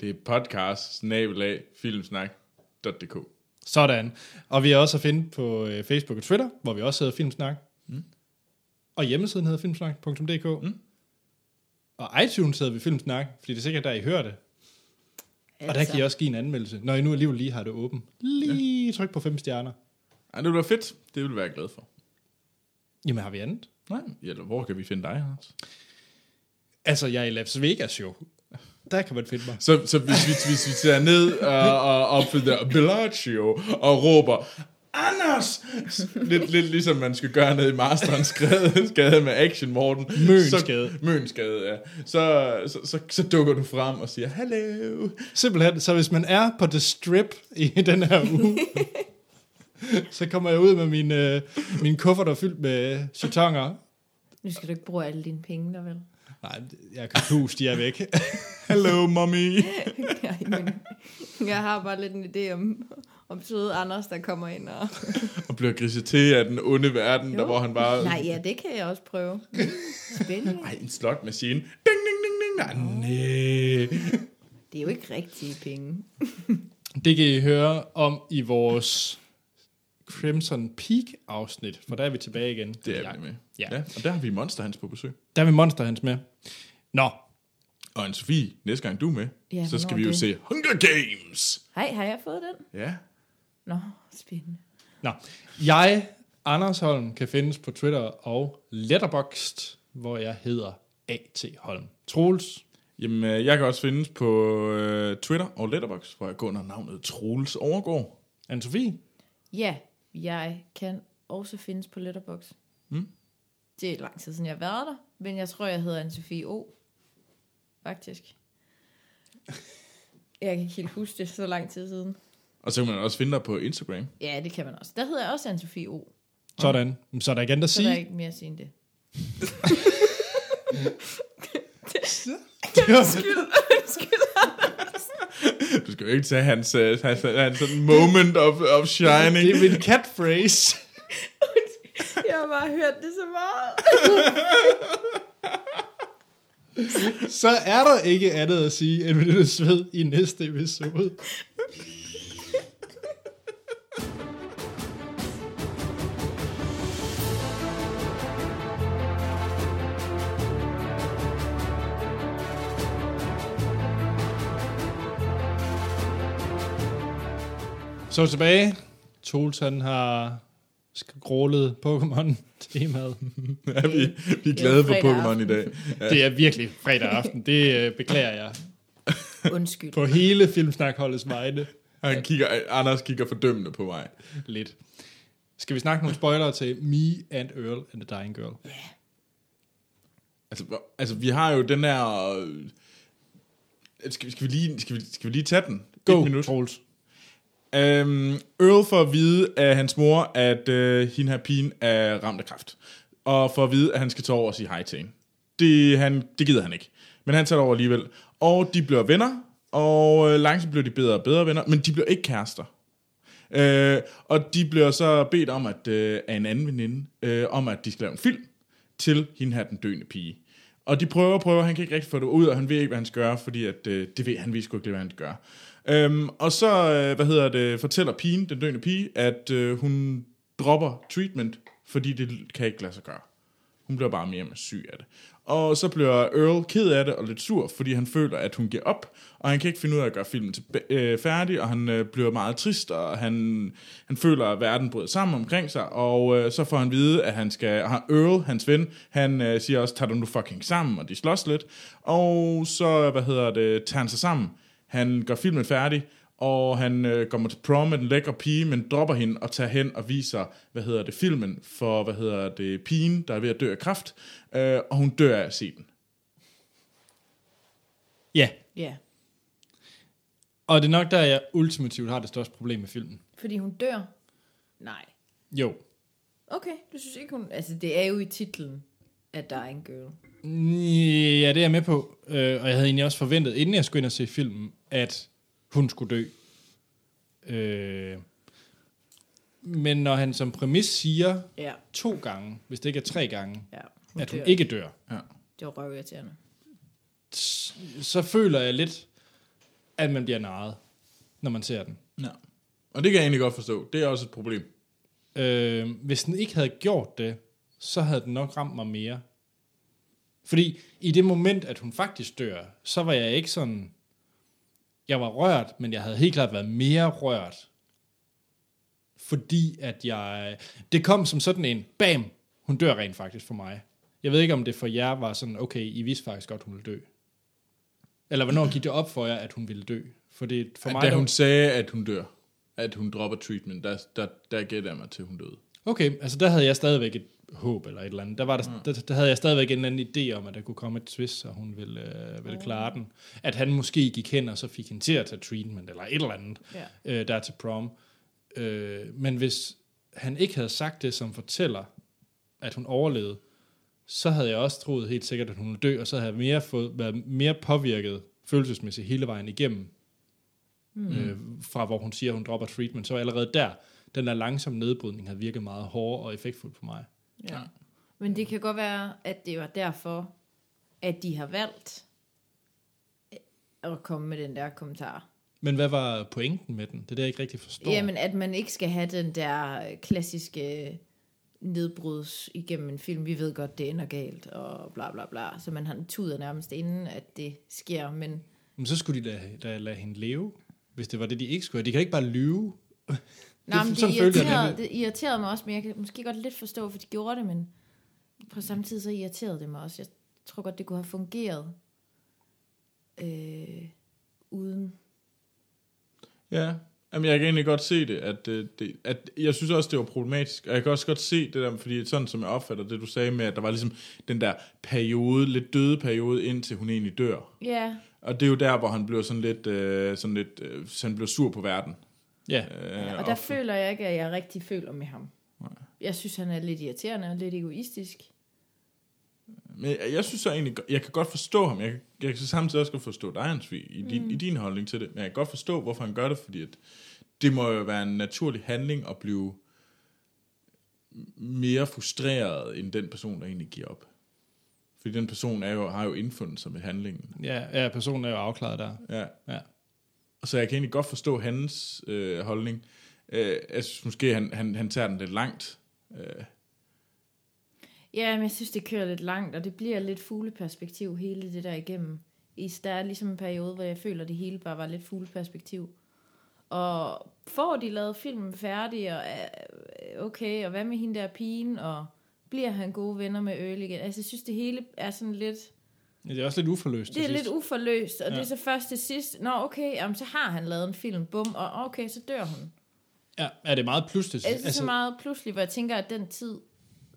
B: Det er podcast filmsnak.dk
A: Sådan. Og vi er også at finde på øh, Facebook og Twitter, hvor vi også hedder Filmsnak. Mm. Og hjemmesiden hedder filmsnak.dk. Mm. Og iTunes hedder vi Filmsnak, fordi det er sikkert der, I hører det. Altså. Og der kan I også give en anmeldelse, når I nu alligevel lige har det åbent. Lige ja. tryk på fem stjerner.
B: Ej, det ville være fedt. Det ville jeg være glad for.
A: Jamen har vi andet?
B: Nej, eller hvor kan vi finde dig, Hans?
A: Altså, jeg er i Las Vegas jo. Der kan man finde mig.
B: Så, så hvis, hvis, hvis vi tager ned og, og opfylder Bellagio og råber, Anders! Lidt, lidt ligesom man skal gøre ned i Masterens skade, skade med Action Morten.
A: Mønsgade.
B: Så, Mønskade, ja. Så, så, så, så dukker du frem og siger, hallo.
A: Simpelthen, så hvis man er på The Strip i den her uge, så kommer jeg ud med min, øh, min kuffert, der er fyldt med chatonger
C: Nu skal du ikke bruge alle dine penge, der vel?
A: Nej, jeg kan hus, de er væk.
B: Hello, mommy.
C: Nej, men jeg har bare lidt en idé om, om søde Anders, der kommer ind og...
B: og bliver griset til af den onde verden, der hvor han bare...
C: Nej, ja, det kan jeg også prøve. Spændende.
B: Ej, en slotmaskine. Ding, ding, ding, ding. Nej, nej.
C: Det er jo ikke rigtige penge.
A: Det kan I høre om i vores Crimson Peak-afsnit, for der er vi tilbage igen.
B: Det er vi med.
A: Ja.
B: ja. Og der har vi Monster Hans på besøg.
A: Der er vi Monster Hans med. Nå,
B: Og en Sofie, næste gang du er med,
C: Ja,
B: ja, så skal
C: hvornår
B: vi jo
C: det?
B: se Hunger Games.
C: Hej, har jeg fået den?
B: Ja.
C: Nå, spændende.
A: Nå, jeg, Anders Holm, kan findes på Twitter og Letterboxd, hvor jeg hedder A.T. Holm. Troels,
B: Jamen, øh, jeg kan også findes på øh, Twitter og Letterboxd, hvor jeg går under navnet Troels Overgaard.
A: Anne-Sophie,
C: Ja, jeg kan også findes på Letterbox. Mm. Det er lang tid siden, jeg har været der, men jeg tror, jeg hedder Anne-Sophie O. Faktisk. Jeg kan ikke helt huske det, så lang tid siden.
B: Og så kan man også finde dig på Instagram.
C: Ja, det kan man også. Der hedder jeg også Anne-Sophie O.
A: sådan. Så er der igen at
C: Så der er
A: sige.
C: ikke mere at sige end det.
B: Du skal jo ikke tage hans, øh, hans, hans sådan moment of, of shining.
A: Det er min catphrase.
C: Jeg har bare hørt det så meget.
A: Så er der ikke andet at sige, end vi lyttes ved i næste episode. Så er vi tilbage. Tools, han har skrålet Pokémon-temaet.
B: Ja, vi, vi er
C: jo
B: glade for
C: fredag
B: Pokémon i
C: aften.
B: dag.
A: Det er virkelig fredag aften. Det øh, beklager jeg.
C: Undskyld.
A: På hele Filmsnakholdets vegne.
B: Han kigger, Anders kigger fordømmende på mig.
A: Lidt. Skal vi snakke nogle spoilere til Me and Earl and the Dying Girl?
B: Altså, hvor- altså vi har jo den her... øh, Skal, skal, vi, lige, skal, vi, skal vi lige tage den?
A: Go,
B: Et minut.
A: Troels.
B: Øhm, Earl får at vide af hans mor, at øh, hende her pigen er ramt af kræft. Og får at vide, at han skal tage over og sige hej til hende. Det, han, det gider han ikke. Men han tager over alligevel. Og de bliver venner, og øh, langsomt bliver de bedre og bedre venner, men de bliver ikke kærester. Øh, og de bliver så bedt om at øh, af en anden veninde, øh, om at de skal lave en film til hende her, den døende pige. Og de prøver og prøver, han kan ikke rigtig få det ud, og han ved ikke, hvad han skal gøre, fordi at, øh, det ved, han ved sgu ikke, hvad han skal gøre. Øhm, og så, øh, hvad hedder det, fortæller pigen, den døende pige, at øh, hun dropper treatment, fordi det kan ikke lade sig gøre. Hun bliver bare mere og mere syg af det. Og så bliver Earl ked af det og lidt sur, fordi han føler, at hun giver op, og han kan ikke finde ud af at gøre filmen til, øh, færdig, og han øh, bliver meget trist, og han, han føler, at verden bryder sammen omkring sig, og øh, så får han vide, at han skal, og han, Earl, hans ven, han øh, siger også, tag dig nu fucking sammen, og de slås lidt, og så, hvad hedder det, tager han sig sammen, han gør filmen færdig, og han øh, kommer til prom med den lækre pige, men dropper hende og tager hen og viser, hvad hedder det, filmen for, hvad hedder det, pigen, der er ved at dø af kræft, øh, og hun dør af at se den.
A: Ja,
C: Ja,
A: og det er nok der, jeg ultimativt har det største problem med filmen.
C: fordi hun dør. Nej.
A: Jo.
C: Okay, du synes ikke, hun... Altså, det er jo i titlen, at der er en girl.
A: Ja, det er jeg med på. Øh, og jeg havde egentlig også forventet, inden jeg skulle ind og se filmen, at hun skulle dø. Øh, men når han som præmis siger
C: Ja,
A: to gange, hvis det ikke er tre gange,
C: ja.
A: at hun
C: dør.
A: ikke dør,
C: Det var røvirriterende.
A: så føler jeg lidt, at man bliver narret, når man ser den.
B: Ja. Og det kan jeg egentlig godt forstå. Det er også et problem.
A: Øh, hvis den ikke havde gjort det, så havde den nok ramt mig mere. Fordi i det moment, at hun faktisk dør, så var jeg ikke sådan... Jeg var rørt, men jeg havde helt klart været mere rørt. Fordi at jeg... Det kom som sådan en, bam, hun dør rent faktisk for mig. Jeg ved ikke, om det for jer var sådan, okay, I vidste faktisk godt, hun ville dø. Eller hvornår gik det op for jer, at hun ville dø? For, det, for mig...
B: da
A: der-
B: hun sagde, at hun dør, at hun dropper treatment, der, der, der gætter jeg mig til, at hun døde.
A: Okay, altså der havde jeg stadigvæk et håb eller et eller andet. Der, var der, der, der havde jeg stadigvæk en eller anden idé om, at der kunne komme et twist, og hun ville, øh, ville klare den. At han måske gik hen, og så fik hende til at tage treatment eller et eller andet
C: Ja.
A: øh, der til prom. Øh, men hvis han ikke havde sagt det, som fortæller, at hun overlevede, så havde jeg også troet helt sikkert, at hun ville dø, og så havde jeg mere fået, været mere påvirket følelsesmæssigt hele vejen igennem. Mm. Øh, fra hvor hun siger, at hun dropper treatment, så allerede der, den der langsomme nedbrydning havde virket meget hård og effektfuld på mig.
C: Ja. Men det kan godt være, at det var derfor, at de har valgt at komme med den der kommentar.
A: Men hvad var pointen med den? Det er det, jeg ikke rigtig forstår.
C: Jamen, at man ikke skal have den der øh, klassiske nedbruds igennem en film. Vi ved godt, det ender galt, og bla bla bla. Så man har tuder nærmest inden, at det sker, men
A: Men så skulle de lade, lade, lade hende leve, hvis det var det, de ikke skulle. De kan ikke bare lyve.
C: Nej, men det,
A: sådan følte jeg
C: irriterede,
A: nemlig.
C: det irriterede mig også, men jeg kan måske godt lidt forstå, for de gjorde det, men på samme tid så irriterede det mig også. Jeg tror godt, det kunne have fungeret øh, uden.
B: Ja, Jamen, jeg kan egentlig godt se det, at, øh, det, at jeg synes også, det var problematisk, og jeg kan også godt se det der, fordi sådan som jeg opfatter det, du sagde med, at der var ligesom den der periode, lidt døde periode, indtil hun egentlig dør.
C: Ja,
B: Og det er jo der, hvor han blev sådan lidt, øh, sådan lidt øh, så han blev sur på verden.
A: Ja,
B: Øh,
C: og der føler jeg ikke, at jeg rigtig føler med ham. Jeg synes, han er lidt irriterende og lidt egoistisk.
B: Men jeg, jeg synes så egentlig, go- jeg kan godt forstå ham. Jeg, kan- jeg kan så samtidig også godt forstå dig, Hans, Vig, i, din, mm. i din holdning til det. Men jeg kan godt forstå, hvorfor han gør det, fordi at det må jo være en naturlig handling at blive mere frustreret end den person, der egentlig giver op. Fordi den person er jo, har jo indfundet sig med handlingen.
A: ja, ja, personen er jo afklaret der.
B: Ja.
A: Ja.
B: Og Så jeg kan egentlig godt forstå hans øh, holdning. Øh, jeg synes måske, han, han, han tager den lidt langt. Øh,
C: Ja, men jeg synes, det kører lidt langt, og det bliver lidt fugleperspektiv hele det der igennem. I der er ligesom en periode, hvor jeg føler, at det hele bare var lidt fugleperspektiv. Og får de lavet filmen færdig, og er- okay, og hvad med hende der pigen, og bliver han gode venner med Øl igen? Altså, jeg synes, det hele er sådan lidt...
A: Ja, Det er også lidt uforløst.
C: Det er
A: til
C: lidt
A: sidst.
C: uforløst, og ja. det
A: Ja.
C: er så først til sidst. Nå, okay, jamen, så har han lavet en film, bum, og okay, så dør hun.
A: Ja, er det er meget pludseligt.
C: Altså, altså så meget pludselig, hvor jeg tænker, at den tid,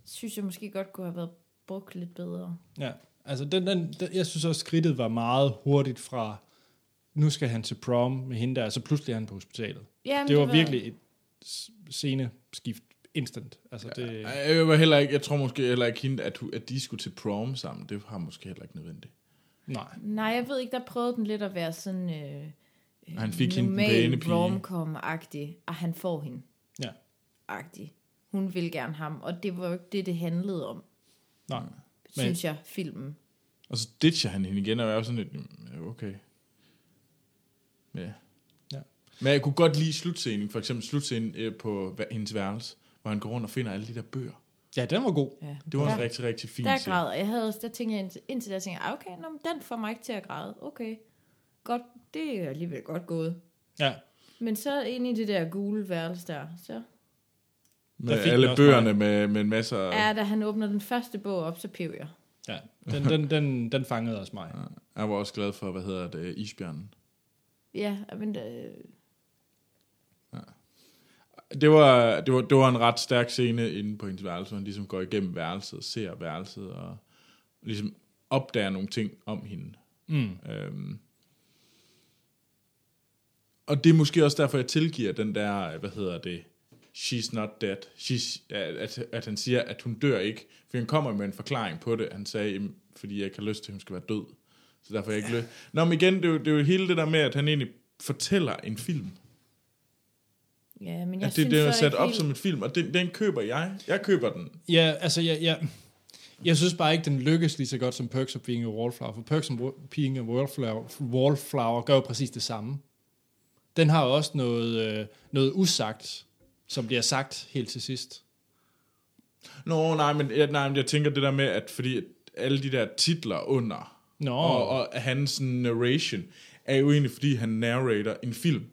C: synes jeg måske godt kunne have været brugt lidt bedre.
A: Ja, altså den, den, den, jeg synes også, skridtet var meget hurtigt fra, nu skal han til prom med hende der, og så pludselig er han på hospitalet.
C: Jamen,
A: det var virkelig et s- sceneskift instant. Altså ja, det,
B: Ej, Jeg, var heller ikke, jeg tror måske heller ikke hende, at, hu- at de skulle til prom sammen. Det har måske heller ikke nødvendigt.
A: nej.
C: Nej, jeg ved ikke, der prøvede den lidt at være sådan øh,
B: Og han fik hende den pæne
C: normal
B: pige.
C: romcom-agtig, og han får hende
A: Ja,
C: agtig. Hun vil gerne ham, og det var jo ikke det, det handlede om,
A: nej.
C: Men. synes jeg, filmen.
B: Og så ditcher han hende igen, og jeg var sådan lidt, "Mm, ja, okay. Ja.
A: Ja.
B: Men jeg kunne godt lide slutscenen, for eksempel slutscenen øh, på hva- hendes værelse, hvor han går rundt og finder alle de der bøger.
A: Ja, den var god.
C: Ja.
B: Det var
C: der,
B: en rigtig, rigtig fin
C: Der
B: scene.
C: græd jeg. havde også, der tænkte jeg indtil, indtil der tænkte jeg, "Ah, okay, nå, men den får mig ikke til at græde. Okay, godt, det er alligevel godt gået.
A: Ja,
C: Men så ind i det der gule værelse der, så
B: Med
A: Der fik den
B: alle
A: også
B: bøgerne med, med en masse...
C: er da han åbner den første bog op, så piv jeg.
A: ja. Den, den, den, den fangede også mig.
B: Jeg var også glad for, hvad hedder det, isbjørnen.
C: Ja, men øh,
B: Det var, det, var, det var en ret stærk scene inde på hendes værelse, hvor han ligesom går igennem værelset, ser værelset og ligesom opdager nogle ting om hende.
A: Mm.
B: Øhm. Og det er måske også derfor, jeg tilgiver den der, hvad hedder det, she's not dead, she's, at, at, at han siger, at hun dør ikke, for han kommer med en forklaring på det, han sagde, "Jamen, fordi jeg ikke har lyst til, at hun skal være død, så derfor har jeg ikke lyst. Nå, men igen, det er, jo, det er jo hele det der med, at han egentlig fortæller en film,
C: ja, men jeg
B: at
C: synes,
B: det, det
C: så
B: er
C: ikke
B: sat op
C: helt-
B: som en film, og den, den køber jeg. Jeg køber den.
A: Ja, altså jeg, jeg, jeg synes bare ikke, den lykkes lige så godt som Perks of Being a Wallflower, for Perks of Being a Wallflower, wallflower gør jo præcis det samme. Den har jo også noget, øh, noget usagt, som bliver sagt helt til sidst.
B: Nå, nej men, ja, nej, men jeg tænker det der med, at fordi at alle de der titler under,
A: Nå.
B: og, og hans sådan narration, er jo egentlig, fordi han narrater en film.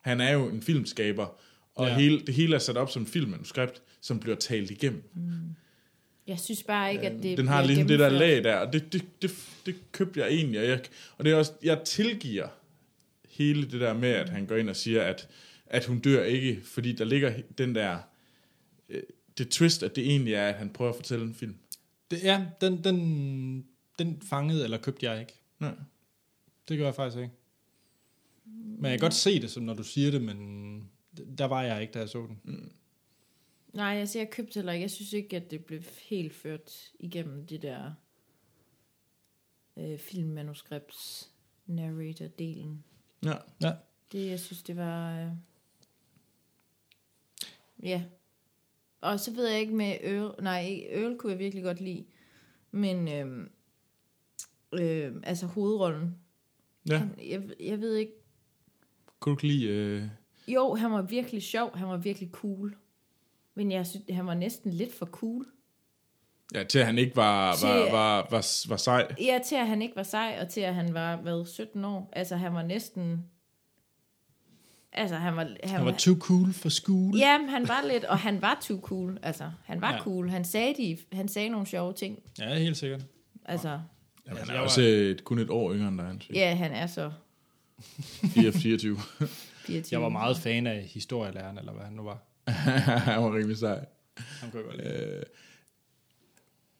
B: Han er jo en filmskaber, og
A: Ja.
B: ja. hele, det hele er sat op som filmmanuskript, som bliver talt igennem.
C: Jeg synes bare ikke, at det
B: Den har
C: bliver
B: ligesom det der
C: gennemført.
B: lag der, og det, det, det, det købte jeg egentlig. Og, jeg, og det er også, jeg tilgiver hele det der med, at han går ind og siger, at, at hun dør ikke, fordi der ligger den der, øh, det twist, at det egentlig er, at han prøver at fortælle en film.
A: Det, ja, den, den, den fangede eller købte jeg ikke.
B: Nej.
A: Det gør jeg faktisk ikke. Men jeg kan godt se det, som når du siger det, men d- der var jeg ikke, da jeg så den.
C: Nej, altså jeg købte heller ikke. Jeg synes ikke, at det blev helt ført igennem det der øh, filmmanuskripts narrator-delen.
B: Ja.
A: Ja.
C: Det, jeg synes, det var... Øh... Ja. Og så ved jeg ikke med Øl. Nej, ikke- Øl kunne jeg virkelig godt lide. Men øh, øh, altså hovedrollen.
B: ja.
C: Han, jeg, jeg ved ikke...
B: Kunne du ikke lide... Øh...
C: Jo, han var virkelig sjov. Han var virkelig cool. Men jeg synes, han var næsten lidt for cool.
B: Ja, til at han ikke var,
C: Til-
B: var, var, var, var sej.
C: Ja, til at han ikke var sej, og til at han var, hvad, 17 år. Altså, han var næsten... Altså, han var...
A: Han var too cool for school.
C: Ja, han var lidt, og han var too cool. Altså, han var
A: Ja.
C: ja. cool. Han sagde, de, han sagde nogle sjove ting.
A: Ja, helt sikkert.
C: Altså,
B: Jamen,
A: Altså,
B: han er
A: jeg var-
B: også et, kun et år yngre end dig, han
C: ja, han er så
B: 24.
C: 24.
A: Jeg var meget fan af historielæreren, eller hvad han nu var.
B: han var rimelig sej.
A: Han kunne jeg godt lide.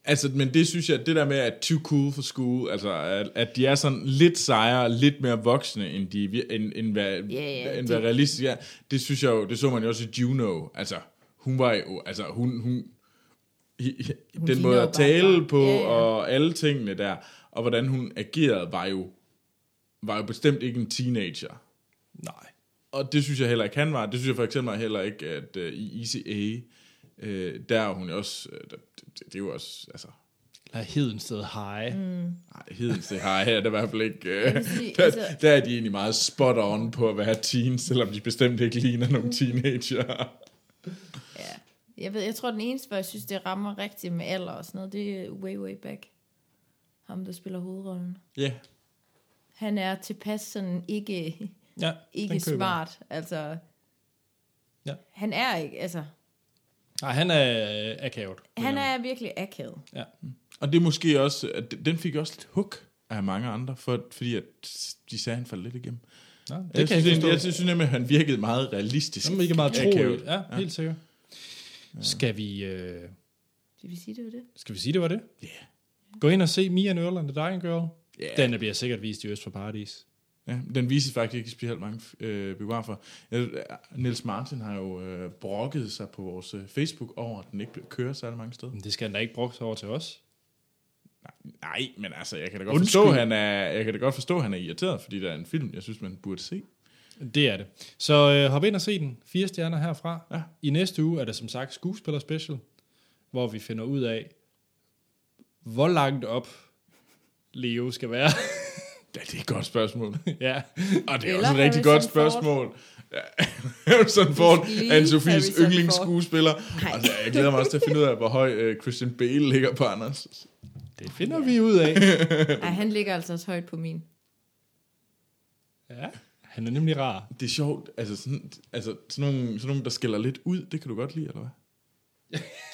B: Altså, men det synes jeg, det der med, at too cool for school, altså, at, at de er sådan lidt sejere, lidt mere voksne, end, de, vir- end, end hvad, yeah,
C: ja,
B: end
C: det-
B: hvad realistisk er, det synes jeg jo, det så man jo også i Juno, altså, hun var jo, altså, hun, hun, i- i- den
C: Hun ligner
B: måde
C: jo
B: at
C: bare et
B: tale
C: barn.
B: på,
C: Ja, ja.
B: og alle tingene der, og hvordan hun agerede, var jo, var jo bestemt ikke en teenager.
A: Nej.
B: Og det synes jeg heller ikke, han var. Det synes jeg for eksempel heller ikke, at øh, i ECA, øh, der er hun jo også, øh, der, det, det er jo også, altså,
A: Eller Hedensted High. Mm.
B: nej, hedens det har jeg da i hvert fald ikke. Øh,
C: vil sige,
B: der,
C: altså-
B: der er de egentlig meget spot on på at være teens, selvom de bestemt ikke ligner nogle teenager.
C: Ja. Jeg, ved, jeg tror, den eneste, hvor jeg synes, det rammer rigtigt med alder og sådan noget, det er Way Way Back. Ham, der spiller hovedrollen.
B: Ja, yeah.
C: Han er tilpas sådan ikke,
A: Ja,
C: ikke
A: den køber jeg.
C: smart. Altså,
A: Ja.
C: han er ikke, altså,
A: Nej, han er øh, akavet.
C: han er virkelig akavet.
A: Ja.
B: og det er måske også, at den- den fik også lidt hook af mange andre, for, fordi at de sagde, at han faldt lidt igennem.
A: Nå, det
B: jeg,
A: kan
B: synes,
A: jeg
B: egentlig-
A: ikke
B: jeg
A: forstå.
B: synes nemlig, at han virkede meget realistisk.
A: Han er ikke meget
B: Akavet.
A: tro. Ja, helt sikkert. Skal vi, øh,
C: Skal vi sige, det var det?
A: skal vi sige, det var det?
B: Ja.
A: Gå ind og se Mia and Earl and the Dying Girl.
B: Ja.
A: Den der bliver sikkert vist i Øst for Paradis.
B: Ja, den vises faktisk ikke i specielt mange øh, biografer. Jeg, Niels Martin har jo øh, brokket sig på vores øh, Facebook over, at den ikke blev- kører særlig mange steder.
A: Men det skal han da ikke brugt over til os.
B: Nej, men altså, jeg kan da godt
A: Undskyld.
B: forstå, han er, jeg kan da godt forstå, han er irriteret, fordi der er en film, jeg synes, man burde se.
A: Det er det. Så øh, hop ind og se den. Fire stjerner herfra.
B: Ja.
A: I næste uge er det som sagt skuespiller special, hvor vi finder ud af, hvor langt op Leo skal være.
B: Ja, det er et godt spørgsmål.
A: ja.
B: Og det er
C: Eller
B: også et rigtig
C: Harrison
B: godt
C: Ford.
B: spørgsmål. Ja, Harrison Ford
C: Lige
B: er en Sofies
C: Harrison
B: yndlingsskuespiller.
C: Nej.
B: Altså, jeg glæder mig også til at finde ud af, hvor høj øh, Christian Bale ligger på Anders.
A: Det finder vi ud af.
C: Ej, han ligger altså også højt på min.
A: Ja. Han er nemlig rar.
B: Det er sjovt. Altså, sådan, altså sådan, nogle, sådan nogle, der skiller lidt ud, det kan du godt lide, eller hvad?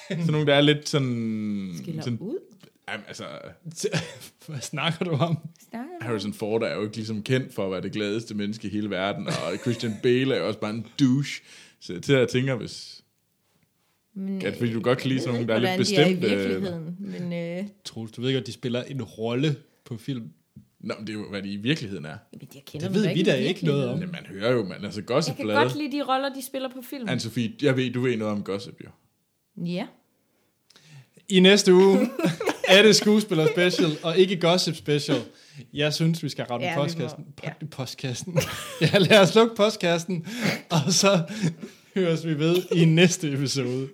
B: sådan nogle, der er lidt sådan...
C: Skiller
B: sådan,
C: ud.
B: Jamen, altså,
A: Hvad snakker du om?
C: Snakker du?
B: Harrison Ford er jo ikke ligesom kendt for at være det gladeste menneske i hele verden, og Christian Bale er jo også bare en douche. Så til at jeg tænker, hvis...
C: Men,
B: Ja, fordi du godt kan lide sådan
C: Jeg ved
B: nogle, der er lidt
C: ikke, hvordan
B: bestemte.
C: De er i
B: øh,
C: virkeligheden, men øh,
A: Troels, du ved godt, de spiller en rolle på film.
B: Nå, men det er jo, hvad de i virkeligheden er.
C: jamen, jeg kender
A: Det
C: dem
A: ved
C: da
A: vi
C: i
A: da ikke noget om.
B: Men man hører jo, man altså
C: Jeg kan
B: gossipblade.
C: godt lide de roller, de spiller på film.
B: Anne-Sophie, jeg ved, du ved noget om gossip, jo.
C: Ja.
A: I næste uge er det skuespiller special, og ikke gossip special. Jeg synes, vi skal ramme
C: Ja,
A: ja,
C: vi må.
A: postkassen.
C: Ja.
A: Ja. postkassen. Ja, lad os lukke postkassen, og så høres vi ved i næste episode.